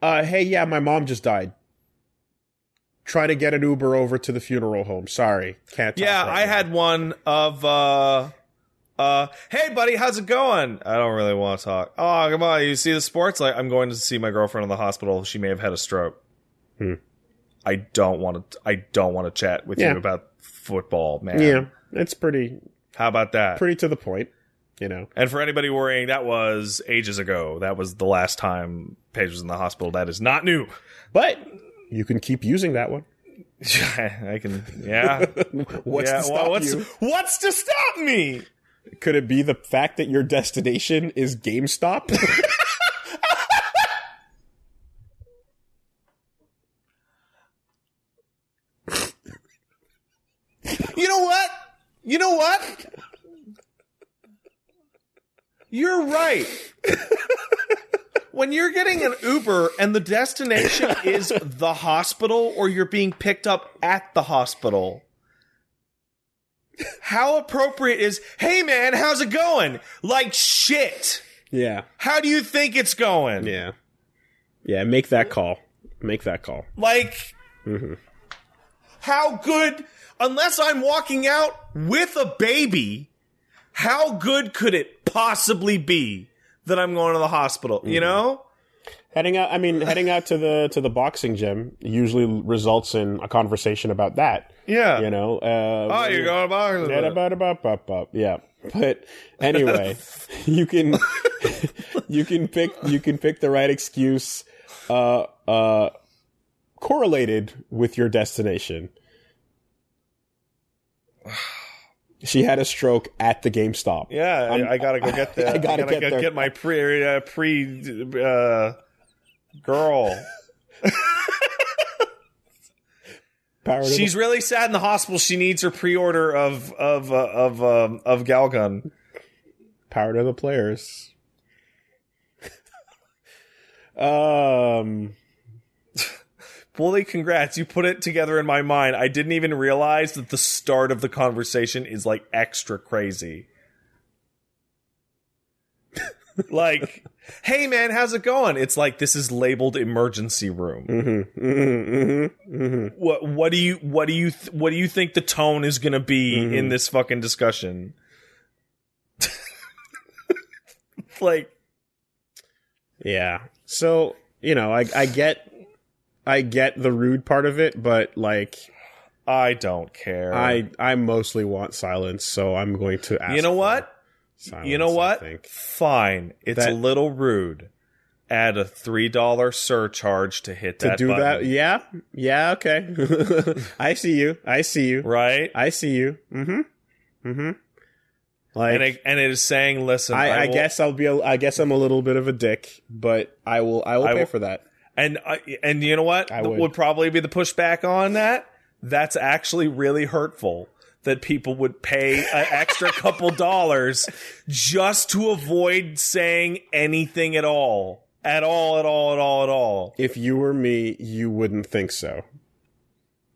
uh, hey yeah my mom just died trying to get an uber over to the funeral home sorry can't talk yeah right i now. had one of uh uh hey buddy how's it going i don't really want to talk oh come on you see the sports like i'm going to see my girlfriend in the hospital she may have had a stroke Hmm. i don't want to i don't want to chat with Yeah. you about football man yeah it's pretty how about that pretty to the point you know And for anybody worrying, that was ages ago. That was the last time Paige was in the hospital. That is not new. but you can keep using that one <laughs> <laughs> I can, yeah. what's yeah, to well, stop what's, you? what's to stop me? could it be the fact that your destination is gamestop <laughs> You know what? You know what? You're right. when you're getting an Uber and <laughs> the destination is the hospital or you're being picked up at the hospital, how appropriate is, hey man, how's it going? Like shit. yeah How do you think it's going? yeah yeah make that call make that call Like, Mm-hmm. how good, unless I'm walking out with a baby, how good could it possibly be that I'm going to the hospital? You Mm-hmm. know? Heading out, I <laughs> mean, heading out to the to the boxing gym usually results in a conversation about that. Yeah. You know, uh, Oh, you're going to the hospital. <laughs> Yeah, but anyway, you can you can pick you can pick the right excuse uh uh correlated with your <sighs> destination. She had a stroke at the GameStop. Yeah, I'm- I, I gotta go get <laughs> that. I gotta get go there. get my pre uh, pre uh, girl. Power to the- She's really sad in the hospital. She needs her pre order of of uh, of um, of Galgun. Power to the players. um, Wooly, congrats! You put it together in my mind. I didn't even realize that the start of the conversation is like extra crazy. <laughs> like, hey man, how's it going? It's like this is labeled emergency room. mm-hmm, mm-hmm, mm-hmm. what what do you what do you th- what do you think the tone is going to be Mhm. in this fucking discussion? <laughs> like Yeah. So, you know, I I get I get the rude part of it, but like I don't care. I I mostly want silence, so I'm going to ask you know for what? silence, You know I what? think. Fine. It's That- a little rude. Add a $3 surcharge to hit To that do that, button, yeah, yeah, okay. <laughs> I see you. I see you. right? I see you. Mm-hmm. Mm-hmm. Like, and it, and it is saying, listen, I, I, will- guess I'll be. A, I guess I'm a little bit of a dick, but I will. I will I pay will- for that. and I, and you know what I That would. would probably be the pushback on that. That's actually really hurtful that people would pay an <laughs> extra couple dollars just to avoid saying anything at all, at all, at all, at all, at all. If you were me, you wouldn't think so.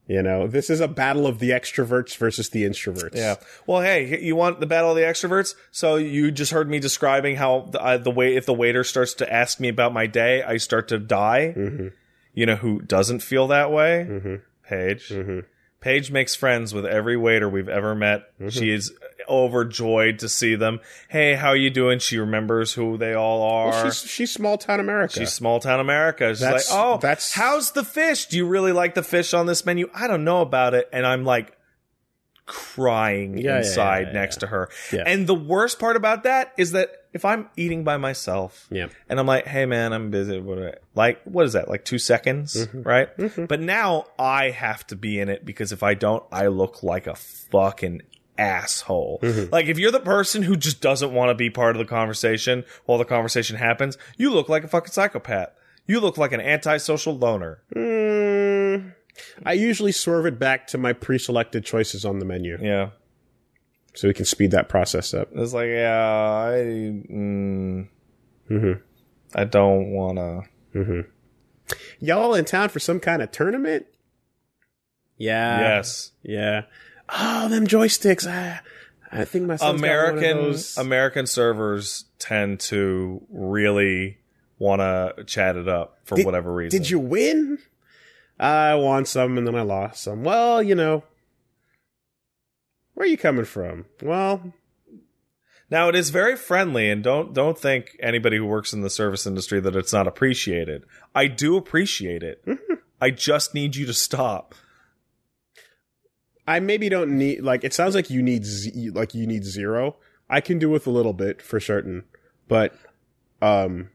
You know, this is a battle of the extroverts versus the introverts. Yeah. Well, hey, you want the battle of the extroverts? So you just heard me describing how the, uh, the way if the waiter starts to ask me about my day, I start to die. Mm-hmm. You know who doesn't feel that way? Mm-hmm. Paige. Mm-hmm. Paige makes friends with every waiter we've ever met. Mm-hmm. She is overjoyed to see them. Hey, how you doing? She remembers who they all are. Well, she's she's small town America. She's small town America. She's That's- like, oh, that's- how's the fish? Do you really like the fish on this menu? I don't know about it. And I'm like crying Yeah, yeah, inside yeah, yeah, next to her. Yeah. And the worst part about that is that if I'm eating by myself yeah. and I'm like, hey man, I'm busy. What do I- Like, what is that? Like two seconds, right? But now I have to be in it because if I don't, I look like a fucking asshole. Like, if you're the person who just doesn't want to be part of the conversation while the conversation happens, you look like a fucking psychopath. You look like an antisocial loner. Mm, I usually swerve it back to my pre-selected choices on the menu, Yeah. so we can speed that process up. It's like, yeah, I, mm, Mhm. I don't want to. Y'all in town for some kind of tournament? Yeah. yes. Yeah. Oh, them joysticks. I, I think my son's American. Got one of American those. American servers tend to really want to chat it up for Did- whatever reason. Did you win? I won some and then I lost some. Well, you know. Where are you coming from? Well, Now it is very friendly, and don't don't think anybody who works in the service industry that it's not appreciated. I do <laughs> appreciate it. I just need you to stop. I maybe don't need like it sounds like you need z- like you need zero. I can do with a little bit for certain. But um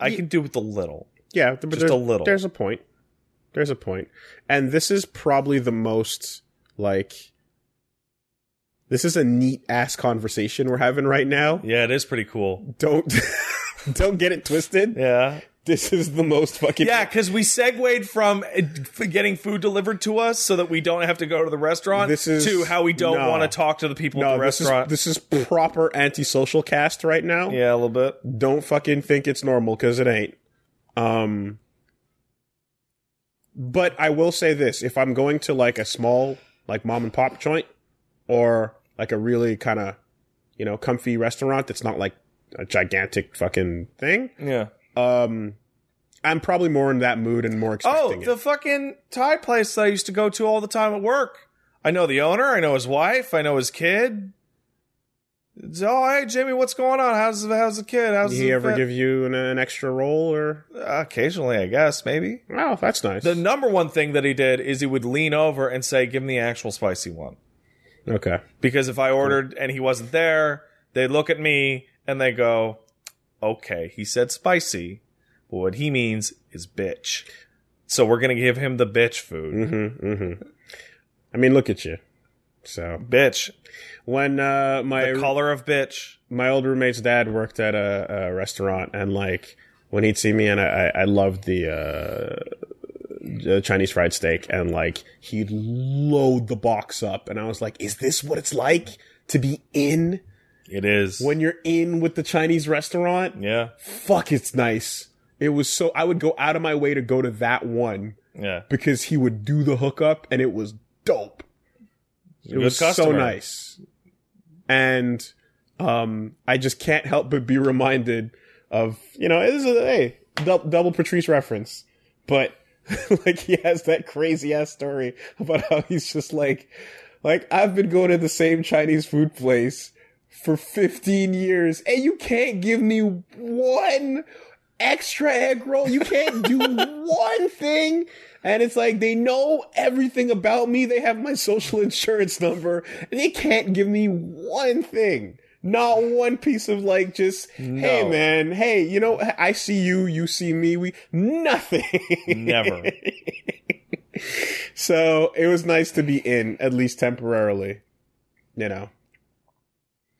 I can do with a little. yeah, th- but Just there's- a little. There's a point. There's a point. And this is probably the most like this is a neat ass conversation we're having right now. Yeah, it is pretty cool. Don't <laughs> don't get it twisted. Yeah, This is the most fucking yeah, because we segued from uh, f- getting food delivered to us so that we don't have to go to the restaurant. This is- to how we don't no. want to talk to the people <laughs> No, at the this is restaurant. this is proper antisocial cast right now. yeah, a little bit. Don't fucking think it's normal cuz it ain't. Um but I will say this, if I'm going to like a small like mom and pop joint or like a really kind of you know comfy restaurant that's not like a gigantic fucking thing, Yeah. um I'm probably more in that mood and more Oh, expecting the it. fucking Thai place that I used to go to all the time at work. I know the owner. I know his wife. I know his kid. It's, oh, hey, Jimmy, what's going on? How's how's the kid? How's Did he the ever fa-" uh, give you an, an extra roll or Occasionally, I guess maybe. Oh, that's nice. The number one thing that he did is he would lean over and say, "Give him the actual spicy one," okay. because if I ordered and he wasn't there, they look at me and they go, okay, he said spicy, but what he means is bitch. So we're gonna give him the bitch food. Mm-hmm. Mm-hmm. I mean, look at you. So Bitch. when uh, my The color of bitch. my old roommate's dad worked at a, a restaurant, and like when he'd see me, and I, I I loved the uh, uh, Chinese fried steak, and like he'd load the box up, and I was like, "Is this what it's like to be in It is. when you're in with the Chinese restaurant? yeah. Fuck, it's nice." It was so I would go out of my way to go to that one Yeah. because he would do the hookup, and it was dope. It Good was so customer. nice. <laughs> And um, I just can't help but be reminded of, you know, this is a hey, dou- double Patrice reference. But <laughs> like he has that crazy ass story about how he's just like like I've been going to the same Chinese food place for 15 years and you can't give me one extra egg roll. You can't do one thing. And it's like they know everything about me. They have my social insurance number. And they can't give me one thing. Not one piece of like just hey No. man, hey, you know, I see you, you see me, we nothing. Never. so it was nice to be in, at least temporarily. You know.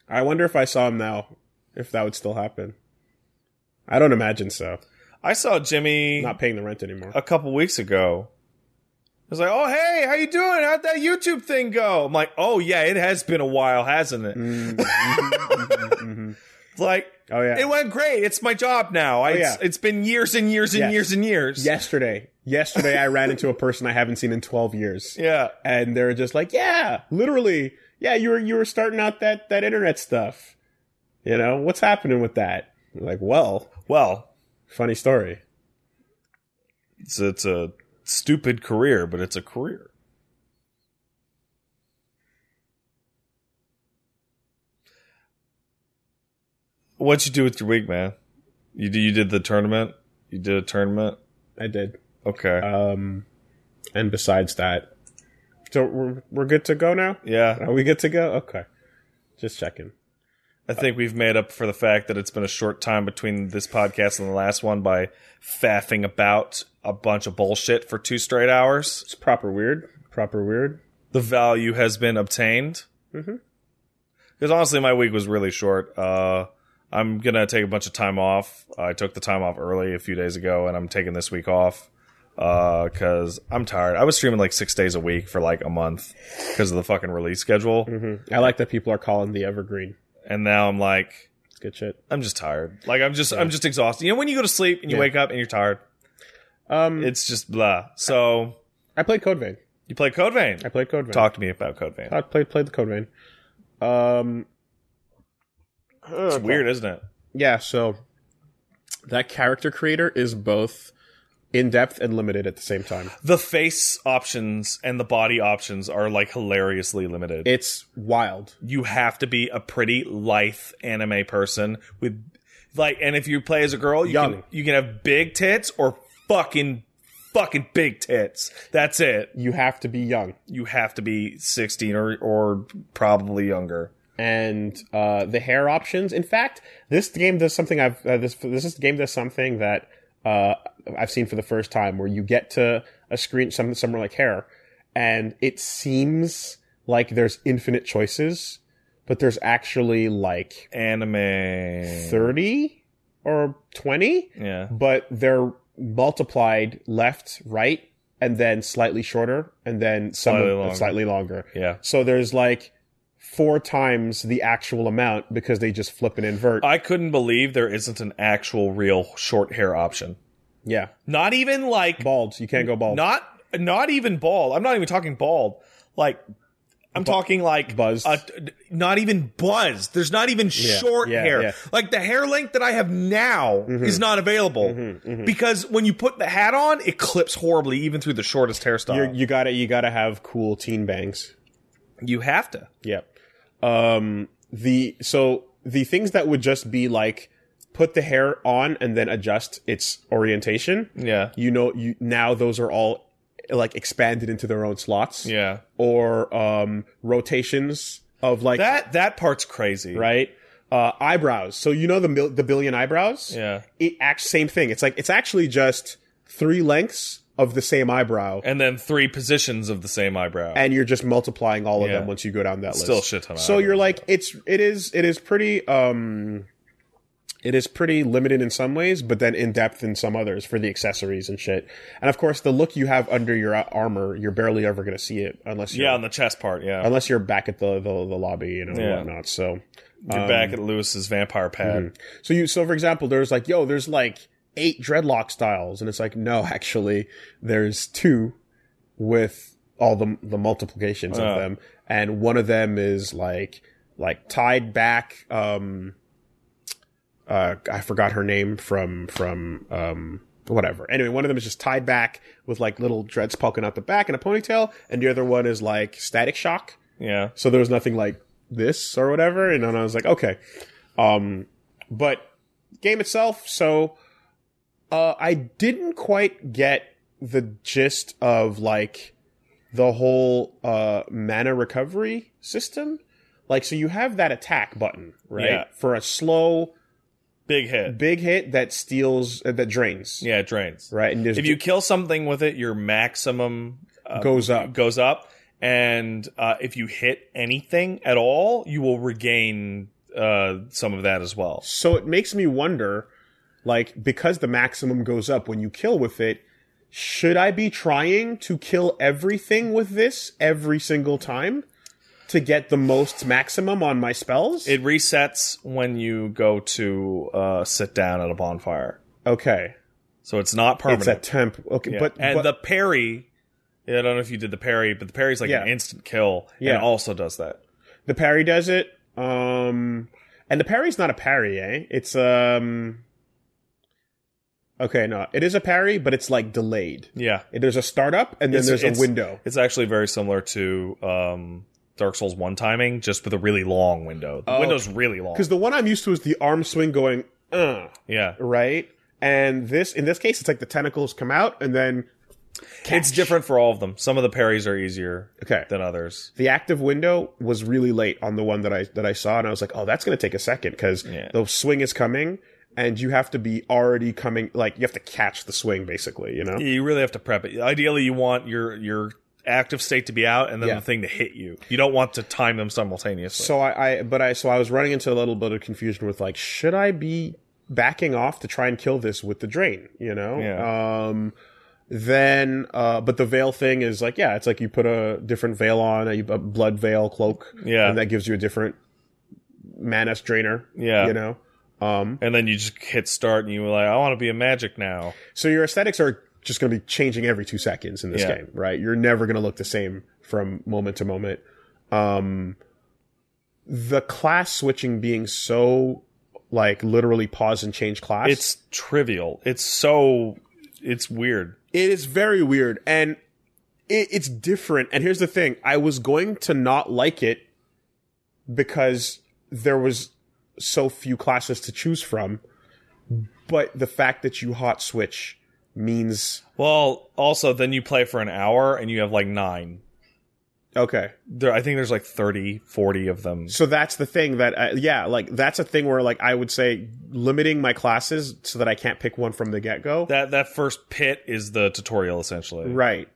I wonder if I saw him now, if that would still happen. I don't imagine so. I saw Jimmy Not paying the rent anymore. <laughs> a couple weeks ago. I was like, "Oh hey, how you doing? How'd that YouTube thing go?" I'm like, "Oh yeah, it has been a while, hasn't it?" Mm, mhm, mhm, mhm. It's Like Oh yeah. Oh, it went great. It's my job now. I, it's, yeah. it's been years and years and Yes. years and years. yesterday. Yesterday I ran into a person I haven't seen in 12 years. Yeah. And they're just like, "Yeah, literally. Yeah, you were you were starting out that that internet stuff. You know, what's happening with that?" Like, "Well, Well, funny story." it's it's a stupid career, but it's a career. What'd you do with your week, man? You do, you did the tournament. You did a tournament. I did. Okay. Um, and besides that, so we're we're good to go now. yeah. Are we good to go? Okay, just checking. I think we've made up for the fact that it's been a short time between this podcast and the last one by faffing about a bunch of bullshit for two straight hours. It's proper weird. Proper weird. The value has been obtained. Mhm. Because honestly, my week was really short. Uh, I'm gonna take a bunch of time off. I took the time off early a few days ago, and I'm taking this week off because I'm tired. I was streaming like six days a week for like a month because of the fucking release schedule, Mm-hmm. I like that people are calling the evergreen. and now I'm like. It's good shit. I'm just tired. Like I'm just I'm just exhausted. You know when you go to sleep and you Yeah. wake up and you're tired, Um, it's just blah. So I played Code Vein. you play Code Vein. I played Code Vein. Talk to me about Code Vein. I played played the Code Vein. Um, It's weird, isn't it? yeah. So that character creator is both in depth and limited at the same time. The face options and the body options are like hilariously limited. It's wild. you have to be a pretty lithe anime person with like and if you play as a girl, you Young. can you can have big tits or fucking fucking big tits. That's it. You have to be young. You have to be 16 or or probably younger. and uh, the hair options. In fact, this game does something I've uh, this this is- game does something that uh, I've seen for the first time, where you get to a screen some somewhere like hair, and it seems like there's infinite choices, but there's actually like Anime. thirty or twenty, Yeah. but they're multiplied left, right, and then slightly shorter, and then some Slightly of- longer. slightly longer. Yeah. So there's like four times the actual amount because they just flip and invert. I couldn't believe there isn't an actual real short hair option. yeah. Not even like Bald. You can't go bald. not not even bald. I'm not even talking bald. Like I'm talking like buzzed. a- not even buzzed. There's not even short yeah, hair. yeah. Mm-hmm. Like the hair length that I have now is not available because when you put the hat on, it clips horribly even through the shortest hairstyle. You're, you gotta you gotta have cool teen bangs. you have to. Yep. Um the so the things that would just be like put the hair on and then adjust its orientation. Yeah. You know you now those are all like expanded into their own slots. Yeah. Or um rotations of like That that part's crazy. right? Uh, eyebrows. So you know the mil- the billion eyebrows. Yeah. It acts same thing. It's like it's actually just three lengths of the same eyebrow, And then three positions of the same eyebrow. and you're just multiplying all of Yeah. them once you go down that list. Still a shit ton of So you're eyebrows, like it's it is it is pretty um, it is pretty limited in some ways, but then in depth in some others for the accessories and shit. And of course, the look you have under your uh, armor, you're barely ever gonna see it unless you're yeah, on the chest part. Yeah. unless you're back at the the, the lobby, you know, and Yeah. whatnot. So You're um, back at Lewis's vampire pad. So you, so for example, there's like, yo, there's like eight dreadlock styles, and it's like, no, <laughs> actually, there's two with all the the multiplications Oh. of them, and one of them is like like tied back. Um, uh, I forgot her name from from um whatever. Anyway, one of them is just tied back with like little dreads poking out the back and a ponytail, and the other one is like static shock Yeah. so there was nothing like this or whatever and then i was like okay um but game itself so uh i didn't quite get the gist of like the whole uh mana recovery system like so you have that attack button right Yeah. for a slow Big hit. big hit that steals uh, that drains Yeah, it drains. right and there's If you kill something with it, your maximum uh, goes up goes up. And uh, if you hit anything at all, you will regain uh, some of that as well. So it makes me wonder, like, because the maximum goes up when you kill with it, should I be trying to kill everything with this every single time to get the most maximum on my spells? It resets when you go to uh, sit down at a bonfire. okay, So it's not it's permanent. a temp. Okay, Yeah. but and but- the parry, I don't know if you did the parry, but the parry's like an Yeah. instant kill Yeah. and also does that. The parry does it. Um, and the parry's not a parry, eh? It's um. Okay, no, it is a parry, but it's like delayed. Yeah. There's a startup, and then It's- there's it's- a window. It's actually very similar to um, Dark Souls one timing, just with a really long window. The Oh. window's really long. Because the one I'm used to is the arm swing going, uh, Yeah. right? And this, in this case, it's like the tentacles come out and then It's different for all of them. Some of the parries are easier okay. than others. The active window was really late on the one that I that I saw, and I was like, oh, that's gonna take a second because Yeah. the swing is coming, and you have to be already coming, like you have to catch the swing, basically, you know. You really have to prep it. Ideally, you want your your active state to be out and then Yeah. the thing to hit you. You don't want to time them simultaneously. So I, I, but I, so I was running into a little bit of confusion with like, should I be backing off to try and kill this with the drain? You know, um, then, uh, but the veil thing is like, yeah, it's like you put a different veil on, a, a blood veil cloak, <laughs> Yeah. and that gives you a different manus drainer, yeah. you know. Um, and then you just hit start and you were like, I want to be a magic now. so your aesthetics are just going to be changing every two seconds in this Yeah. game, right? You're never going to look the same from moment to moment. Um, the class switching being so like literally pause and change class. It's trivial. It's so it's weird. it is very weird and it, it's different. And here's the thing: I was going to not like it because there was so few classes to choose from, but the fact that you hot switch means Well, also then you play for an hour and you have like 9. okay. There I think there's like 30, 40 of them. So that's the thing that, uh, yeah, like that's a thing where like I would say limiting my classes so that I can't pick one from the get go. That that first pit is the tutorial essentially. Right.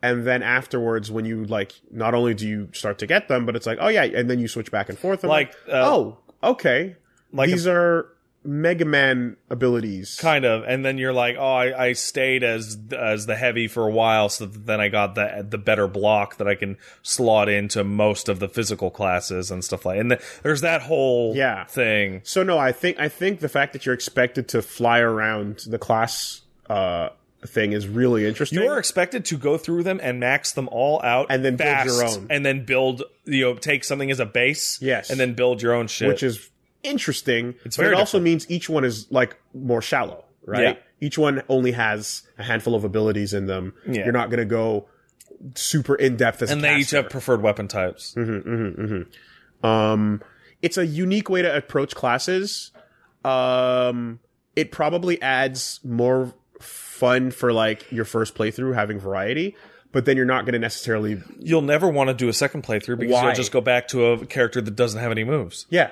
And then afterwards, when you like, not only do you start to get them, but it's like, oh yeah, and then you switch back and forth. I'm Like uh, oh, okay. like a These are Mega Man abilities. kind of and then you're like oh I, I stayed as as the heavy for a while so that then i got the the better block that i can slot into most of the physical classes and stuff like and th- there's that whole Yeah. thing So no, I think I think the fact that you're expected to fly around the class uh thing is really interesting. you are expected to go through them and max them all out And then build fast, your own. and then build you know take something as a base Yes. and then build your own shit which is interesting. It's but very it also means each one is like more shallow, right? Yeah. Each one only has a handful of abilities in them. Yeah. You're not going to go super in depth as and a they each caster. have preferred weapon types Mm-hmm, Um, it's a unique way to approach classes. Um, it probably adds more fun for like your first playthrough having variety, but then you're not going to necessarily you'll never want to do a second playthrough because Why? you'll just go back to a character that doesn't have any moves yeah.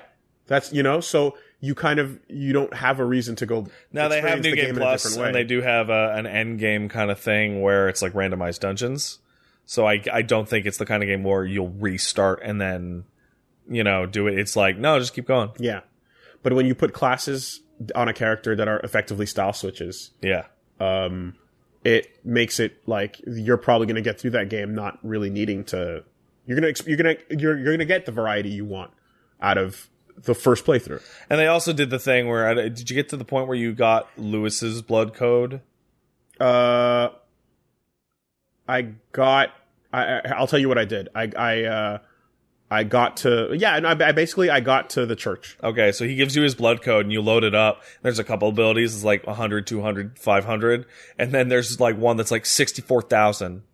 That's you know, so you kind of you don't have a reason to go. Now they have experience New the Game, in a Plus, different way. and they do have a, an end game kind of thing where it's like randomized dungeons. So I I don't think it's the kind of game where you'll restart and then you know do it. It's like no, just keep going. Yeah, but when you put classes on a character that are effectively style switches, Yeah, um, it makes it like you're probably going to get through that game not really needing to. You're gonna ex- you're gonna you're you're gonna get the variety you want out of the first playthrough. and they also did the thing where I, did you get to the point where you got Lewis's blood code? Uh, I got. I I- I'll tell you what I did. I I uh, I got to yeah. And I, I basically I got to the church. Okay, so he gives you his blood code and you load it up. There's a couple abilities, it's like 100, 200, 500. And then there's like one that's like 64,000.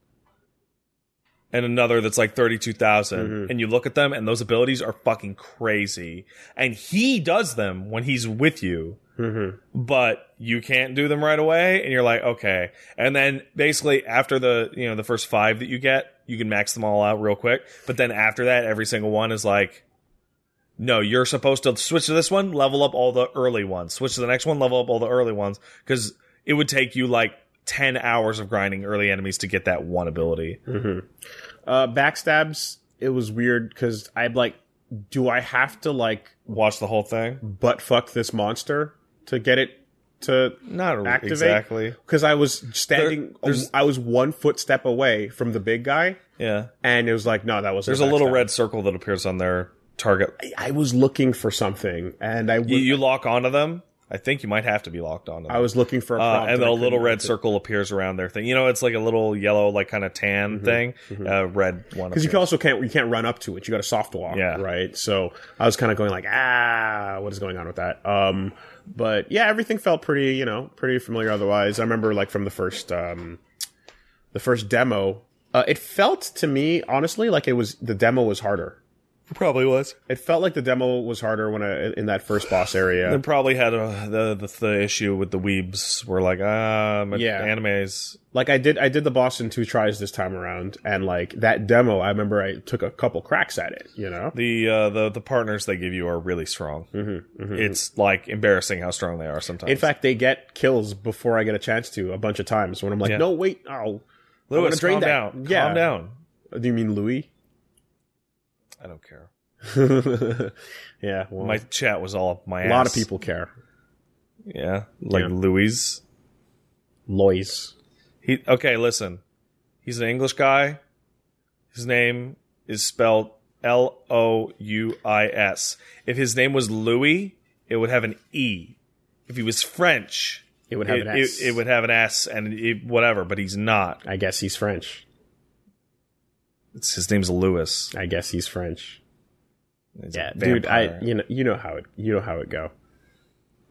And another that's like 32,000. And you look at them and those abilities are fucking crazy. And he does them when he's with you, Mm-hmm. but you can't do them right away. And you're like, okay. And then basically after the, you know, the first five that you get, you can max them all out real quick. But then after that, every single one is like, no, you're supposed to switch to this one, level up all the early ones. Switch to the next one, level up all the early ones. Because it would take you like 10 hours of grinding early enemies to get that one ability. Uh, backstabs. It was weird because I'm like, do I have to like Watch the whole thing? butt fuck this monster to get it to? Not re- Activate? exactly. Because I was standing, there's- I was one footstep away from the big guy, Yeah. and it was like, no, that was There's a little red circle that appears on their target. I was looking for something, and I You, w- you lock onto them. I think you might have to be locked onto them. I was looking for a uh, prompt and I then a little couldn't- red circle appears around their thing. You know, it's like a little yellow, like kind of tan thing. Uh, red Mm-hmm, one. because you appears. can also can't you can't run up to it. You got to soft walk, Yeah. right? So I was kind of going like, ah, what is going on with that? Um, but yeah, everything felt pretty, you know, pretty familiar. Otherwise, I remember like from the first, um, the first demo, uh, it felt to me honestly like it was the demo was harder. probably was. It felt like the demo was harder when I in that first boss They area. probably had a, the, the the issue with the weebs. Were like, ah, my Yeah. animes. Like I did, I did the boss in two tries this time around, and like that demo, I remember I took a couple cracks at it. You know, The uh, the the partners they give you are really strong. It's like embarrassing how strong they are sometimes. Mm-hmm, In fact, they get kills before I get a chance to a bunch of times when I'm like, Yeah. no, wait, oh, I'm Lewis, gonna drain calm that. down. Yeah. Calm down. do you mean Louis? <laughs> I don't care. yeah, well, My chat was all up my a ass. lot of people care. Yeah, like Yeah. Louis. Lois. He okay. Listen, he's an English guy. His name is spelled L O U I S. If his name was Louis, it would have an E. If he was French, It would have it, an S. It, it would have an S and it, whatever, but he's not. I guess he's French. It's, his name's Lewis. I guess he's French. He's a Yeah, dude. I vampire. you know you know how it you know how it go.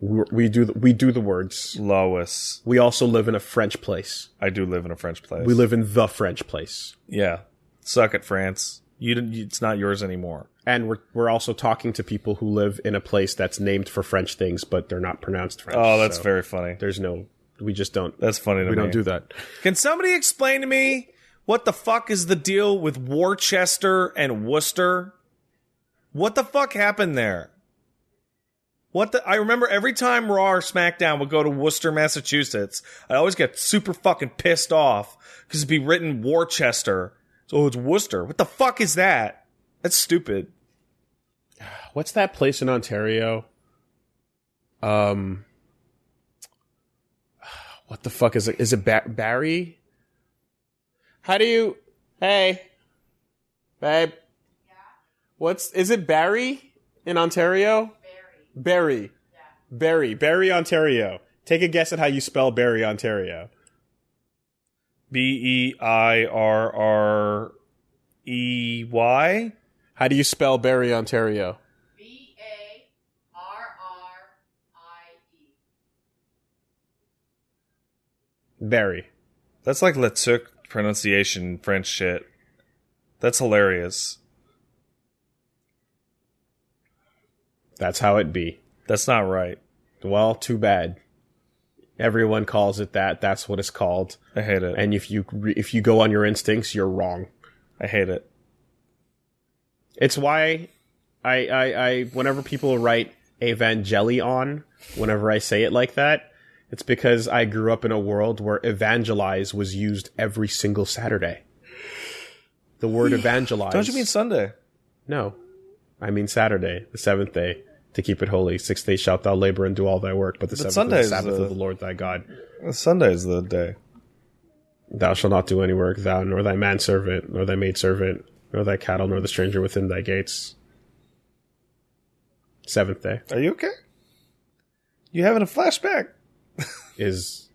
We, we do the, we do the words. Lois. We also live in a French place. I do live in a French place. We live in the French place, Yeah. Suck it, France. You didn't. you- It's not yours anymore. and we're we're also talking to people who live in a place that's named for French things, but they're not pronounced French. Oh, that's so very funny. There's no. We just don't. That's funny to We me. don't do that. Can somebody explain to me what the fuck is the deal with Worcester and Worcester? What the fuck happened there? What the? I remember every time Raw or SmackDown would go to Worcester, Massachusetts, I always get super fucking pissed off because it'd be written Worcester. So it's Worcester. What the fuck is that? That's stupid. What's that place in Ontario? Um, what the fuck is it? Is it ba- Barry? How do you? Hey, babe. What's is it Barry in Ontario? Barry. Barry. Barry, Barry, Ontario. Take a guess at how you spell Barry, Ontario. B E I R R E Y. How do you spell Barry, Ontario? B A R R I E. Barry. That's like Letuk pronunciation French shit. That's hilarious. That's how it be. That's not right. Well, too bad. Everyone calls it that. That's what it's called. I hate it. And if you re- if you go on your instincts, you're wrong. I hate it. It's why I, I, I, whenever people write Evangelion, whenever I say it like that, it's because I grew up in a world where evangelize was used every single Saturday. The word evangelize. Don't you mean Sunday? No. I mean Saturday, the seventh day, to keep it holy. Six days shalt thou labor and do all thy work, but the seventh Sunday is is the Sabbath the- of the Lord thy God. Sunday is the day. Thou shalt not do any work, thou, nor thy manservant, nor thy maidservant, nor thy cattle, nor the stranger within thy gates. Seventh day Are you okay? You having a flashback? is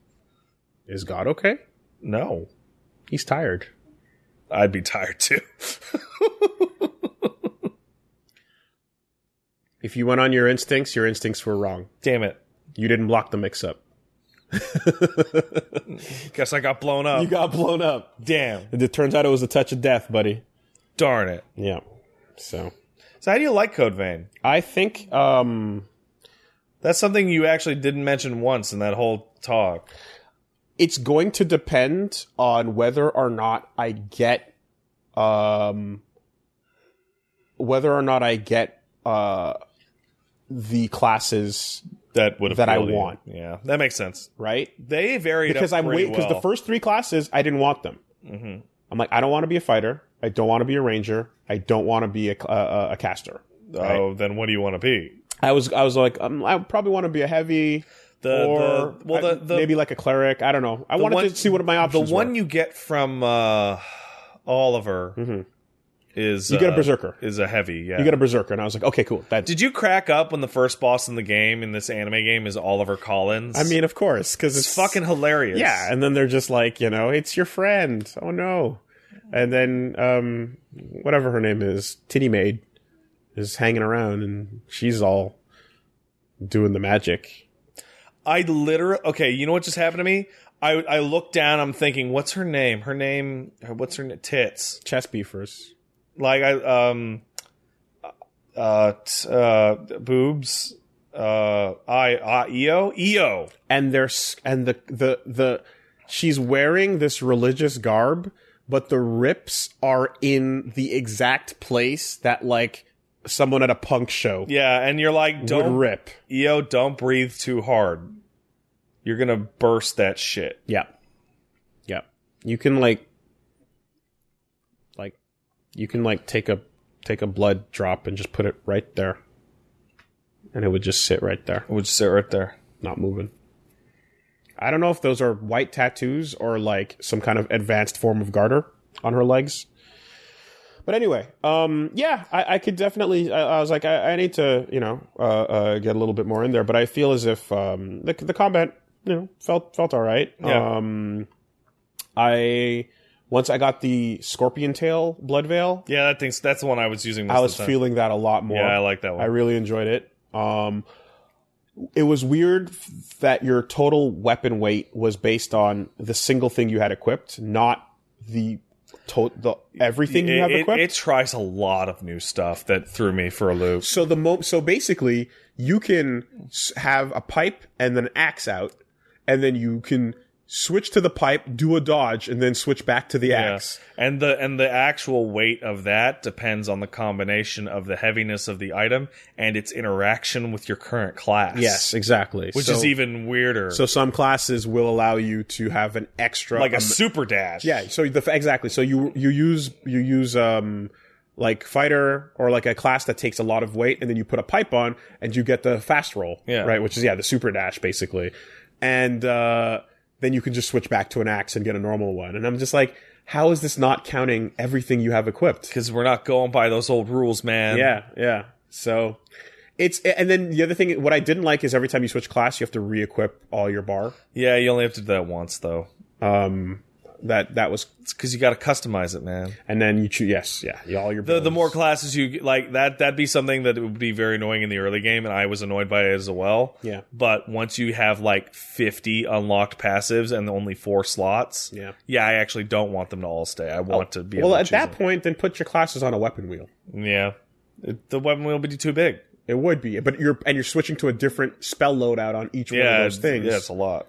is God okay? No, He's tired. I'd be tired too. <laughs> If you went on your instincts, your instincts were wrong. Damn it! You didn't block the mix up. Guess I got blown up. You got blown up. Damn! And it turns out it was a touch of death, buddy. Darn it! Yeah. So So how do you like Code Vein? I think um That's something you actually didn't mention once in that whole talk. it's going to depend on whether or not I get um whether or not I get uh the classes That would That I appealed to you. want. Yeah, that makes sense. right They varied because up I'm pretty waiting because the well. first three classes I didn't want them. Mhm. I'm like I don't want to be a fighter. I don't want to be a ranger. I don't want to be a, cl- uh, a caster. Oh, then what do you want to be? I was I was like um, I probably want to be a heavy The, or the well, I- the, the maybe like a cleric. I don't know. I the wanted one- to see what my the options. one were. you get from uh, Oliver Mhm. is you get a uh, berserker. is a heavy. Yeah, You get a berserker, and I was like, okay, cool. That Did you crack up when the first boss in the game in this anime game is Oliver Collins? I mean, of course, because it's fucking hilarious. yeah. And then they're just like, you know, it's your friend. Oh no! And then um, whatever her name is, Titty Maid, is hanging around, and she's all doing the magic. I literally okay. You know what just happened to me? I I looked down. I'm thinking, what's her name? Her name. What's her name? Tits. Chess beefers. Like I um, uh, t- uh boobs. Uh, I uh, eo eo. and they're s- and the the the she's wearing this religious garb but the rips are in the exact place that like someone at a punk show Yeah, and you're like, would don't rip eo, don't breathe too hard. You're gonna burst that shit. yeah yeah you can like like you can like take a take a blood drop and just put it right there and it would just sit right there Would just sit right there. not moving i don't know if those are white tattoos or like some kind of advanced form of garter on her legs but anyway um yeah i, I could definitely I, I was like I, I need to you know uh, uh get a little bit more in there but i feel as if um the, the combat you know felt felt all right Yeah. um i once i got the scorpion tail blood veil Yeah, that thing's that's the one I was using. most i of was the time. feeling that a lot more Yeah, I like that one. I really enjoyed it. Um, it was weird f- that your total weapon weight was based on the single thing you had equipped, not the to- the everything you have it, equipped. it tries a lot of new stuff that threw me for a loop. so the mo- so basically you can s- have a pipe and then an axe out, and then you can switch to the pipe, do a dodge, and then switch back to the axe. And the and the actual weight of that depends on the combination of the heaviness of the item and its interaction with your current class. Yes, exactly. Which So- is even weirder. so some classes will allow you to have an extra like a am- super dash. Yeah. So the exactly. So you you use you use um like fighter or like a class that takes a lot of weight, and then you put a pipe on, and you get the fast roll. Yeah. Right. Which is yeah the super dash basically, and uh, then you can just switch back to an axe and get a normal one. And I'm just like, how is this not counting everything you have equipped? Because we're not going by those old rules, man. Yeah, yeah. So it's and then the other thing what I didn't like is every time you switch class, you have to re-equip all your bar. Yeah, you only have to do that once though. Um, that that was It's because you got to customize it, man. and then you choose yes yeah you- all your The, the builds. more classes you get- like that that'd be something that would be very annoying in the early game, and I was annoyed by it as well. yeah But once you have like 50 unlocked passives and only four slots, yeah yeah, I actually don't want them to all stay. I want to be Oh, well able to at choose that point then put your classes on a weapon wheel them. Yeah, It- the weapon will be too big. it would be but you're and you're switching to a different spell loadout on each one Yeah, of those things yeah, it's a lot.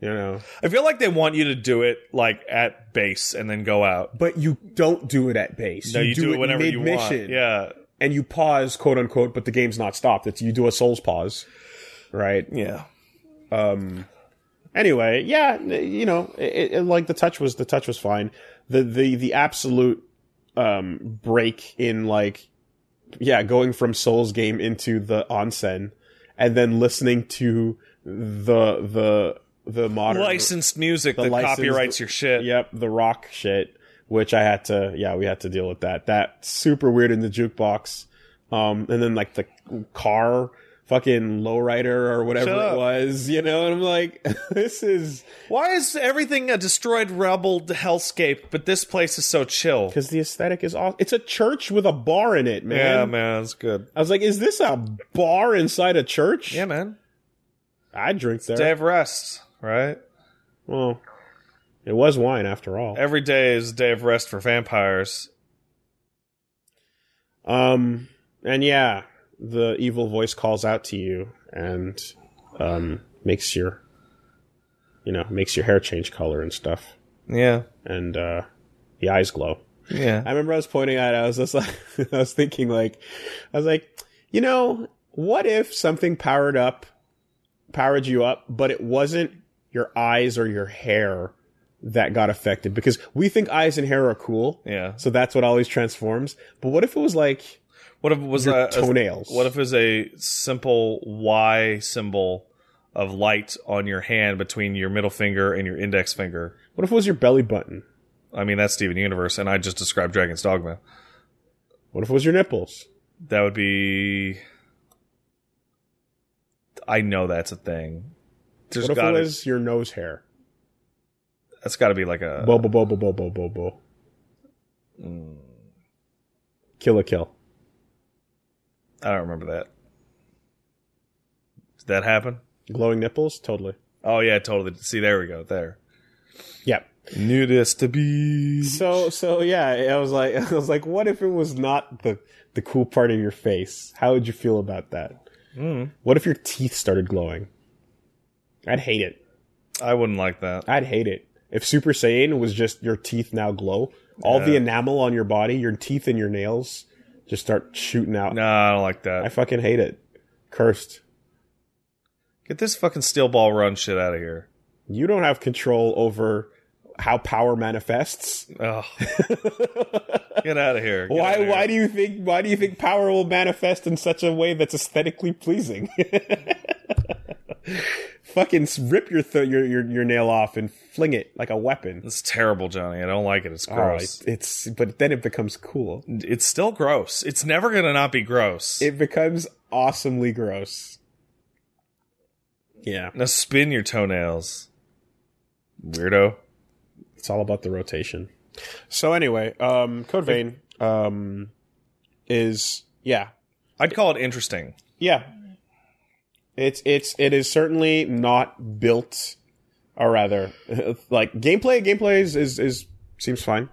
you know I feel like they want you to do it like at base and then go out. but you don't do it at base No, you, do, it whenever you want. mid-mission. Yeah, and you pause, quote unquote, but the game's not stopped. It's you do a Souls pause, right? Yeah. Um, anyway, yeah, you know, it, it, like the touch was the touch was fine. The the the absolute um break in like yeah, going from Souls game into the onsen and then listening to the the the modern Licensed music The that licensed- copyrights your shit. Yep, the rock shit, which I had to, yeah, we had to deal with that. That super weird in the jukebox. Um, and then like the car fucking lowrider or whatever Shut up. it was, you know, and I'm like, <laughs> this is Why is everything a destroyed rebel hellscape, but this place is so chill? because the aesthetic is awesome. It's a church with a bar in it, man. Yeah, man, it's good. I was like, is this a bar inside a church? Yeah, man. I drink there. Day of rest, right? well, it was wine after all. Every day is a day of rest for vampires. Um, and yeah, the evil voice calls out to you and um, makes your, you know, makes your hair change color and stuff, Yeah. and uh, the eyes glow. Yeah. I remember I was pointing at, it, I was just <laughs> like, I was thinking like, I was like, you know, what if something powered up, powered you up, but it wasn't your eyes or your hair that got affected because we think eyes and hair are cool. Yeah. So that's what always transforms. But what if it was like What if it was your a, a toenails? what if it was a simple Y symbol of light on your hand between your middle finger and your index finger? What if it was your belly button? I mean, that's Steven Universe, and I just described Dragon's Dogma. What if it was your nipples? That would be. I know that's a thing. There's what if got it was your nose hair? that's got to be like a mm, Bo bo bo bo bo bo bo bo. Kill a kill. I don't remember that. Did that happen? Glowing nipples? Totally. Oh yeah, totally. See, there we go. There. Yep. Nudist to be. So so yeah, I was like <laughs> I was like, what if it was not the the cool part of your face? How would you feel about that? Mm, What if your teeth started glowing? I'd hate it. I wouldn't like that. I'd hate it. If Super Saiyan was just your teeth now glow, all the Yeah. enamel on your body, your teeth and your nails just start shooting out. No, I don't like I that. fucking hate it. Cursed. Get this fucking steel ball run shit out of here. You don't have control over how power manifests. <laughs> Oh, get out of here. Get outta Why here. why do you think why do you think power will manifest in such a way that's aesthetically pleasing? <laughs> Fucking s- rip your, th- your your your nail off and fling it like a weapon. It's terrible, Johnny. I don't like it. It's Oh, gross. it's, it's but then it becomes cool. it's still gross. It's never gonna not be gross. It becomes awesomely gross. Yeah, now spin your toenails, weirdo. it's all about the rotation. So anyway, um, Code Vein um, is yeah I'd call it interesting. Yeah. It's it's it is certainly not built or rather <laughs> like gameplay gameplay is, is is seems fine.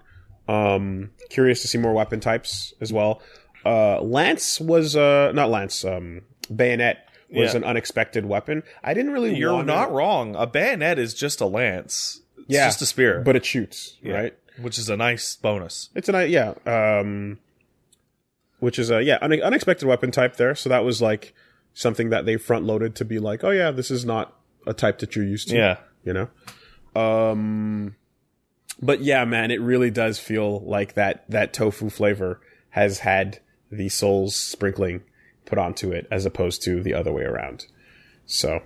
Um curious to see more weapon types as well. Uh Lance was uh not Lance um bayonet was Yeah. an unexpected weapon. I didn't really You're wanna- not wrong. A bayonet is just a lance. It's Yeah, just a spear, but it shoots, Yeah. right? which is a nice bonus. It's an yeah, um, which is a yeah une- unexpected weapon type there. So that was like something that they front loaded to be like, oh yeah, this is not a type that you're used to. Yeah. you know. Um, but yeah, man, it really does feel like that that tofu flavor has had the souls sprinkling put onto it as opposed to the other way around. So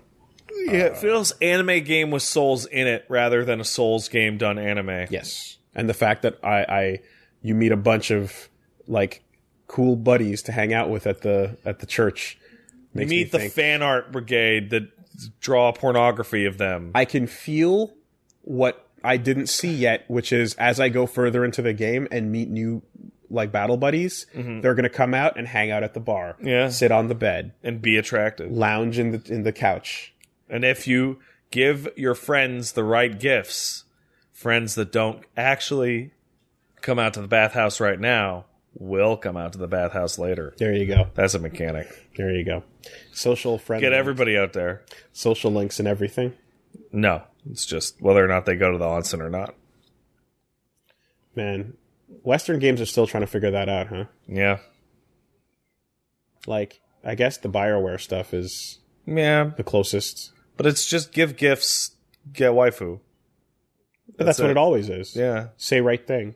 Yeah, it feels anime game with souls in it rather than a souls game done anime. Yes. And the fact that I, I you meet a bunch of like cool buddies to hang out with at the at the church makes me Meet the think fan art brigade that draw pornography of them. I can feel what I didn't see yet, which is as I go further into the game and meet new like battle buddies, they're gonna come out and hang out at the bar. Mm-hmm. Yeah. Sit on the bed, and be attractive. lounge in the in the couch. And if you give your friends the right gifts, friends that don't actually come out to the bathhouse right now will come out to the bathhouse later. There you go. That's a mechanic. There you go. Social friend Get everybody out there. social links and everything. No, it's just whether or not they go to the onsen or not. Man. Western games are still trying to figure that out, huh? Yeah. Like, I guess the Bioware stuff is Yeah, the closest. but it's just give gifts, get waifu. But that's, what it. it always is. Yeah. Say right thing.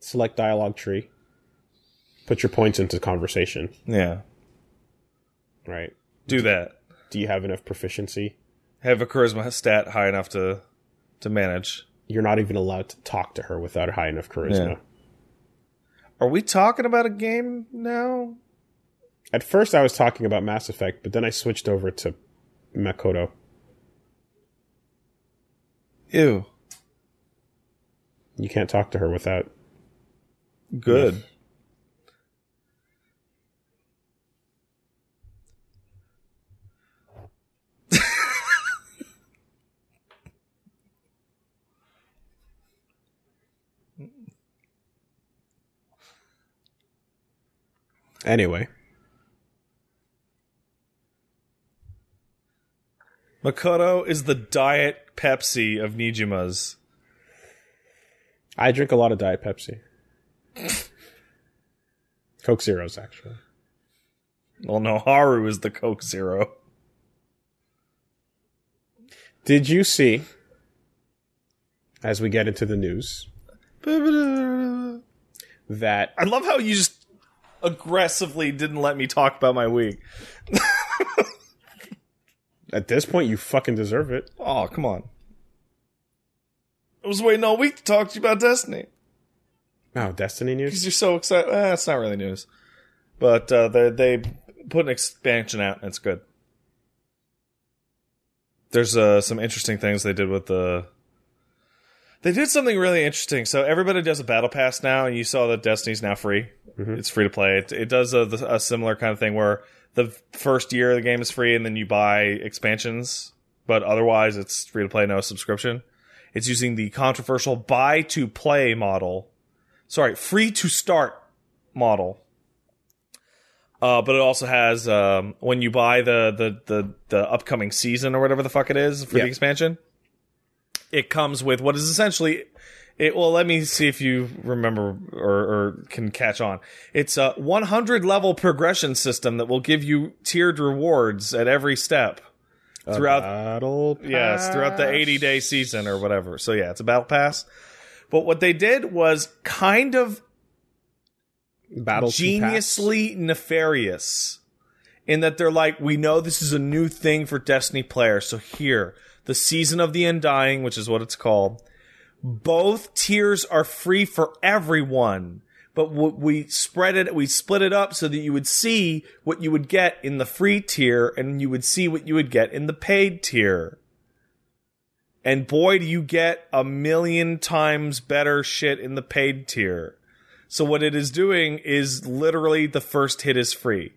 Select dialogue tree. Put your points into conversation. Yeah. Right. Do that. Do you have enough proficiency? Have a charisma stat high enough to to manage. You're not even allowed to talk to her without high enough charisma. Yeah. Are we talking about a game now? At first, I was talking about Mass Effect, but then I switched over to Makoto. Ew. You can't talk to her without. Good. Anyway, Makoto is the diet Pepsi of Nijima's. I drink a lot of Diet Pepsi. <laughs> Coke Zeroes, actually. Well, no, Haru is the Coke Zero. Did you see, as we get into the news, I that love how you just aggressively didn't let me talk about my week. at this point you fucking deserve it? Oh, come on. I was waiting all week to talk to you about Destiny Oh, Destiny because news? you're so excited. Eh, it's not really news, but uh, they they put an expansion out and it's good. There's uh, some interesting things they did with the. They did something really interesting. So everybody does a battle pass now, and you saw that Destiny's now free. Mhm. It's free to play. It, it does a, a similar kind of thing where the first year of the game is free, and then you buy expansions. But otherwise, it's free to play, no subscription. It's using the controversial buy to play model. Sorry, free to start model. Uh, but it also has um, when you buy the, the the the upcoming season or whatever the fuck it is for Yeah. the expansion, it comes with what is essentially it. Well, let me see if you remember or, or can catch on. It's a 100 level progression system that will give you tiered rewards at every step throughout Battle Yes, throughout the 80 day season or whatever. So yeah, it's a battle pass. But what they did was kind of battle to geniusly nefarious in that they're like, we know this is a new thing for Destiny players. So here, the season of the undying, which is what it's called, both tiers are free for everyone. But w- we spread it, we split it up so that you would see what you would get in the free tier and you would see what you would get in the paid tier. And boy, do you get a million times better shit in the paid tier. So what it is doing is literally the first hit is free.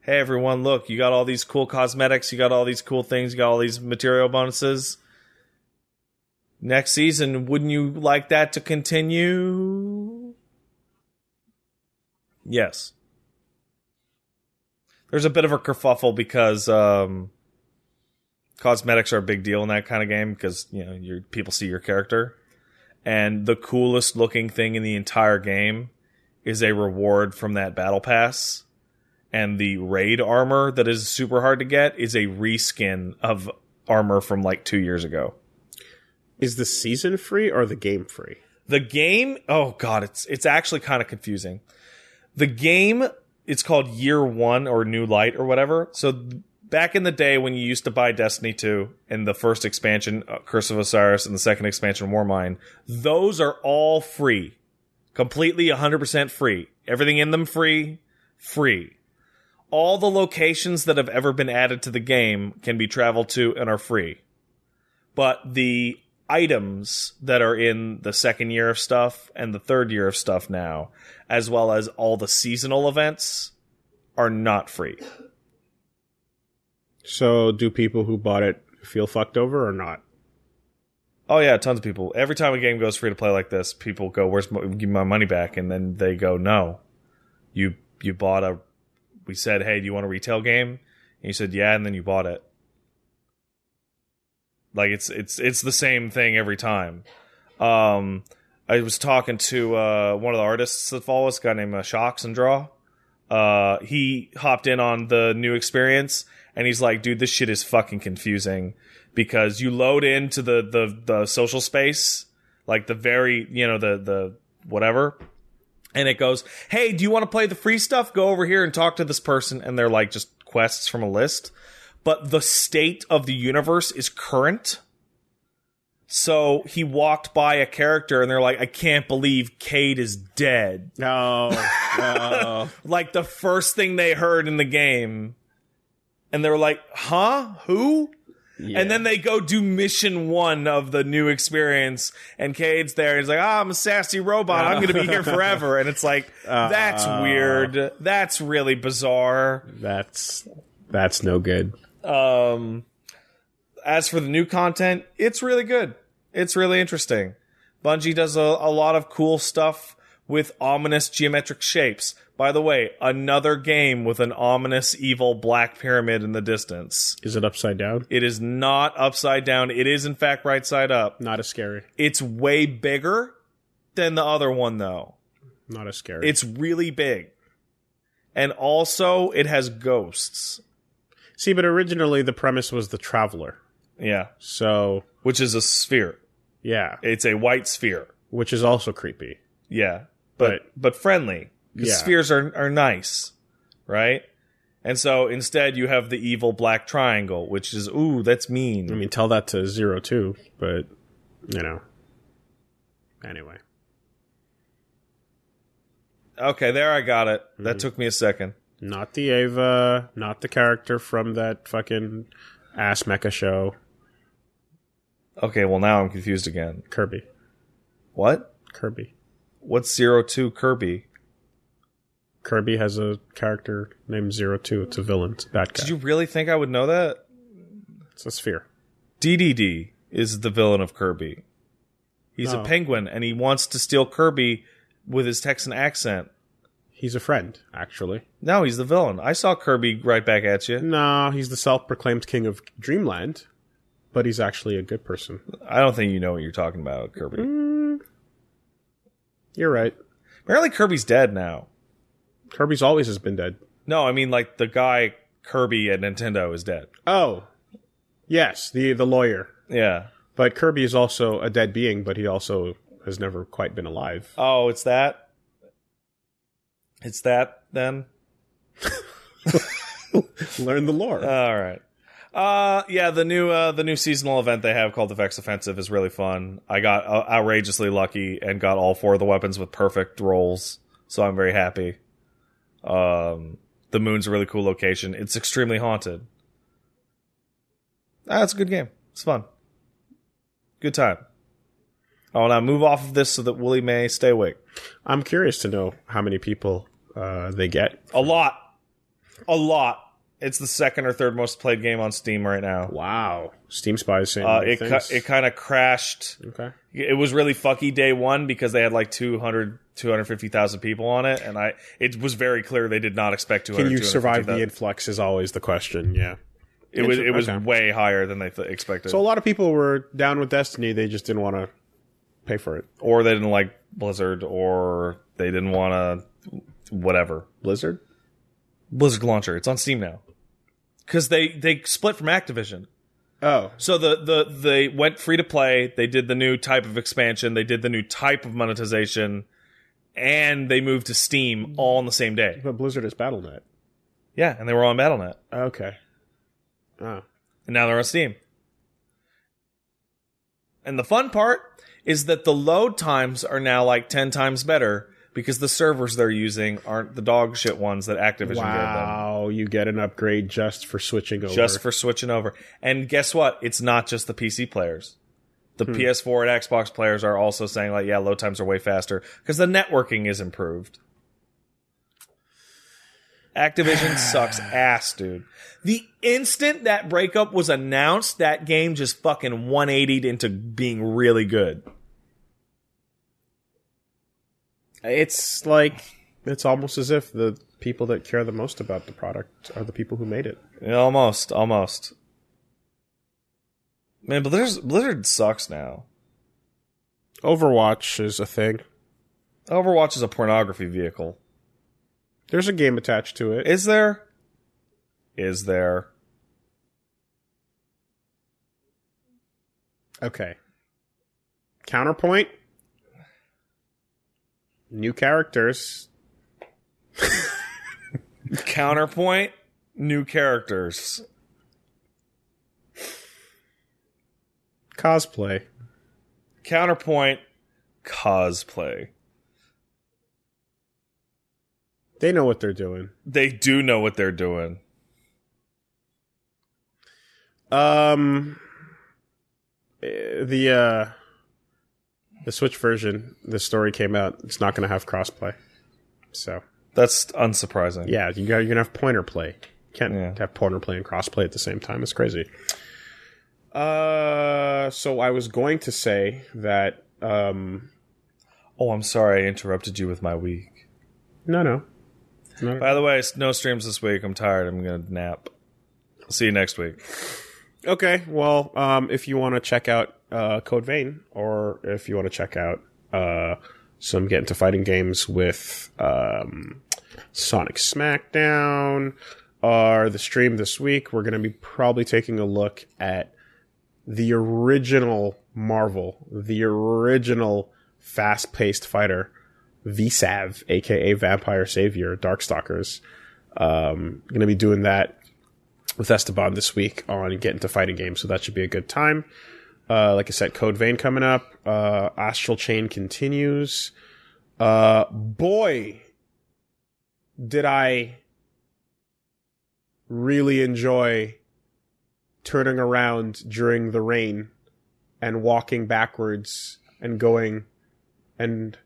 Hey everyone, look, you got all these cool cosmetics, you got all these cool things, you got all these material bonuses. Next season, wouldn't you like that to continue? Yes. There's a bit of a kerfuffle because um, cosmetics are a big deal in that kind of game because you know your people see your character and the coolest looking thing in the entire game is a reward from that battle pass and the raid armor that is super hard to get is a reskin of armor from like 2 years ago Is the season free or the game free? the game oh god it's it's actually kind of confusing the game it's called year one or new light or whatever so th- back in the day when you used to buy destiny 2 and the first expansion uh, curse of osiris and the second expansion warmind those are all free completely 100% free everything in them free free all the locations that have ever been added to the game can be traveled to and are free but the items that are in the second year of stuff and the third year of stuff now, as well as all the seasonal events, are not free. So, do people who bought it feel fucked over or not? Oh yeah, tons of people. Every time a game goes free to play like this, people go, "Where's my, give me my money back?" And then they go, "No, you you bought a." We said, "Hey, do you want a retail game?" And you said, "Yeah," and then you bought it. Like it's it's it's the same thing every time. Um, I was talking to uh, one of the artists that follow us, a guy named uh, Shocks and Draw. Uh, he hopped in on the new experience, and he's like, "Dude, this shit is fucking confusing because you load into the the the social space, like the very you know the the whatever." And it goes, hey, do you want to play the free stuff? Go over here and talk to this person. And they're like just quests from a list. But the state of the universe is current. So he walked by a character and they're like, I can't believe Cade is dead. <laughs> No. Like the first thing they heard in the game. And they were like, huh? Who? And then they go do mission one of the new experience, and Cade's there. He's like, "Ah, I'm a sassy robot. I'm going to be here forever." And it's like, that's weird. That's really bizarre. that's that's no good. Um, as for the new content, it's really good. It's really interesting. Bungie does a, a lot of cool stuff with ominous geometric shapes. By the way, another game with an ominous evil black pyramid in the distance. Is it upside down? It is not upside down. It is in fact right side up. Not as scary. It's way bigger than the other one though. Not as scary. It's really big. And also it has ghosts. See, but originally the premise was the traveler. Yeah. So Which is a sphere. yeah, It's a white sphere. which is also creepy. Yeah, but but friendly. 'Cause Yeah. Spheres are are nice, right? And so instead, you have the evil black triangle, which is ooh, that's mean. I mean, tell that to zero two, but you know. Anyway, Okay, there I got it. That took me a second. not the Ava, not the character from that fucking ass mecha show, Okay, well now I'm confused again. Kirby. What? Kirby. What's zero two Kirby? Kirby has a character named Zero Two. It's a villain. It's a bad guy. Did you really think I would know that? it's a sphere. DDD is the villain of Kirby. He's Oh. a penguin and he wants to steal Kirby with his Texan accent. He's a friend, actually. No, he's the villain. I saw Kirby right back at you. No, he's the self-proclaimed king of Dreamland, but he's actually a good person. Mm. I don't think you know what you're talking about, Kirby. You're right. Apparently, Kirby's dead now. Kirby's always has been dead. No, I mean like the guy Kirby at Nintendo is dead. Oh, yes, the the lawyer. Yeah. But Kirby is also a dead being, but he also has never quite been <laughs> alive. Oh, it's that. It's that then. Learn the lore. All right. Uh, yeah, the new uh, the new seasonal event they have called the Vex Offensive is really fun. I got uh, outrageously lucky and got all four of the weapons with perfect rolls, so I'm very happy. Um, the moon's a really cool location. It's extremely haunted. Ah, it's a good game. It's fun. Good time. Oh, now move off of this so that Willie may stay awake. I'm curious to know how many people uh, they get. A lot, a lot. It's the second or third most played game on Steam right now. Wow, Steam Spy is saying Uh, many it cu- things. it kind of crashed. okay. It was really fucky day one because they had like 200, 250,000 people on it, and I it was very clear they did not expect 200. Can you survive the 250,000. influx? Is always the question. Yeah. It was it was Okay. way higher than they th- expected, So a lot of people were down with Destiny. They just didn't want to pay for it. or they didn't like Blizzard, or they didn't want to whatever Blizzard. Blizzard launcher. It's on Steam now because they they split from Activision. Oh, So the the they went free to play. They did the new type of expansion. They did the new type of monetization, and they moved to Steam all on the same day. but Blizzard is BattleNet. Yeah, and they were on Battle.net, Okay. Oh, and now they're on Steam. And the fun part is that the load times are now like ten times better because the servers they're using aren't the dog shit ones that Activision wow! You get an upgrade just for switching over. gave them. Just for switching over. And guess what? It's not just the PC players. the PS4 and Xbox players are also saying like, yeah, load times are way faster because the networking is improved. Activision sucks ass, dude. The instant that breakup was announced, that game just fucking 180'd into being really good. it's like it's almost as if the people that care the most about the product are the people who made it. Almost, almost. Man, Blizzard, Blizzard sucks now. Overwatch is a thing. Overwatch is a pornography vehicle. There's a game attached to it. Is there? Is there? Okay. Counterpoint. New characters. Counterpoint, new characters. Cosplay. Counterpoint, cosplay. They know what they're doing. They do know what they're doing. Um eh, the uh the Switch version, the story came out, it's not gonna have crossplay. So That's unsurprising. yeah, you got you're gonna have pointer play. Can't Yeah. have pointer play and crossplay at the same time. It's crazy. Uh so I was going to say that um Oh, I'm sorry I interrupted you with my week. no no. By the way, no streams this week. I'm tired. I'm going to nap. See you next week. Okay, well, um, if you want to check out uh, Code Vein, or if you want to check out uh, some get into fighting games with um, Sonic SmackDown, or the stream this week, we're going to be probably taking a look at the original Marvel, the original fast-paced fighter, VSav, aka Vampire Savior, Darkstalkers. Um, going to be doing that with Esteban this week on Get Into Fighting Games, so that should be a good time. Uh, like I said, Code Vein coming up. Uh, Astral Chain continues. Uh, boy, did I really enjoy turning around during the rain and walking backwards and going and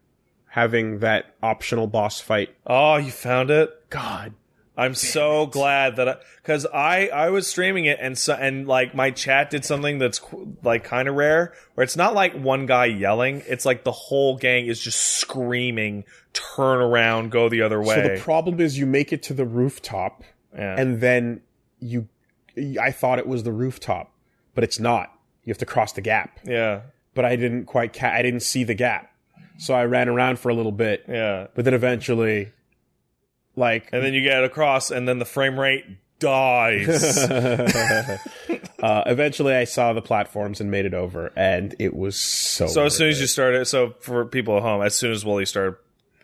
having that optional boss fight. Oh, you found it? God, I'm so glad that I because I I was streaming it and so and like my chat did something that's qu- like kind of rare where it's not like one guy yelling it's like the whole gang is just screaming turn around go the other so the way problem is you make it to the rooftop yeah. and then you i thought it was the rooftop but it's not you have to cross the gap yeah but i didn't quite ca- i didn't see the gap so i ran around for a little bit yeah but then eventually like <laughs> <laughs> uh, and then you get across and then the frame rate <laughs> dies uh, eventually i saw the platforms and made it over and it was so so as soon as you started so for people at home as soon as Wooly started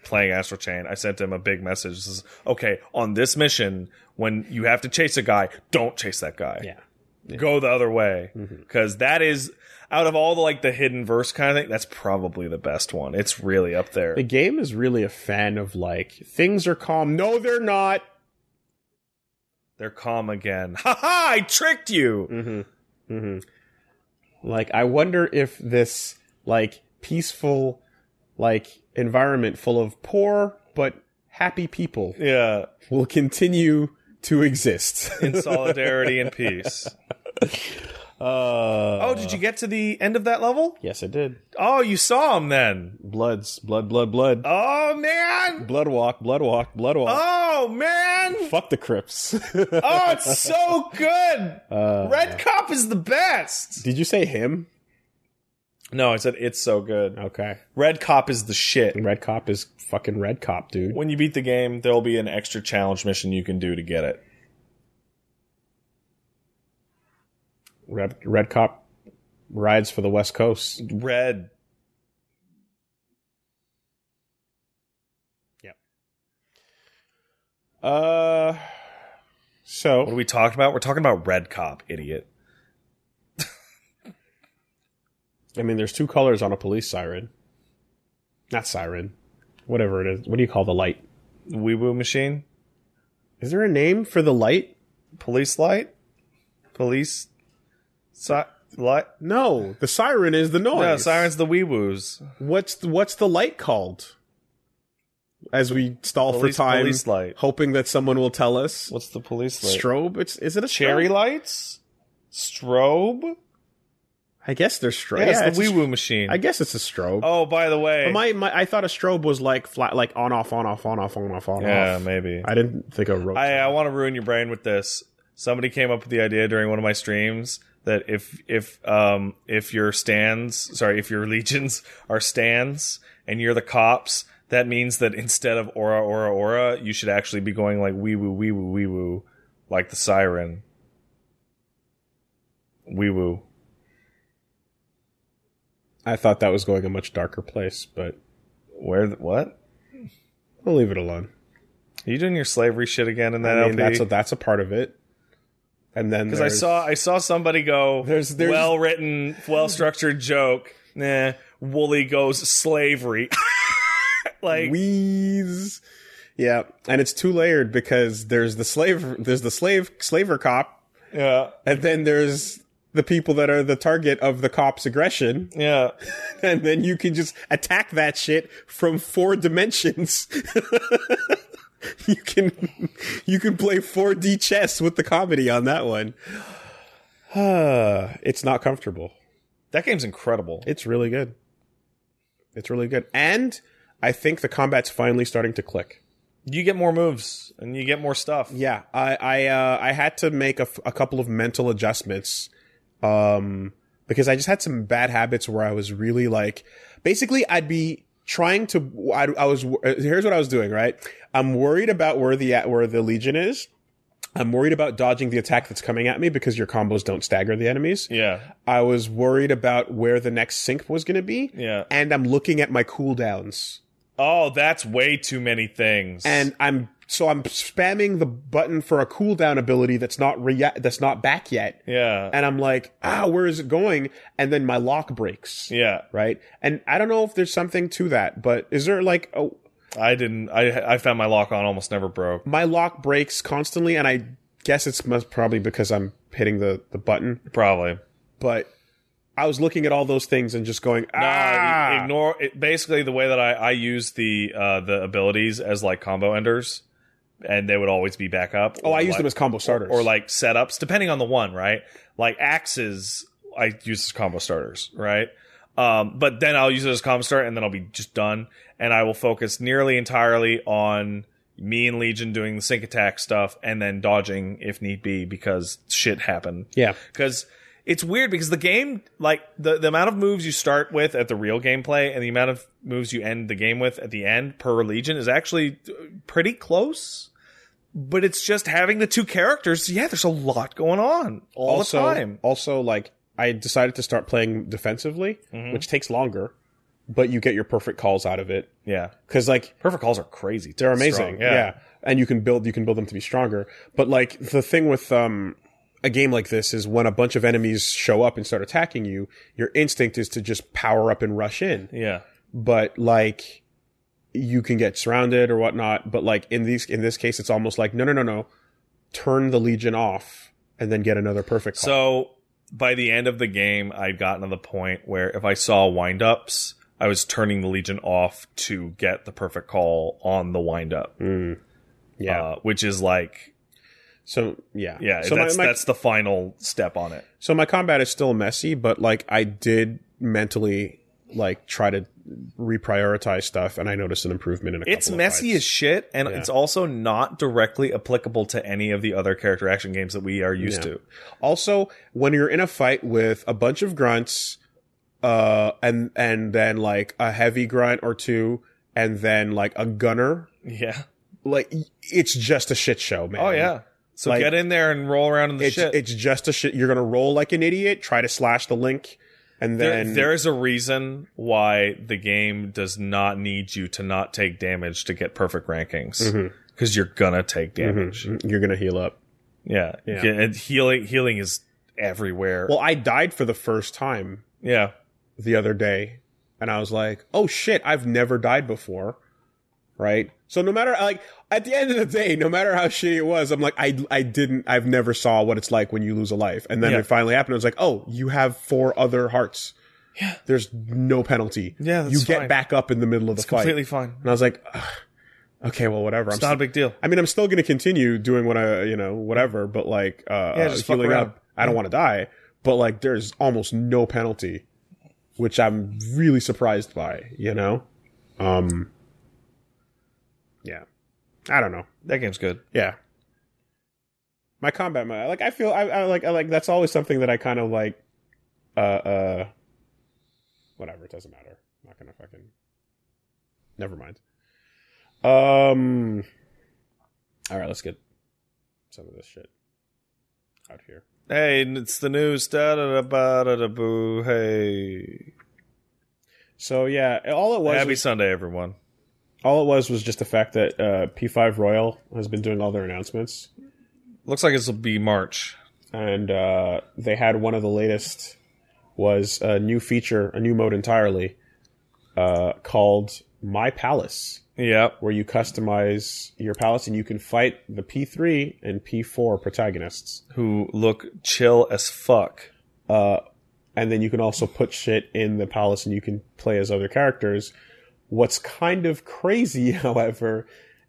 playing Astral Chain I sent him a big message this is, okay on this mission when you have to chase a guy don't chase that guy yeah go the other way because is out of all the like the hidden verse kind of thing that's probably the best one it's really up there the game is really a fan of like things are calm no they're not they're calm again ha ha i tricked you Mm-hmm. Mm-hmm. Like, I wonder if this like peaceful, like environment full of poor but happy people yeah will continue to <laughs> exist. in solidarity and peace uh, <laughs> oh did you get to the end of that level yes, it did. oh you saw him then Bloods, blood, blood, blood, oh man blood walk, blood walk, blood walk. oh man Fuck the <laughs> Crips. oh it's so good uh, red cop is the best did you say him? no i said it's so good Okay. red cop is the shit Red Cop is fucking Red Cop, dude. when you beat the game, there'll be an extra challenge mission you can do to get it. Red, Red Cop rides for the West Coast. Red. Uh, so What are we talking about? We're talking about red cop, idiot. I mean, there's two colors on a police siren. Not siren. Whatever it is. What do you call the light? Weeboo machine? Is there a name for the light? Police light? Police si- light? No, the siren is the noise. No, sirens the weeboos. What's the, what's the light called? As we stall Police- for time, police light. hoping that someone will tell us. What's the police light? strobe? It's is it a Cherry Strobe? lights? Strobe? I guess there's strobe. Yes, yeah, yeah, it's the a wee stro- woo machine. I guess it's a strobe. oh, by the way. But my, my I thought a strobe was like flat, like on off, on off, on off, on off, on yeah, off. maybe. I didn't think a rope. I, I want to ruin your brain with this. somebody came up with the idea during one of my streams that if if um if your stands sorry if your <laughs> legions are stands and you're the cops that means that instead of aura aura aura you should actually be going like wee woo wee woo wee woo like the siren wee woo I thought that was going a much darker place, but where the, what I'll leave it alone. are you doing your slavery shit again in I that mean, LP? that's a, that's a part of it. And then Because I there's- saw I saw somebody go There's- there's- well written, well structured joke. Nah, Wooly goes slavery. <laughs> like Wheeze. Yeah, and it's two layered because there's the slave, there's the slave slaver cop, yeah, and then there's the people that are the target of the cop's aggression, <laughs> yeah. and then you can just attack that shit from four dimensions. <laughs> you can you can play 4D chess with the comedy on that one. <sighs> it's not comfortable. That game's incredible. It's really good. It's really good, and I think the combat's finally starting to click. You get more moves and you get more stuff. Yeah, I I uh, I had to make a, f- a couple of mental adjustments, um, because I just had some bad habits where I was really like, basically, I'd be trying to. I, I was wor- uh, here's what I was doing. Right, I'm worried about where the at where the legion is. I'm worried about dodging the attack that's coming at me because your combos don't stagger the enemies. Yeah, I was worried about where the next sync was going to be, yeah. and I'm looking at my cooldowns. Oh, that's way too many things. and I'm so I'm spamming the button for a cooldown ability that's not rea- that's not back yet, yeah, and I'm like, ah, where is it going? And then my lock breaks, yeah. right? And I don't know if there's something to that, but is there like a, I didn't. I I found my lock on almost never broke. my lock breaks constantly, and I guess it's must probably because I'm hitting the the button, Probably. but I was looking at all those things and just going, No, ah, i- ignore it, basically the way that I, I use the uh, the abilities as like combo enders, and they would always be back up. oh, or I use like- them as combo starters, or like setups, depending on the one, right? Like axes, I use as combo starters, right? Um, but then I'll use it as combo starter, and then I'll be just done, and I will focus nearly entirely on me and Legion doing the sync attack stuff, and then dodging if need be because shit happened yeah, because it's weird because the game like the, the amount of moves you start with at the real gameplay and the amount of moves you end the game with at the end per legion is actually uh, pretty close but it's just having the two characters yeah there's a lot going on all also, the time Also, like I decided to start playing defensively, Mm-hmm. which takes longer, but you get your perfect calls out of it yeah because like perfect calls are crazy they're strong, amazing. yeah. and you can build you can build them to be stronger. But like the thing with um a game like this is when a bunch of enemies show up and start attacking you, your instinct is to just power up and rush in. yeah But like you can get surrounded or whatnot. But like in these in this case, it's almost like no no no no, turn the legion off and then get another perfect. Call. So by the end of the game, I'd gotten to the point where if I saw windups, I was turning the Legion off to get the perfect call on the windup. Mm. Yeah. Uh, which is like, So yeah, yeah, So that's my, my, that's the final step on it. so my combat is still messy, but like I did mentally like try to reprioritize stuff, and I noticed an improvement in a. It's couple of messy fights. as shit, and Yeah. it's also not directly applicable to any of the other character action games that we are used Yeah. to. Also, when you're in a fight with a bunch of grunts, uh, and and then like a heavy grunt or two, and then like a gunner, Yeah. like it's just a shit show, man. Oh yeah. So Like- get in there and roll around in the It's shit. it's just a shit. You're gonna roll like an idiot, try to slash the link, and There- then there is a reason why the game does not need you to not take damage to get perfect rankings Mm-hmm. because you're gonna take damage. you're gonna heal up. Mm-hmm. Yeah, Yeah. Yeah, and healing healing is everywhere. Well, I died for the first time yeah, the other day, and I was like, "Oh shit, I've never died before." Right? So no matter like at the end of the day, no matter how shitty it was, I'm like, "I I didn't I've never saw what it's like when you lose a life." And then Yeah. it finally happened. I was like, "Oh, you have four other hearts." Yeah. There's no penalty. Yeah, that's you get fine. back up in the middle of the it's fight. completely fine. and I was like, "Ugh, "Okay, well, whatever." It's I'm not a big deal. I mean, I'm still going to continue doing what I, you know, whatever, but like, uh, Yeah, uh, just fuck healing around. up. I don't want to die, but like, there's almost no penalty, which I'm really surprised by, you know? Um, yeah. I don't know. That game's good. Yeah. my combat mode. Like I feel I, I like I like that's always something that I kind of like uh uh whatever, it doesn't matter. I'm not gonna fucking never mind. Um Alright, let's get some of this shit out here. Hey, it's the news. Da da da ba da da boo. Hey, So yeah, all it was happy was- Sunday, everyone. all it was was just the fact that uh P5 Royal has been doing all their announcements. Looks like this will be March. and uh, they had one of the latest was a new feature, a new mode entirely, uh, called My Palace, Yep. where you customize your palace and you can fight the P3 and P4 protagonists, Who look chill as fuck. uh, and then you can also put shit in the palace and you can play as other characters. What's kind of crazy, <laughs> however,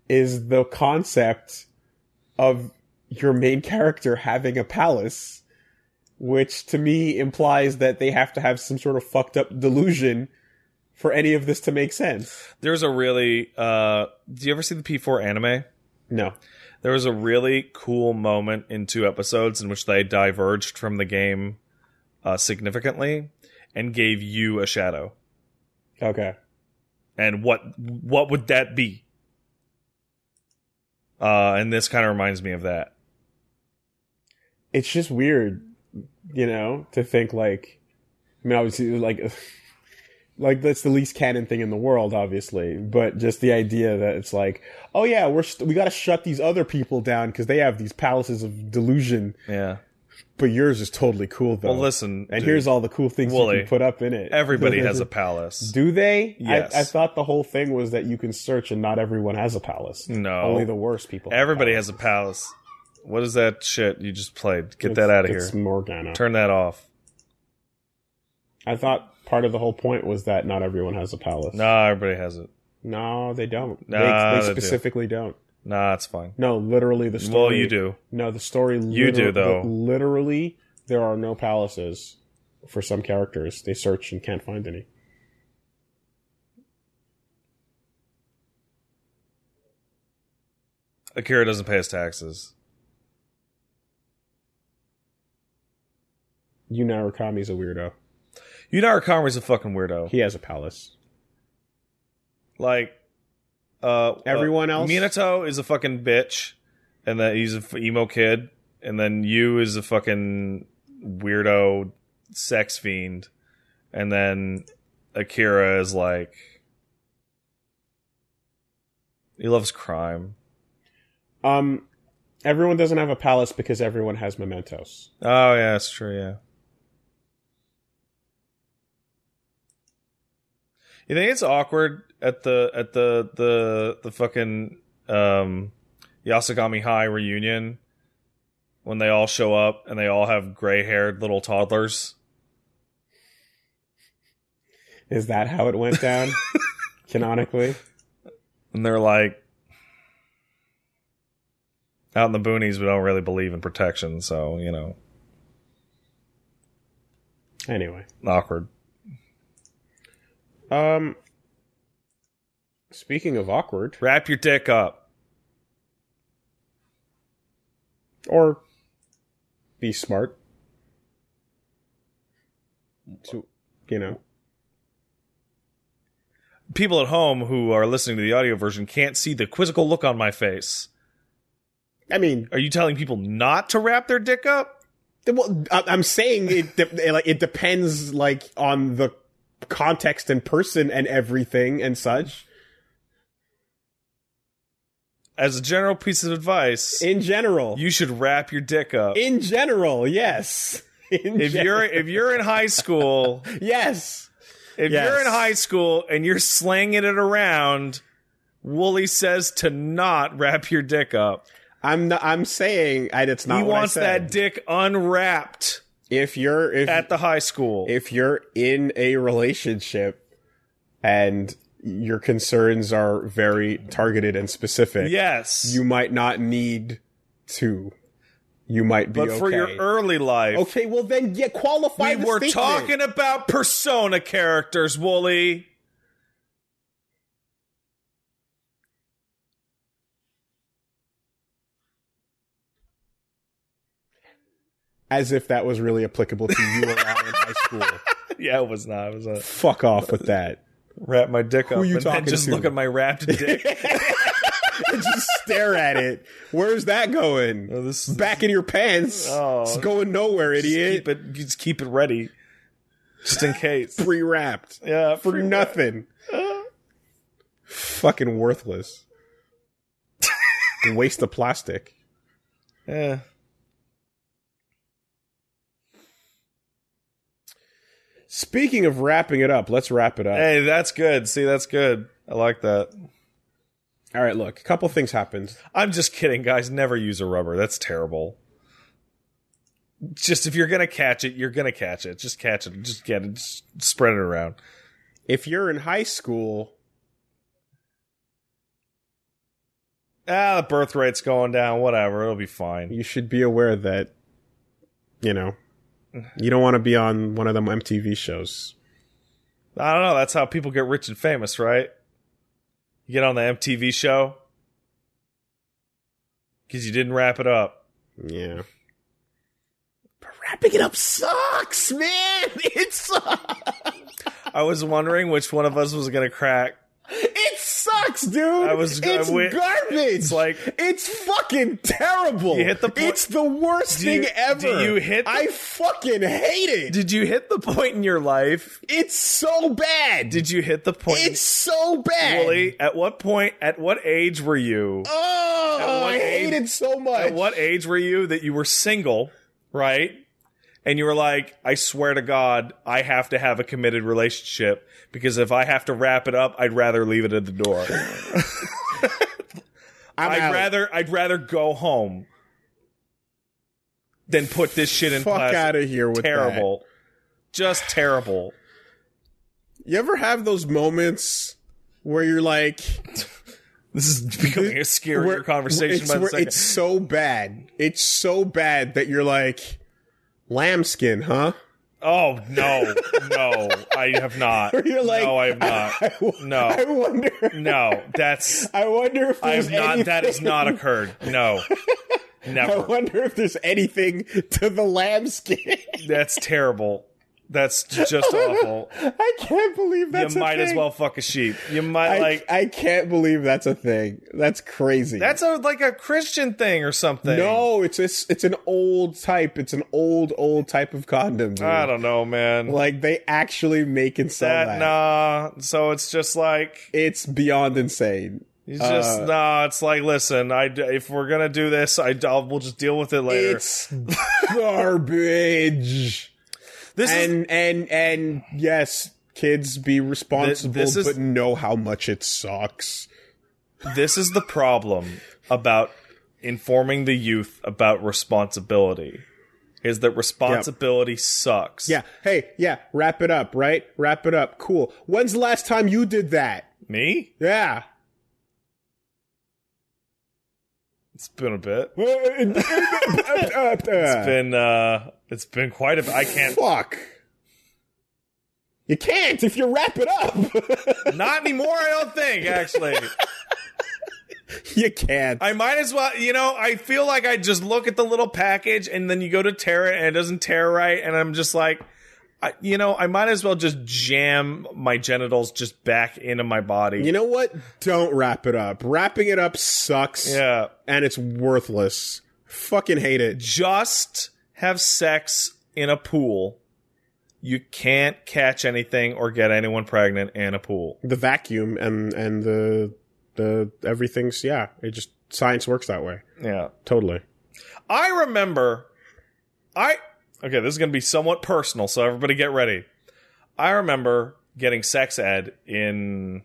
is the concept of your main character having a palace, which to me implies that they have to have some sort of fucked up delusion for any of this to make sense. There's a really. uh Do you ever see the P4 anime? No. There was a really cool moment in two episodes in which they diverged from the game uh, significantly and gave you a shadow. Okay. And what what would that be? Uh, and this kind of reminds me of that. It's just weird, you know, to think like, I mean, obviously, like, <laughs> like that's the least canon thing in the world, obviously, but just the idea that it's like, oh yeah, we're, st- we gotta shut these other people down because they have these palaces of delusion, Yeah. but yours is totally cool though. Well, listen. And dude, here's all the cool things Wooly, you can put up in it. <laughs> everybody has a palace. Do they? Yes. I, I thought the whole thing was that you can search and not everyone has a palace. No. Only the worst people. have Everybody a has a palace. What is that shit you just played? Get palace. that out of It's- here. It's Morgana. Turn that off. I thought part of the whole point was that not everyone has a palace. Nah, everybody has it. No, they don't. No, they, they they do. specifically do. not Nah, it's fine. No, literally the story. Well, you do. No, the story. You do, though. Literally, there are no palaces for some characters. They search and can't find any. Akira doesn't pay his taxes. Yu Narukami's a weirdo. You know, Arakamaru's a fucking weirdo. He has a palace. like, uh, Everyone uh, else? Minato is a fucking bitch, and then he's a f- emo kid, and then you is a fucking weirdo sex fiend, and then Akira is like, he loves crime. Um, everyone doesn't have a palace because everyone has mementos. Oh yeah, that's true. Yeah. You think it's awkward at the at the the the fucking um, Yasugami High reunion when they all show up and they all have gray haired little toddlers? Is that how it went <laughs> down? Canonically, and they're like out in the boonies we don't really believe in protection so you know anyway. awkward Um, speaking of awkward, wrap your dick up or be smart to you know people at home who are listening to the audio version can't see the quizzical look on my face i mean are you telling people not to wrap their dick up the- well, I- i'm saying it de- <laughs> like it depends like on the context and person and everything and such as a general piece of advice in general you should wrap your dick up in general yes <laughs> in if gen- you're if you're in <laughs> high school yes if you're Yes. in high school and you're slanging it around Wooly says to not wrap your dick up. i'm not i'm saying I, it's not he what I wants said. that dick unwrapped if you're if at the high school. if you're in a relationship and your concerns are very targeted and specific yes, you might not need two. You might be but for okay. your early life, okay, well then, yeah, qualify. we the were statement. talking about persona characters, Wooly. <laughs> as if that was really applicable to you or I in high school. yeah, it was not. It was a Fuck off with that. <laughs> wrap my dick up you and then talking just to? look at my <laughs> wrapped dick. And Just stare at it. Where's that going? Oh, this- It's Back in your pants. Oh. it's going nowhere, idiot. keep it, just keep it ready, just in <laughs> case. Pre-wrapped Yeah, for free- nothing. Fucking worthless. Waste of plastic. Yeah. Speaking of wrapping it up, let's wrap it up. Hey, that's good. See, that's good. I like that. All right, look, a couple things happened. I'm just kidding, guys. Never use a rubber. That's terrible. Just if you're gonna catch it, you're gonna catch it. Just catch it. Just get it. Just spread it around. If you're in high school, Ah, the birth rate's going down. Whatever, it'll be fine. you should be aware that, you know, you don't want to be on one of them MTV shows. I don't know. That's how people get rich and famous, right? You get on the MTV show because you didn't wrap it up. Yeah. But wrapping it up sucks, man. <laughs> It sucks. I was wondering which one of us was gonna crack. It sucks, dude. I was- I it's went- garbage. It's like- it's fucking terrible. You hit the point- it's the worst Do thing you- ever. do you hit the- I fucking hate it. Did you hit the point in your life? It's so bad. Did you hit the point? it's so bad. Wooly, at what point? At what age were you? At Oh, what I hate age- it so much. At what age were you that you were single, right? And you were like, I swear to God, I have to have a committed relationship because if I have to wrap it up, I'd rather leave it at the door. I'm I'd out. rather I'd rather go home than put this shit in fuck plastic. out of here with terrible. Just terrible. that. You ever have those moments where you're like, This is <laughs> becoming a scarier where- conversation it's, by the where second. it's so bad, it's so bad that you're like, lambskin, huh? <laughs> Oh no, no, I have not. Where <laughs> you're like, no, I have <laughs> not. I, I- No. I wonder. No, <laughs> that's I wonder if I there's have not. That has anything- not occurred. <laughs> No, I never. wonder if there's anything to the lambskin. <laughs> That's terrible. That's just awful. I can't believe <laughs> that's you a might as thing. well fuck a sheep. You might I, like. I can't believe that's a thing. That's crazy. that's a like a Christian thing or something. No, it's it's it's an old type. It's an old old type of condom. Dude. I don't know, man. Like they actually make and sell that. that, nah. So it's just like It's beyond insane. it's just Uh, nah. It's like listen, I d- if we're gonna do this, I will we'll just deal with it later. It's garbage. <laughs> this is and and and yes, kids be responsible, this is- but know how much it sucks. this is the problem about informing the youth about responsibility is that responsibility sucks. Yeah. Hey. Yeah. Wrap it up. Right. Wrap it up. Cool. When's the last time you did that? Me? Yeah. It's been a bit. <laughs> It's it's been uh it's been quite a bit. I <laughs> can't Fuck. You can't if you wrap it up. <laughs> not anymore, I don't think, actually. you can't. I might as well you know, I feel like I just look at the little package and then you go to tear it and it doesn't tear right, and I'm just like I, you know, I might as well just jam my genitals just back into my body. You know what? Don't wrap it up. Wrapping it up sucks yeah. and it's worthless. Fucking hate it. just have sex in a pool. You can't catch anything or get anyone pregnant in a pool. The vacuum and and the the everything's yeah, it just science works that way. Yeah. Totally. I remember I okay, this is going to be somewhat personal, so everybody get ready. I remember getting sex ed in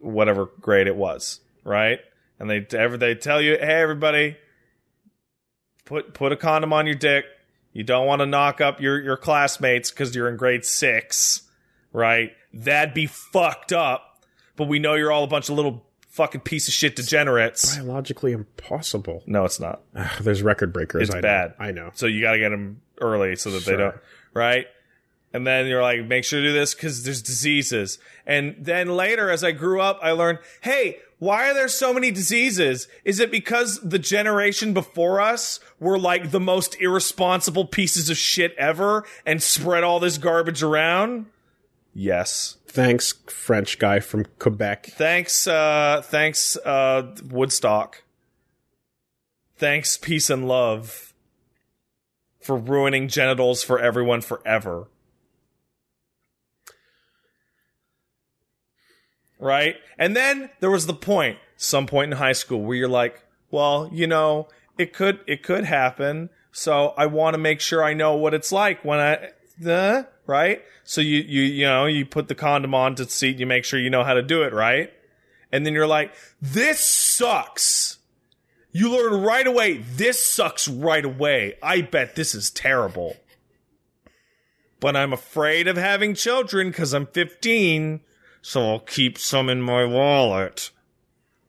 whatever grade it was, right? And they ever they tell you, "Hey everybody, put put a condom on your dick. You don't want to knock up your your classmates cuz you're in grade 6." Right? That'd be fucked up. But we know you're all a bunch of little fucking piece of shit degenerates. Biologically impossible. No, it's not. Ugh, there's record breakers. It's I know. bad. I know. So you got to get them early so that they Sure. don't, right? And then you're like, make sure to do this because there's diseases. And then later, as I grew up, I learned, hey, why are there so many diseases? Is it because the generation before us were like the most irresponsible pieces of shit ever and spread all this garbage around? Yes. Thanks, French guy from Quebec. Thanks, uh, thanks, uh, Woodstock. Thanks, peace and love for ruining genitals for everyone forever. Right? And then there was the point, some point in high school where you're like, well, you know, it could, it could happen. So I want to make sure I know what it's like when I, uh, right? So you, you, you know, you put the condom on to see, you make sure you know how to do it, right? And then you're like, this sucks. You learn right away, this sucks right away. I bet this is terrible. But I'm afraid of having children because I'm 15, so I'll keep some in my wallet.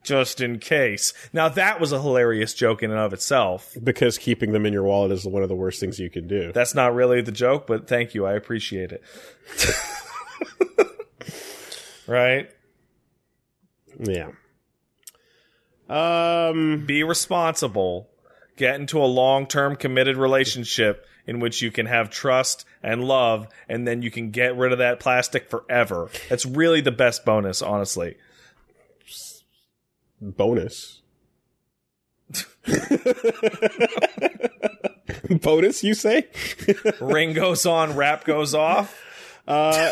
Just in case. Now that was a hilarious joke in and of itself. Because keeping them in your wallet is one of the worst things you can do. That's not really the joke, but thank you. I appreciate it. <laughs> right? Yeah. Um. Be responsible. Get into a long term committed relationship in which you can have trust and love, and then you can get rid of that plastic forever. That's really the best bonus, honestly. Bonus. <laughs> Bonus, you say? Ring goes on, rap goes off. Uh,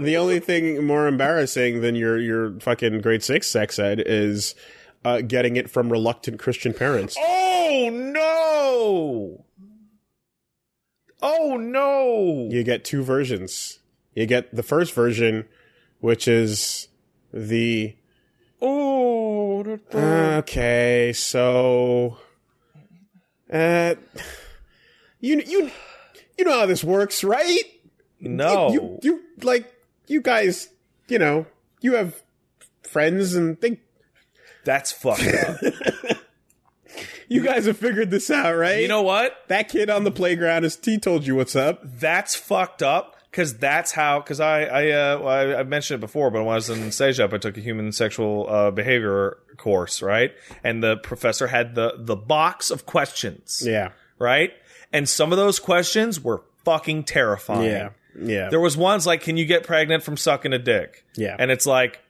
the only thing more embarrassing than your your fucking grade six sex ed is uh, getting it from reluctant Christian parents. Oh no! Oh no! You get two versions. You get the first version, which is the Oh, the- the- okay. So, uh, you you you know how this works, right? no! you, you like you guys you know you have friends and think That's fucked up. you guys have figured this out right you know what? that kid on the playground is he told you what's up that's fucked up because that's how because I I, uh, well, I I mentioned it before, but when I was in stage up, I took a human sexual uh, behavior course, right? And the professor had the the box of questions, yeah right? And some of those questions were fucking terrifying. yeah yeah There was ones like, "Can you get pregnant from sucking a dick?" yeah <laughs> And it's like,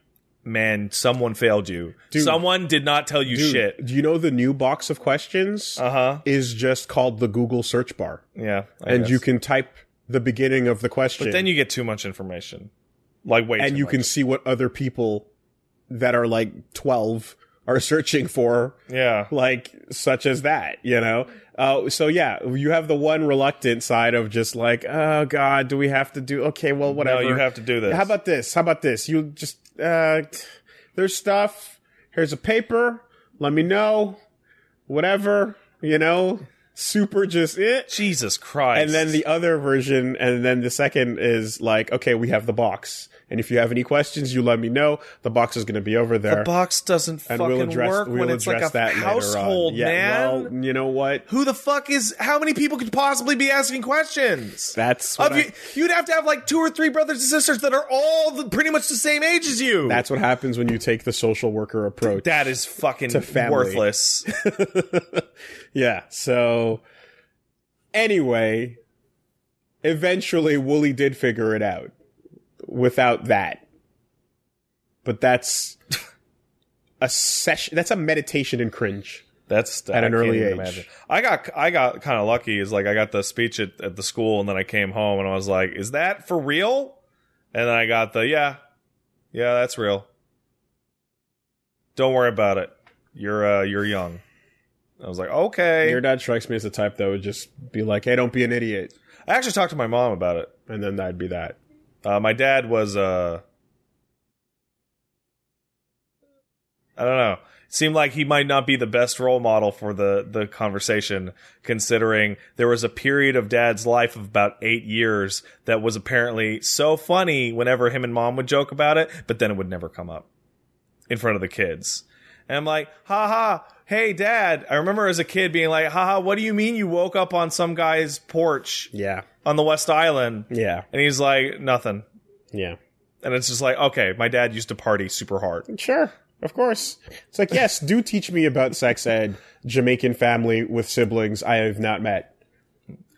man, someone failed you. someone did not tell you Dude, shit. do you know the new box of questions Uh huh. is just called the google search bar Yeah. I and guess. you can type the beginning of the question But then you get too much information. Like wait. and you can see what other people that are like 12 are searching for can. Yeah. like such as that, you know. Uh, so yeah, you have the one reluctant side of just like, oh god, do we have to do? Okay, well, No, <laughs> whatever. you have to do this. How about this? How about this? You just uh, there's stuff. Here's a paper. Let me know. Whatever you know. Super just it. Jesus Christ. And then the other version, and then the second is like, okay, we have the box, and if you have any questions, you let me know. The box is going to be over there. the box doesn't and fucking we'll address work we'll when it's like address a that household, later on. Yeah, man. well, you know what? Who the fuck is? How many people could possibly be asking questions? That's what Of I- you, you'd have to have like two or three brothers and sisters that are all the, pretty much the same age as you. that's what happens when you take the social worker approach. that is fucking family. worthless. yeah. So anyway, eventually Wooly did figure it out without that. But <laughs> that's a session that's a meditation in cringe. At That's an I can't early even age. imagine. I got I got kind of lucky. Is like I got the speech at, at the school, and then I came home and I was like, "Is that for real?" And then I got the yeah, yeah, that's real. Don't worry about it. You're uh, you're young. I was like, okay. Your dad strikes me as the type that would just be like, "Hey, don't be an idiot." I actually talked to my mom about it. And then that'd be that. Uh, my dad was uh, I don't know. It seemed like he might not be the best role model for the the conversation, considering there was a period of dad's life of about eight years that was apparently so funny whenever him and mom would joke about it, but then it would never come up in front of the kids. And I'm like, ha ha, hey dad. I remember as a kid being like, ha ha, what do you mean you woke up on some guy's porch Yeah. on the West Island? Yeah. And he's like, nothing. Yeah. And it's just like, okay, my dad used to party super hard. Sure. Of course. It's like, yes, do teach me about sex ed, Jamaican family with siblings I have not met.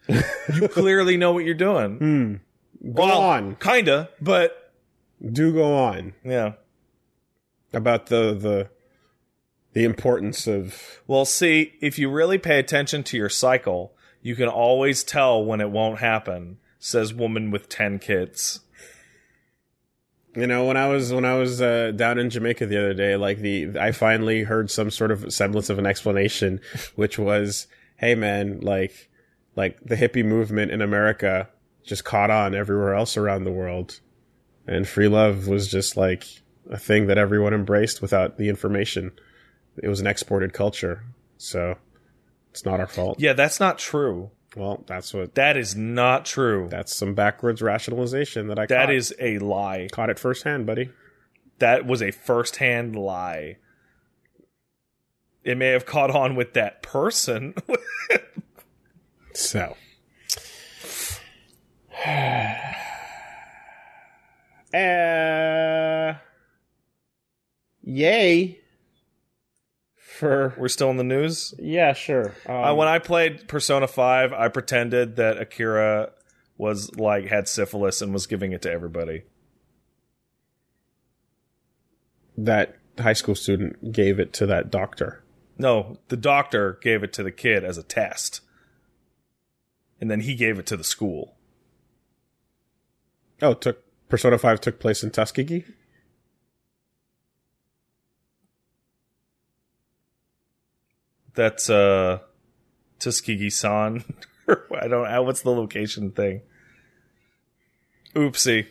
You clearly know what you're doing. Hmm. Go on. <laughs> Kinda, but Do go on. yeah. About the, the, the importance of, Well, see, if you really pay attention to your cycle, you can always tell when it won't happen, says woman with 10 kids. you know, when I was, when I was, uh, down in Jamaica the other day, like the, I finally heard some sort of semblance of an explanation, which was, hey man, like, like the hippie movement in America just caught on everywhere else around the world. And free love was just like a thing that everyone embraced without the information. It was an exported culture. So it's not our fault. Yeah, that's not true. Well, that's what That is not true. that's some backwards rationalization that I That caught. is a lie. caught it firsthand, buddy. That was a first-hand lie. It may have caught on with that person. So <sighs> uh yay for <laughs> We're still in the news. yeah, sure. Um, Uh, when I played Persona 5, I pretended that Akira was like had syphilis and was giving it to everybody. that high school student gave it to that doctor. No, the doctor gave it to the kid as a test. And then he gave it to the school. Oh, it took Persona 5 took place in Tuskegee? That's uh Tuskegee San. <laughs> I don't know what's the location thing. Oopsie.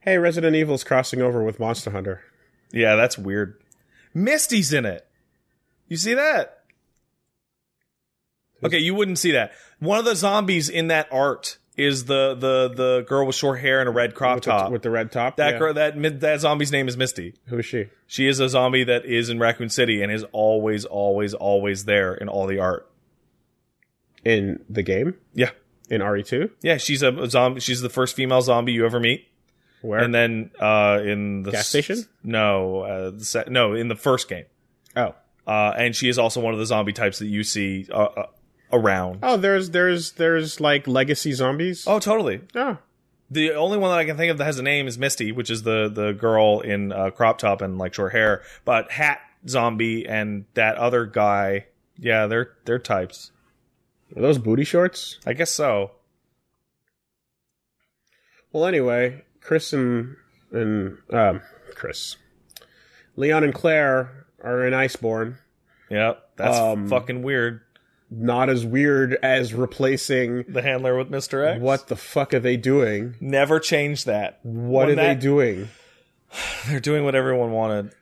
Hey, Resident Evil's crossing over with Monster Hunter. Yeah, that's weird. Misty's in it. You see that? Okay, you wouldn't see that. One of the zombies in that art is the the the girl with short hair and a red crop with, top. The, with the red top. that Yeah. girl that mid- that zombie's name is Misty. Who is she? She is a zombie that is in Raccoon City and is always, always, always there in all the art. In the game? Yeah. In E RE2? Yeah, she's a, a zombie. She's the first female zombie you ever meet. Where? And then uh, in the Gas s- station? No, uh, the se- no, in the first game. oh. Uh, and she is also one of the zombie types that you see uh, uh, around. Oh, there's there's there's like legacy zombies. Oh, totally. Oh. The only one that I can think of that has a name is Misty, which is the the girl in uh, crop top and like short hair. But Hat Zombie and that other guy, yeah, they're they're types. Are those booty shorts? I guess so. Well, anyway, Chris and and um, Chris, Leon and Claire are in Iceborne. Yep, that's Um, fucking weird. Not as weird as replacing. The handler with Mister X. What the fuck are they doing? Never change that. <laughs> What When are that- they doing? They're doing what everyone wanted.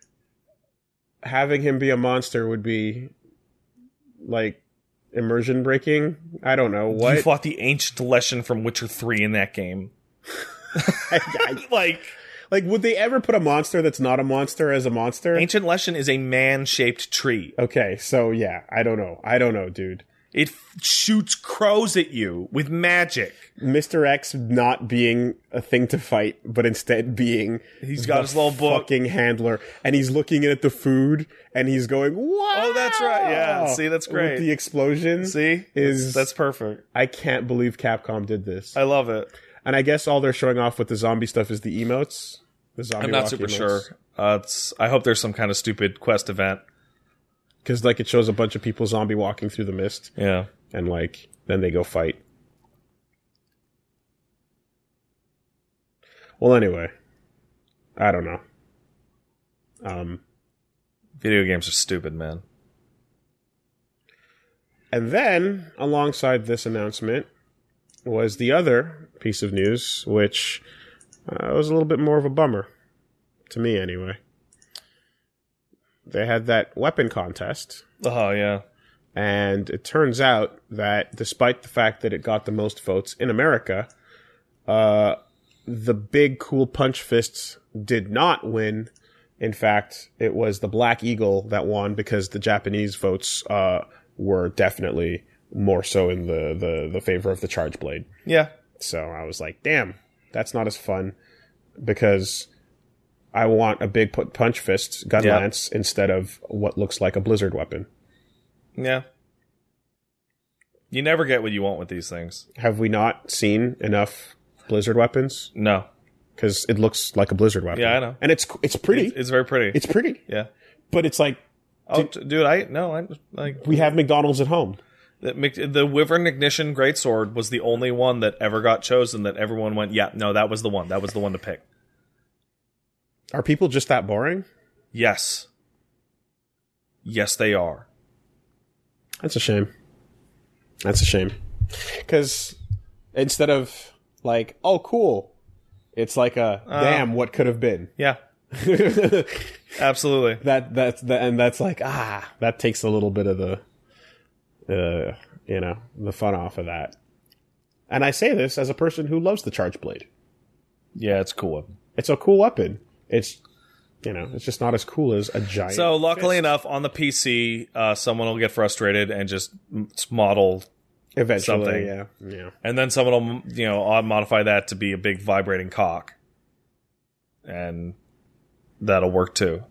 Having him be a monster would be like immersion breaking. I don't know <laughs> You <laughs> what. fought the ancient Leshen from Witcher Three in that game. like like, would they ever put a monster that's not a monster as a monster? ancient Leshen is a man-shaped tree. Okay, so yeah, I don't know. I don't know, dude. It f- shoots crows at you with magic. Mr. X not being a thing to fight, but instead being He's got the his little book. fucking handler, and he's looking at the food, and he's going, "Wow!" Oh, that's right. Yeah. See, that's great. With the explosion. See, Is- that's perfect. I can't believe Capcom did this. I love it. and I guess all they're showing off with the zombie stuff is the emotes. The zombie I'm not super sure. Uh, it's, I hope there's some kind of stupid quest event. because like it shows a bunch of people zombie walking through the mist, Yeah. and like then they go fight. Well, anyway, I don't know. Um. Video games are stupid, man. And then, alongside this announcement, was the other piece of news, which uh, was a little bit more of a bummer, to me anyway. They had that weapon contest, Oh yeah. and it turns out that despite the fact that it got the most votes in America, uh, the big cool punch fists did not win. In fact, it was the Black Eagle that won because the Japanese votes uh, were definitely more so in the, the, the favor of the Charge Blade. Yeah. So I was like, damn, That's not as fun because I want a big pu- punch fist gun Yeah. lance instead of what looks like a blizzard weapon. Yeah. You never get what you want with these things. Have we not seen enough blizzard weapons? No. Because it looks like a blizzard weapon. Yeah, I know. And it's it's pretty. It's very pretty. It's pretty, yeah. but it's like Oh, t- dude, I no, I'm like we have McDonald's at home. the, Mc- the Wyvern Ignition Greatsword was the only one that ever got chosen that everyone went, yeah, no, that was the one. That was the one to pick. Are people just that boring? Yes. Yes, they are. That's a shame. That's a shame. because instead of like oh cool it's like a Uh. Damn, what could have been? <laughs> Yeah, that absolutely. that's the and that's like ah Ah, that takes a little bit of the, uh, you know, the fun off of that. And I say this as a person who loves the charge blade. Yeah, it's a cool one. It's a cool weapon. It's, you know, it's just not as cool as a giant. So luckily enough, on the PC, uh, someone will get frustrated and just m- model, eventually, something. yeah, yeah. and then someone will, you know, odd modify that to be a big vibrating cock, and that'll work too.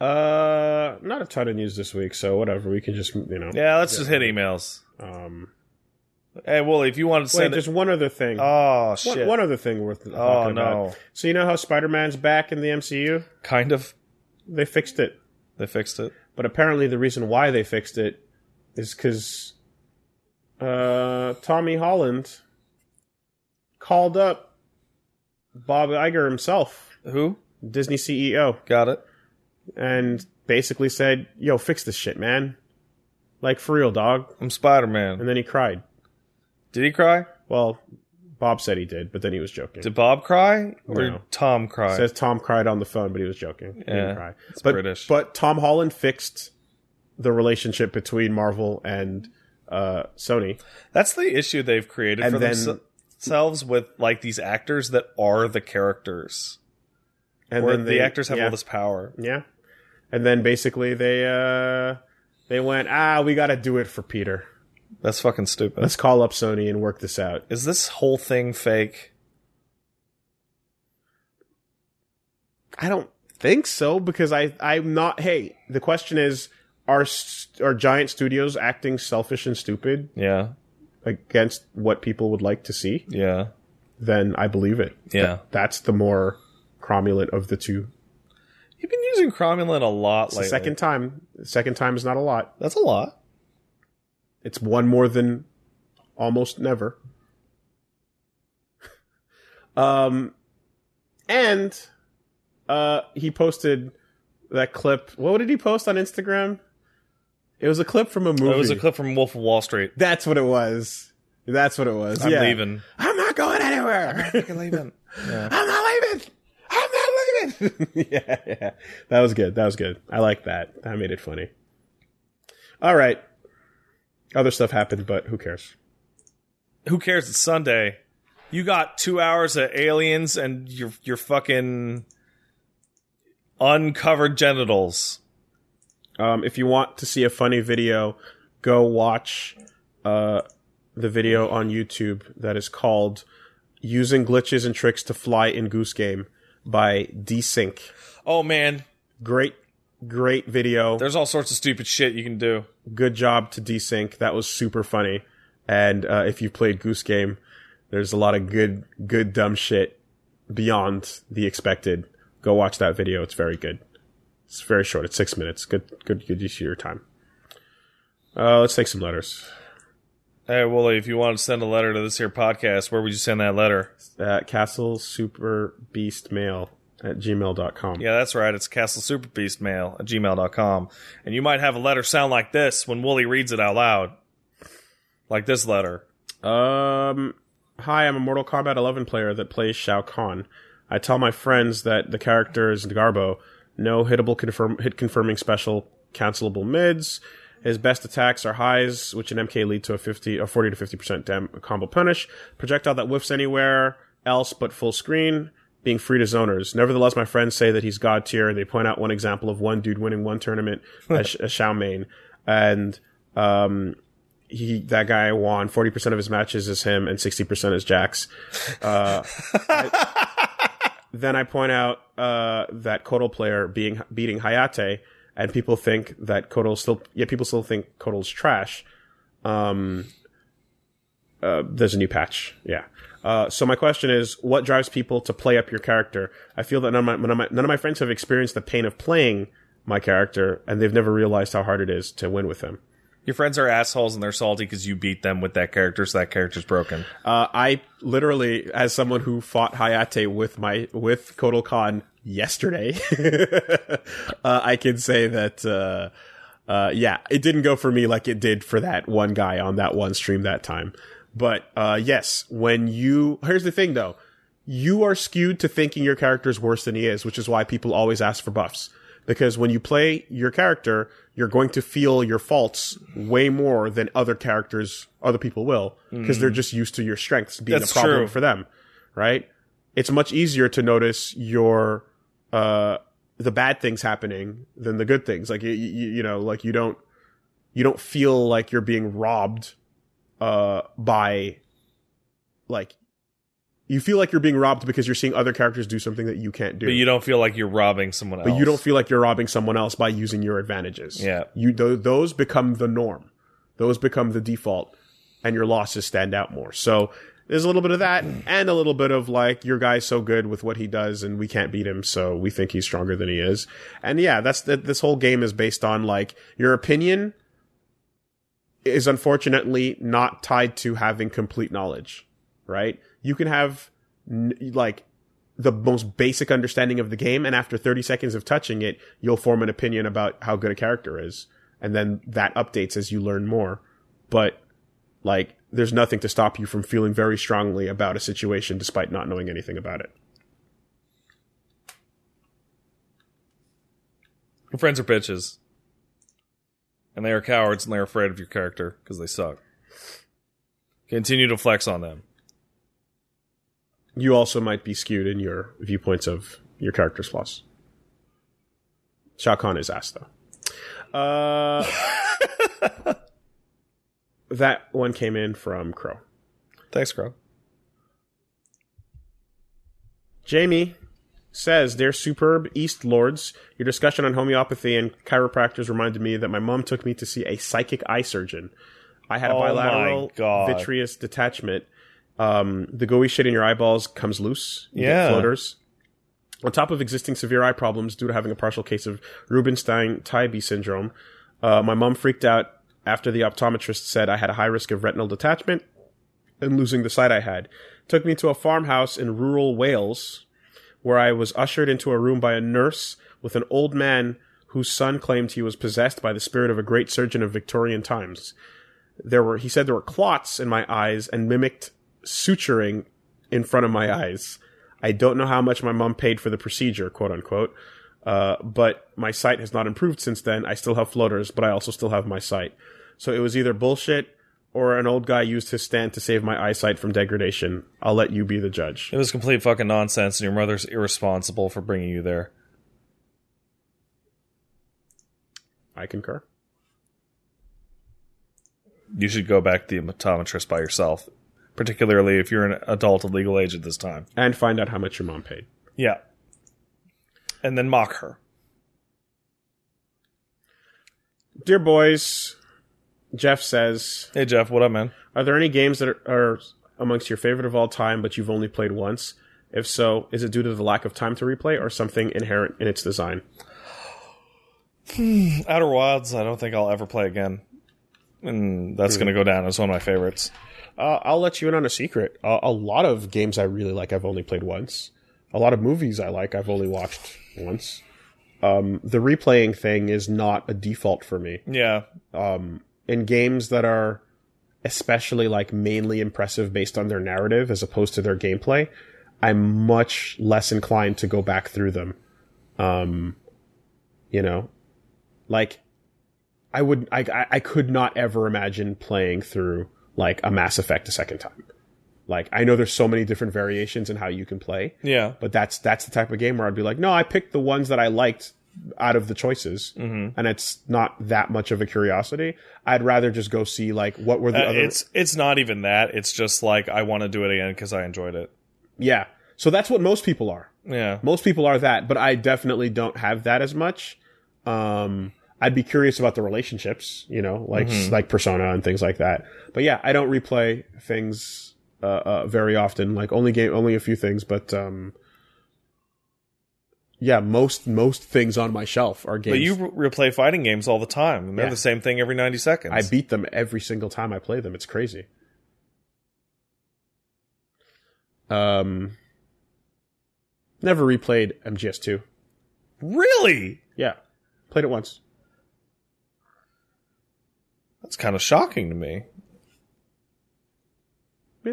Uh, not a ton of news this week, so whatever. We can just, you know, Yeah, let's just hit emails. um. Hey, Wooly, if you want to Wait, send there's one other thing. it, oh One- shit, One other thing worth talking oh about. no, So you know how Spider-Man's back in the MCU? kind of. They fixed it. They fixed it. But apparently, the reason why they fixed it is because uh, Tommy Holland called up Bob Iger himself, Who Disney E CEO, got it? and basically said, "Yo, fix this shit, man. Like for real, dog." I'm Spider Man. And then he cried. Did he cry? Well, Bob said he did, but then he was joking. Did Bob cry or No. Tom cry? Says Tom cried on the phone, but he was joking. He Yeah, didn't cry. it's but, British. But Tom Holland fixed the relationship between Marvel and uh, Sony. That's the issue they've created And for then- themse- themselves with like these actors that are the characters, and where then the they- actors have yeah, all this power. yeah and then basically they uh they went ah we gotta do it for peter That's fucking stupid. let's call up sony and work this out Is this whole thing fake? i don't think so because i i'm not hey the question is are s- are giant studios acting selfish and stupid Yeah, against what people would like to see yeah, then i believe it yeah. that's the more cromulent of the two You've been using Cromulent a lot it's the lately. second time second time is not a lot That's a lot. it's one more than almost never. <laughs> Um, and uh, he posted that clip. What did he post on Instagram? It was a clip from a movie. Oh, It was a clip from Wolf of Wall Street. That's what it was. That's what it was. I'm yeah. <laughs> leaving. I'm not going anywhere. Fucking leaving. I'm not leaving. <laughs> I'm not leaving. <laughs> yeah, yeah. That was good. That was good. I like that. That made it funny. All right. Other stuff happened, but who cares? Who cares? It's Sunday. You got two hours of aliens and your your fucking uncovered genitals. Um, if you want to see a funny video, go watch uh, the video on YouTube that is called "Using Glitches and Tricks to Fly in Goose Game" by Desync. Oh man, Great, great video. there's all sorts of stupid shit you can do. Good job to Desync. That was super funny. And uh, if you played Goose Game, there's a lot of good, good dumb shit beyond the expected. Go watch that video. It's very good. It's very short. It's six minutes. Good, good, good use of your time. Uh, let's take some letters. Hey, Wooly, if you want to send a letter to this here podcast, where would you send that letter? at castlesuperbeastmail at gmail.com. Yeah, that's right. It's castlesuperbeastmail at gmail.com. And you might have a letter sound like this when Wooly reads it out loud. Like this letter. Um, hi, I'm a Mortal Kombat 11 player that plays Shao Kahn. I tell my friends that the character is Garbo. No hittable confirm hit confirming special cancelable mids. His best attacks are highs, which in MK lead to a 50 or 40 to 50 percent dam- combo punish. Projectile that whiffs anywhere else but full screen. Being free to zoners. Nevertheless, my friends say that he's god tier. They point out one example of one dude winning one tournament as, as Shao main, and um, he that guy won 40% of his matches is him and 60% is Jax. Uh, I- then I point out uh, that Kotal player being beating Hayate and people think that Kotal still yeah people still think Kotal's trash. Um, uh, there's a new patch. Yeah. Uh, so my question is, what drives people to play up your character? I feel that none of, my, none of my none of my friends have experienced the pain of playing my character, and they've never realized how hard it is to win with them. Your friends are assholes and they're salty because you beat them with that character, so that character's broken. Uh, I literally, as someone who fought Hayate with my with Kotal Khan yesterday, <laughs> uh, I can say that uh, uh, yeah, it didn't go for me like it did for that one guy on that one stream that time. But uh, yes, when you here's the thing though, you are skewed to thinking your character is worse than he is, which is why people always ask for buffs. Because when you play your character, you're going to feel your faults way more than other characters, other people will, because they're just used to your strengths being Mm. That's a problem true. for them, right? It's much easier to notice your, uh, the bad things happening than the good things. Like, you, you, you know, like you don't, you don't feel like you're being robbed, uh, by, like, you feel like you're being robbed because you're seeing other characters do something that you can't do. But you don't feel like you're robbing someone else. But you don't feel like you're robbing someone else by using your advantages. Yeah. You th- those become the norm. Those become the default and your losses stand out more. So there's a little bit of that and a little bit of like your guy's so good with what he does and we can't beat him so we think he's stronger than he is. And yeah, that's that this whole game is based on like your opinion is unfortunately not tied to having complete knowledge, right? You can have n- like the most basic understanding of the game, and after 30 seconds of touching it, you'll form an opinion about how good a character is, and then that updates as you learn more. But like, there's nothing to stop you from feeling very strongly about a situation despite not knowing anything about it. Your friends are bitches. And they are cowards and they're afraid of your character because they suck. Continue to flex on them. You also might be skewed in your viewpoints of your character's flaws. Shao Kahn is ass though. Uh, that one came in from Crow. Thanks, Crow. Jamie says, Dear superb East Lords, your discussion on homeopathy and chiropractors reminded me that my mom took me to see a psychic eye surgeon. I had a Oh my bilateral God. vitreous detachment. Um, the gooey shit in your eyeballs comes loose. You get Yeah. floaters. On top of existing severe eye problems due to having a partial case of Rubinstein-Tybee syndrome, uh, my mom freaked out after the optometrist said I had a high risk of retinal detachment and losing the sight I had. Took me to a farmhouse in rural Wales where I was ushered into a room by a nurse with an old man whose son claimed he was possessed by the spirit of a great surgeon of Victorian times. There were he said there were clots in my eyes and mimicked suturing in front of my eyes. I don't know how much my mom paid for the procedure, quote unquote. Uh, but my sight has not improved since then. I still have floaters, but I also still have my sight. So it was either bullshit or an old guy used his stand to save my eyesight from degradation. I'll let you be the judge. It was complete fucking nonsense, and your mother's irresponsible for bringing you there. I concur. You should go back to the optometrist by yourself, particularly if you're an adult of legal age at this time. And find out how much your mom paid. Yeah. And then mock her. Dear boys, Jeff says, Hey, Jeff, what up, man? are there any games that are, are amongst your favorite of all time, but you've only played once? If so, is it due to the lack of time to replay or something inherent in its design? Outer Wilds, I don't think I'll ever play again. Hmm. And Mm, that's going to go down as one of my favorites. Uh, I'll let you in on a secret. Uh, a lot of games I really like, I've only played once. A lot of movies I like, I've only watched once. Um, the replaying thing is not a default for me. Yeah. um, in games that are especially like mainly impressive based on their narrative as opposed to their gameplay, I'm much less inclined to go back through them. Um, you know, like I would, I, I- I could not ever imagine playing through like a Mass Effect a second time. Like I know there's so many different variations in how you can play, Yeah. but that's that's the type of game where I'd be like, no, I picked the ones that I liked out of the choices, Mm-hmm. and it's not that much of a curiosity. I'd rather just go see like what were the Uh, other. it's it's not even that. It's just like I want to do it again because I enjoyed it. yeah, so that's what most people are. Yeah. Most people are that, but I definitely don't have that as much. Um, I'd be curious about the relationships, you know, like Mm-hmm. like Persona and things like that. But yeah, I don't replay things uh, uh, very often. Like only game, only a few things, but um, yeah, most most things on my shelf are games. But you re- replay fighting games all the time. And they're Yeah. the same thing every 90 seconds. I beat them every single time I play them. It's crazy. Um, never replayed MGS2. really? Yeah, played it once. That's kind of shocking to me. Yeah.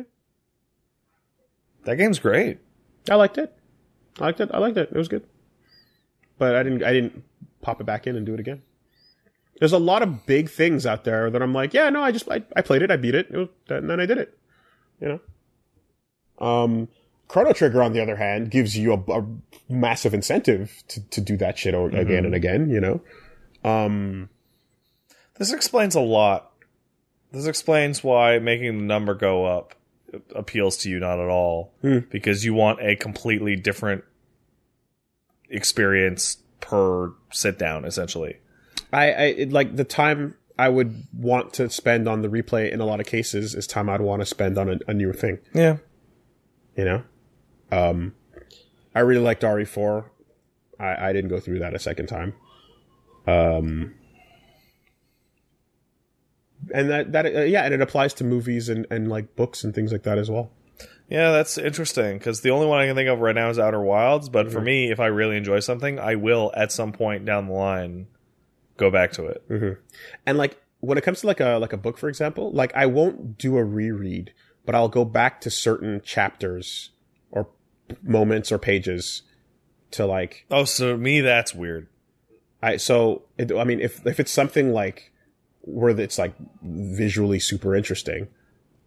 That game's great. I liked it. I liked it. I liked it. It was good. But I didn't I didn't pop it back in and do it again. There's a lot of big things out there that I'm like, yeah, no, I just I, I played it, I beat it, it was, and then I did it. You know. Um Chrono Trigger on the other hand gives you a, a massive incentive to to do that shit o- again and again, you know. Um This explains a lot. This explains why making the number go up appeals to you not at all Hmm. because you want a completely different experience per sit down essentially. I, I it, like the time I would want to spend on the replay in a lot of cases is time I'd want to spend on a, a new thing. Yeah. you know um i really liked re4 i i didn't go through that a second time um and that that uh, yeah and it applies to movies and and like books and things like that as well Yeah, that's interesting because the only one I can think of right now is Outer Wilds. But for me, if I really enjoy something, I will at some point down the line go back to it. Mm-hmm. and like when it comes to like a like a book for example like i won't do a reread but i'll go back to certain chapters or moments or pages to like Oh, so me, that's weird. I so it, I mean if if it's something like where it's like visually super interesting,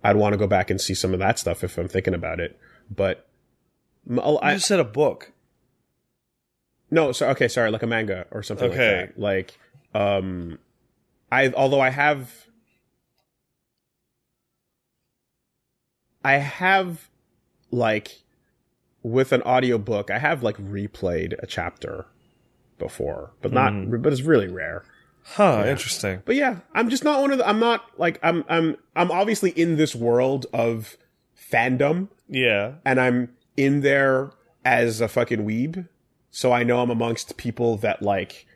I'd want to go back and see some of that stuff if I'm thinking about it. But m- I'll- I I, just said a book. no, so okay, sorry, like a manga or something Okay. like that. Like um I although I have I have like with an audiobook, I have like replayed a chapter before, but not Mm-hmm. but it's really rare. Huh, interesting. But yeah, I'm just not one of the. I'm not like I'm. I'm. I'm obviously in this world of fandom, Yeah. and I'm in there as a fucking weeb. So I know I'm amongst people that like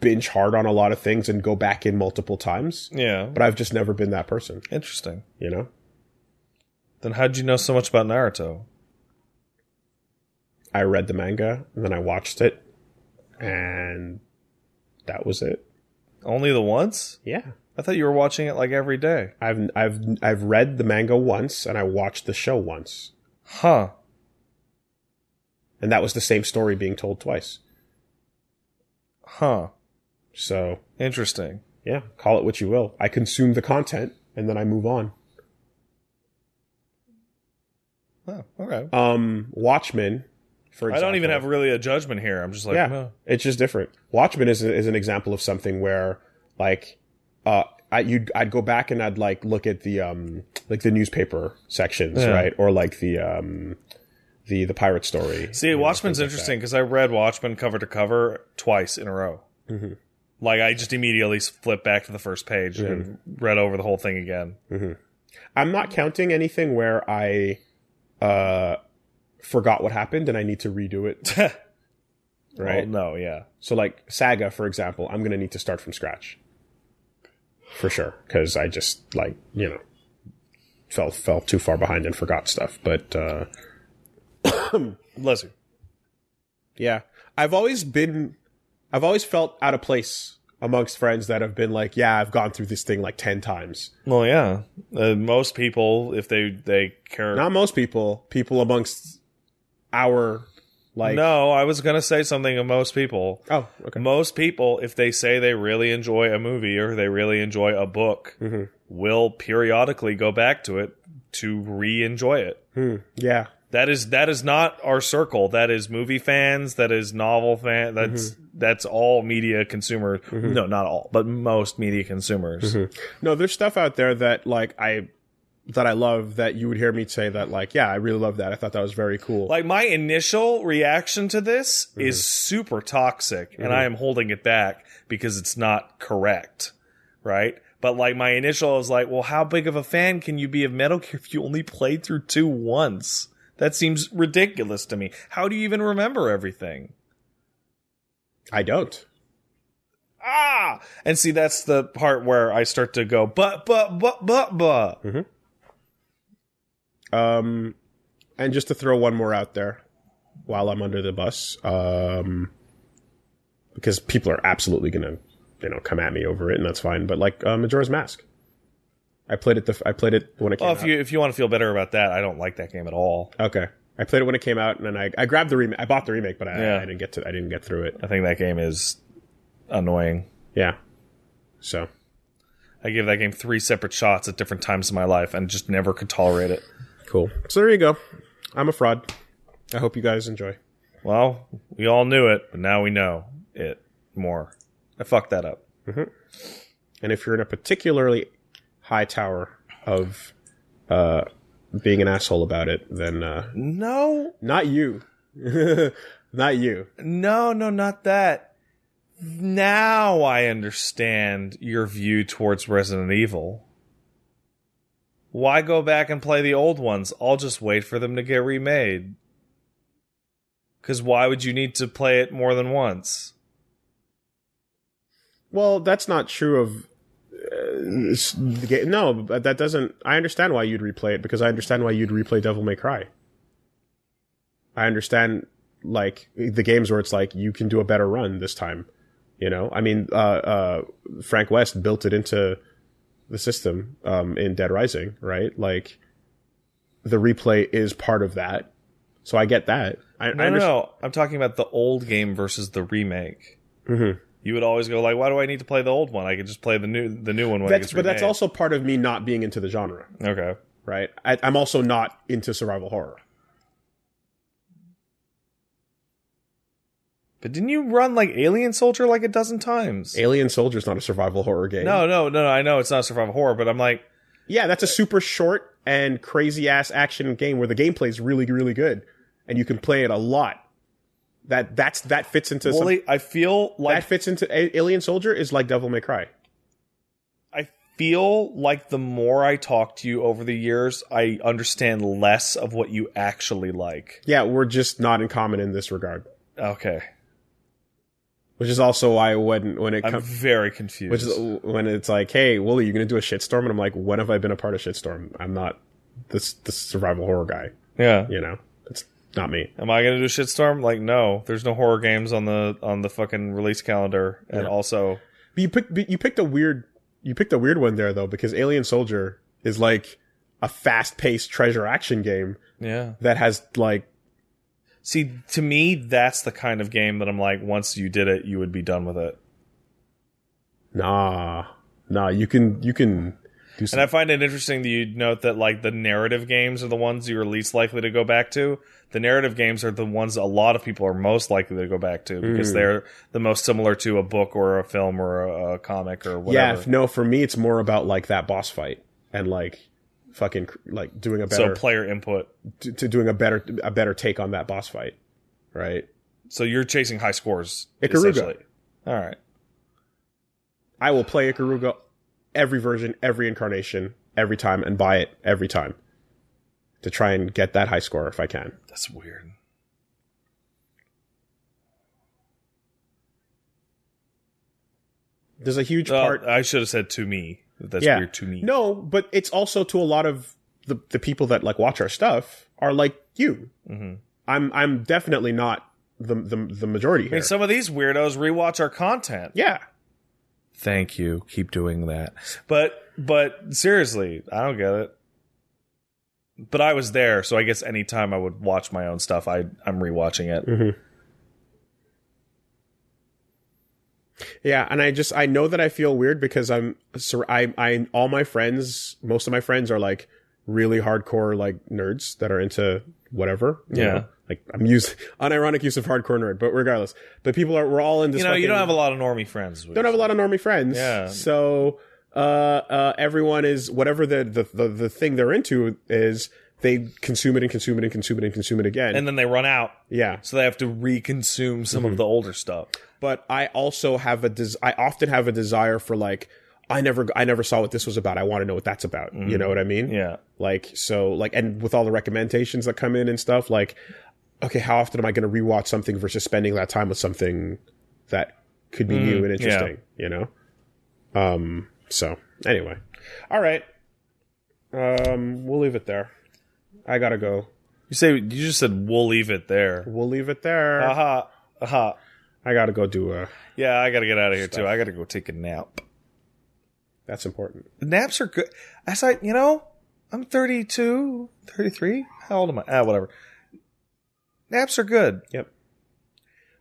binge hard on a lot of things and go back in multiple times. Yeah. But I've just never been that person, Interesting. you know. Then how'd you know so much about Naruto? I read the manga and then I watched it, and that was it. Only the once? Yeah, I thought you were watching it like every day. I've I've I've read the manga once and I watched the show once, Huh. and that was the same story being told twice. Huh. So Interesting. yeah, call it what you will. I consume the content and then I move on. Oh, okay. Um, Watchmen, for I example. don't even have really a judgment here. I'm just like, yeah, "Oh." it's just different. Watchmen is is an example of something where like uh. I, you'd, I'd go back and I'd like look at the um like the newspaper sections Yeah. right or like the um the the pirate story. See, you know, Watchmen's things like interesting because I read Watchmen cover to cover twice in a row. Mhm. Like I just immediately flipped back to the first page and read over the whole thing again. <laughs> that. I'm not counting anything where I uh forgot what happened and I need to redo it. right. Well, no, yeah, So like Saga, for example, I'm gonna need to start from scratch. For sure. Cause I just like, you know, fell fell too far behind and forgot stuff. But uh bless you. yeah. I've always been I've always felt out of place amongst friends that have been like, Yeah, I've gone through this thing like ten times. Well, yeah. Uh, most people, if they they care, Not most people, people amongst our like no. I was gonna say something to most people. Oh, okay. Most people, if they say they really enjoy a movie or they really enjoy a book, Mhm. will periodically go back to it to re-enjoy it. Hmm. Yeah. That is that is not our circle. That is movie fans. That is novel fan. That's that's all media consumers. No, not all, but most media consumers. No, there's stuff out there that like I that I love that you would hear me say that like, yeah, I really love that. I thought that was very cool. Like my initial reaction to this is super toxic, and I am holding it back because it's not correct, right? But like my initial is like, well, how big of a fan can you be of Metal Gear if you only played through two once? That seems ridiculous to me. How do you even remember everything? I don't. ah and see that's the part where i start to go but but but but but Um, and just to throw one more out there, while I'm under the bus, um, because people are absolutely gonna, you know, come at me over it, and that's fine. But like uh, Majora's Mask, I played it. The I played it when it came well out. if you if you want to feel better about that i don't like that game at all okay, I played it when it came out, and then I, I grabbed the remake. I bought the remake, but I, Yeah. I didn't get to. I didn't get through it. i think that game is annoying Yeah. So i gave that game three separate shots at different times in my life and just never could tolerate it cool. So there you go. I'm a fraud. I hope you guys enjoy. well we all knew it but now we know it more i fucked that up And if you're in a particularly high tower of uh, being an asshole about it, then uh, no not you. <laughs> not you. No, no, not that. Now I understand your view towards Resident Evil. Why go back and play the old ones? I'll just wait for them to get remade. Because why would you need to play it more than once? Well, that's not true of. Uh, s- the ga- no, but that doesn't. I understand why you'd replay it because I understand why you'd replay Devil May Cry. I understand, like, the games where it's like, you can do a better run this time. You know? I mean, uh, uh, Frank West built it into the system um, in Dead Rising, right? Like, the replay is part of that. So I get that. I, No, I no, understand. no. I'm talking about the old game versus the remake. mm-hmm. You would always go like, "Why do I need to play the old one? I could just play the new, the new one." When it That's, gets but that's remade." also part of me not being into the genre. okay. right? I, I'm also not into survival horror. But didn't you run like Alien Soldier like a dozen times? Alien Soldier's not a survival horror game. No, no, no, no. I know it's not survival horror, but I'm like, Yeah, that's a super short and crazy ass action game where the gameplay is really, really good, and you can play it a lot. That that's that fits into some, Wooly, I feel that like fits into A- Alien Soldier is like Devil May Cry. I feel like the more I talk to you over the years, I understand less of what you actually like. Yeah, we're just not in common in this regard, Okay, which is also why when when it I'm comes. very confused. Which is when it's like, hey, Wooly, you're gonna do a shitstorm, and I'm like, when have I been a part of shitstorm? I'm not this this survival horror guy, yeah. you know. It's not me. Am I gonna do shitstorm? Like, no. There's no horror games on the on the fucking release calendar, and also But you picked but you picked a weird you picked a weird one there though because Alien Soldier is like a fast-paced treasure action game yeah. that has like See, to me, that's the kind of game that I'm like, once you did it, you would be done with it. nah nah you can you can do And some I find it interesting that you note that like the narrative games are the ones you are least likely to go back to. The narrative games are the ones a lot of people are most likely to go back to because they're the most similar to a book or a film or a, a comic or yeah whatever. f- no for me it's more about like that boss fight and like fucking cr- like doing a so better player input. t- to doing a better a better take on that boss fight right So you're chasing high scores. Ikaruga. essentially. All right. I will play Ikaruga every version every incarnation every time and buy it every time to try and get that high score if I can That's weird. there's a huge Oh, part I should have said to me. That's Yeah. weird to me. No, but it's also to a lot of the, the people that like watch our stuff are like you. Mhm. I'm I'm definitely not the the, the majority I here. mean, some of these weirdos rewatch our content. yeah, Thank you. Keep doing that. But but seriously, I don't get it. But I was there, so I guess anytime I would watch my own stuff, I I'm rewatching it. yeah, and I just I know that I feel weird because I'm sur- I I all my friends, most of my friends are like really hardcore like nerds that are into whatever. you Yeah. know? Like I'm using unironic use <laughs> of hardcore nerd, but regardless, but people are we're all in this. You know, you fucking- don't have a lot of normie friends. don't have a lot of normie friends. Yeah. So uh, uh, everyone is whatever the, the the the thing they're into is. They consume it and consume it and consume it and consume it again. and then they run out, yeah. so they have to reconsume some of the older stuff. But I also have a des- I often have a desire for like I never I never saw what this was about. I want to know what that's about. Mm-hmm. You know what I mean? Yeah, Like so like and with all the recommendations that come in and stuff like okay, how often am I going to rewatch something versus spending that time with something that could be new and yeah. interesting, you know? Um so anyway. All right. Um we'll leave it there. I got to go. you say you just said we'll leave it there. We'll leave it there. Aha, aha. I got to go do uh, a Yeah, I gotta get out of here too. I gotta go take a nap. that's important. Naps are good. I said, you know, I'm 32, 33. How old am I? Ah, whatever. Naps are good. Yep.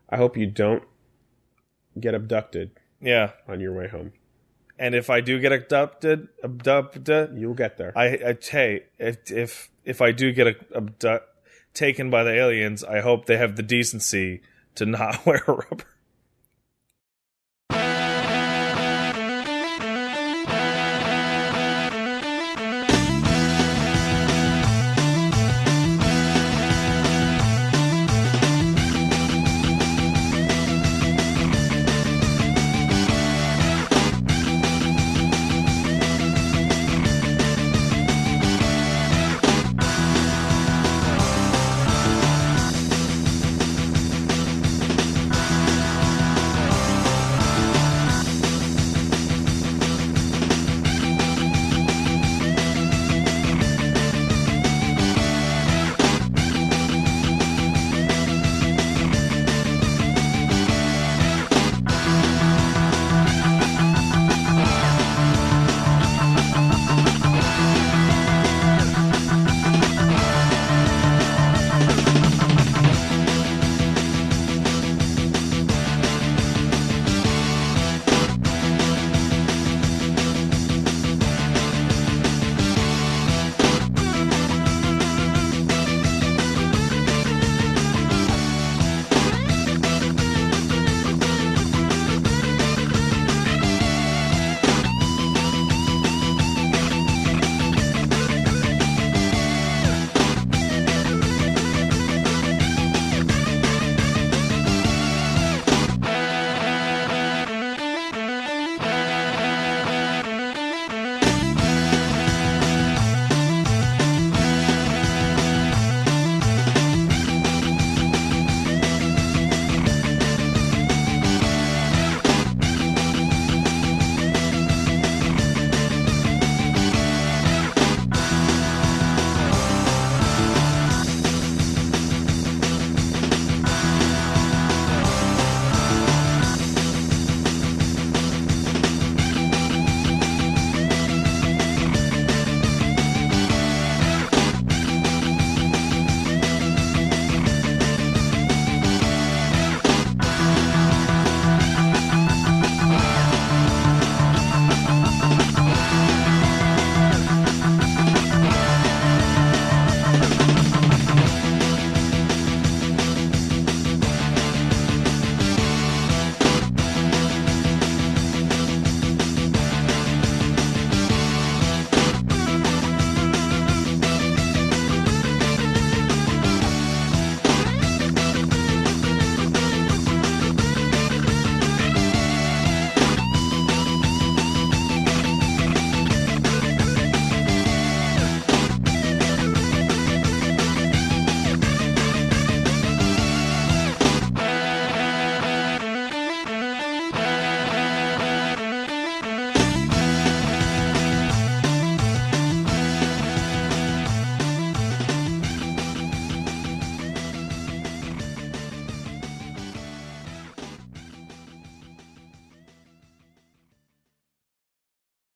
I hope you don't get abducted Yeah, on your way home. and if I do get abducted, abducted, You'll get there. I, I hey, if if if I do get abduct, taken by the aliens, I hope they have the decency to not <laughs> wear rubber.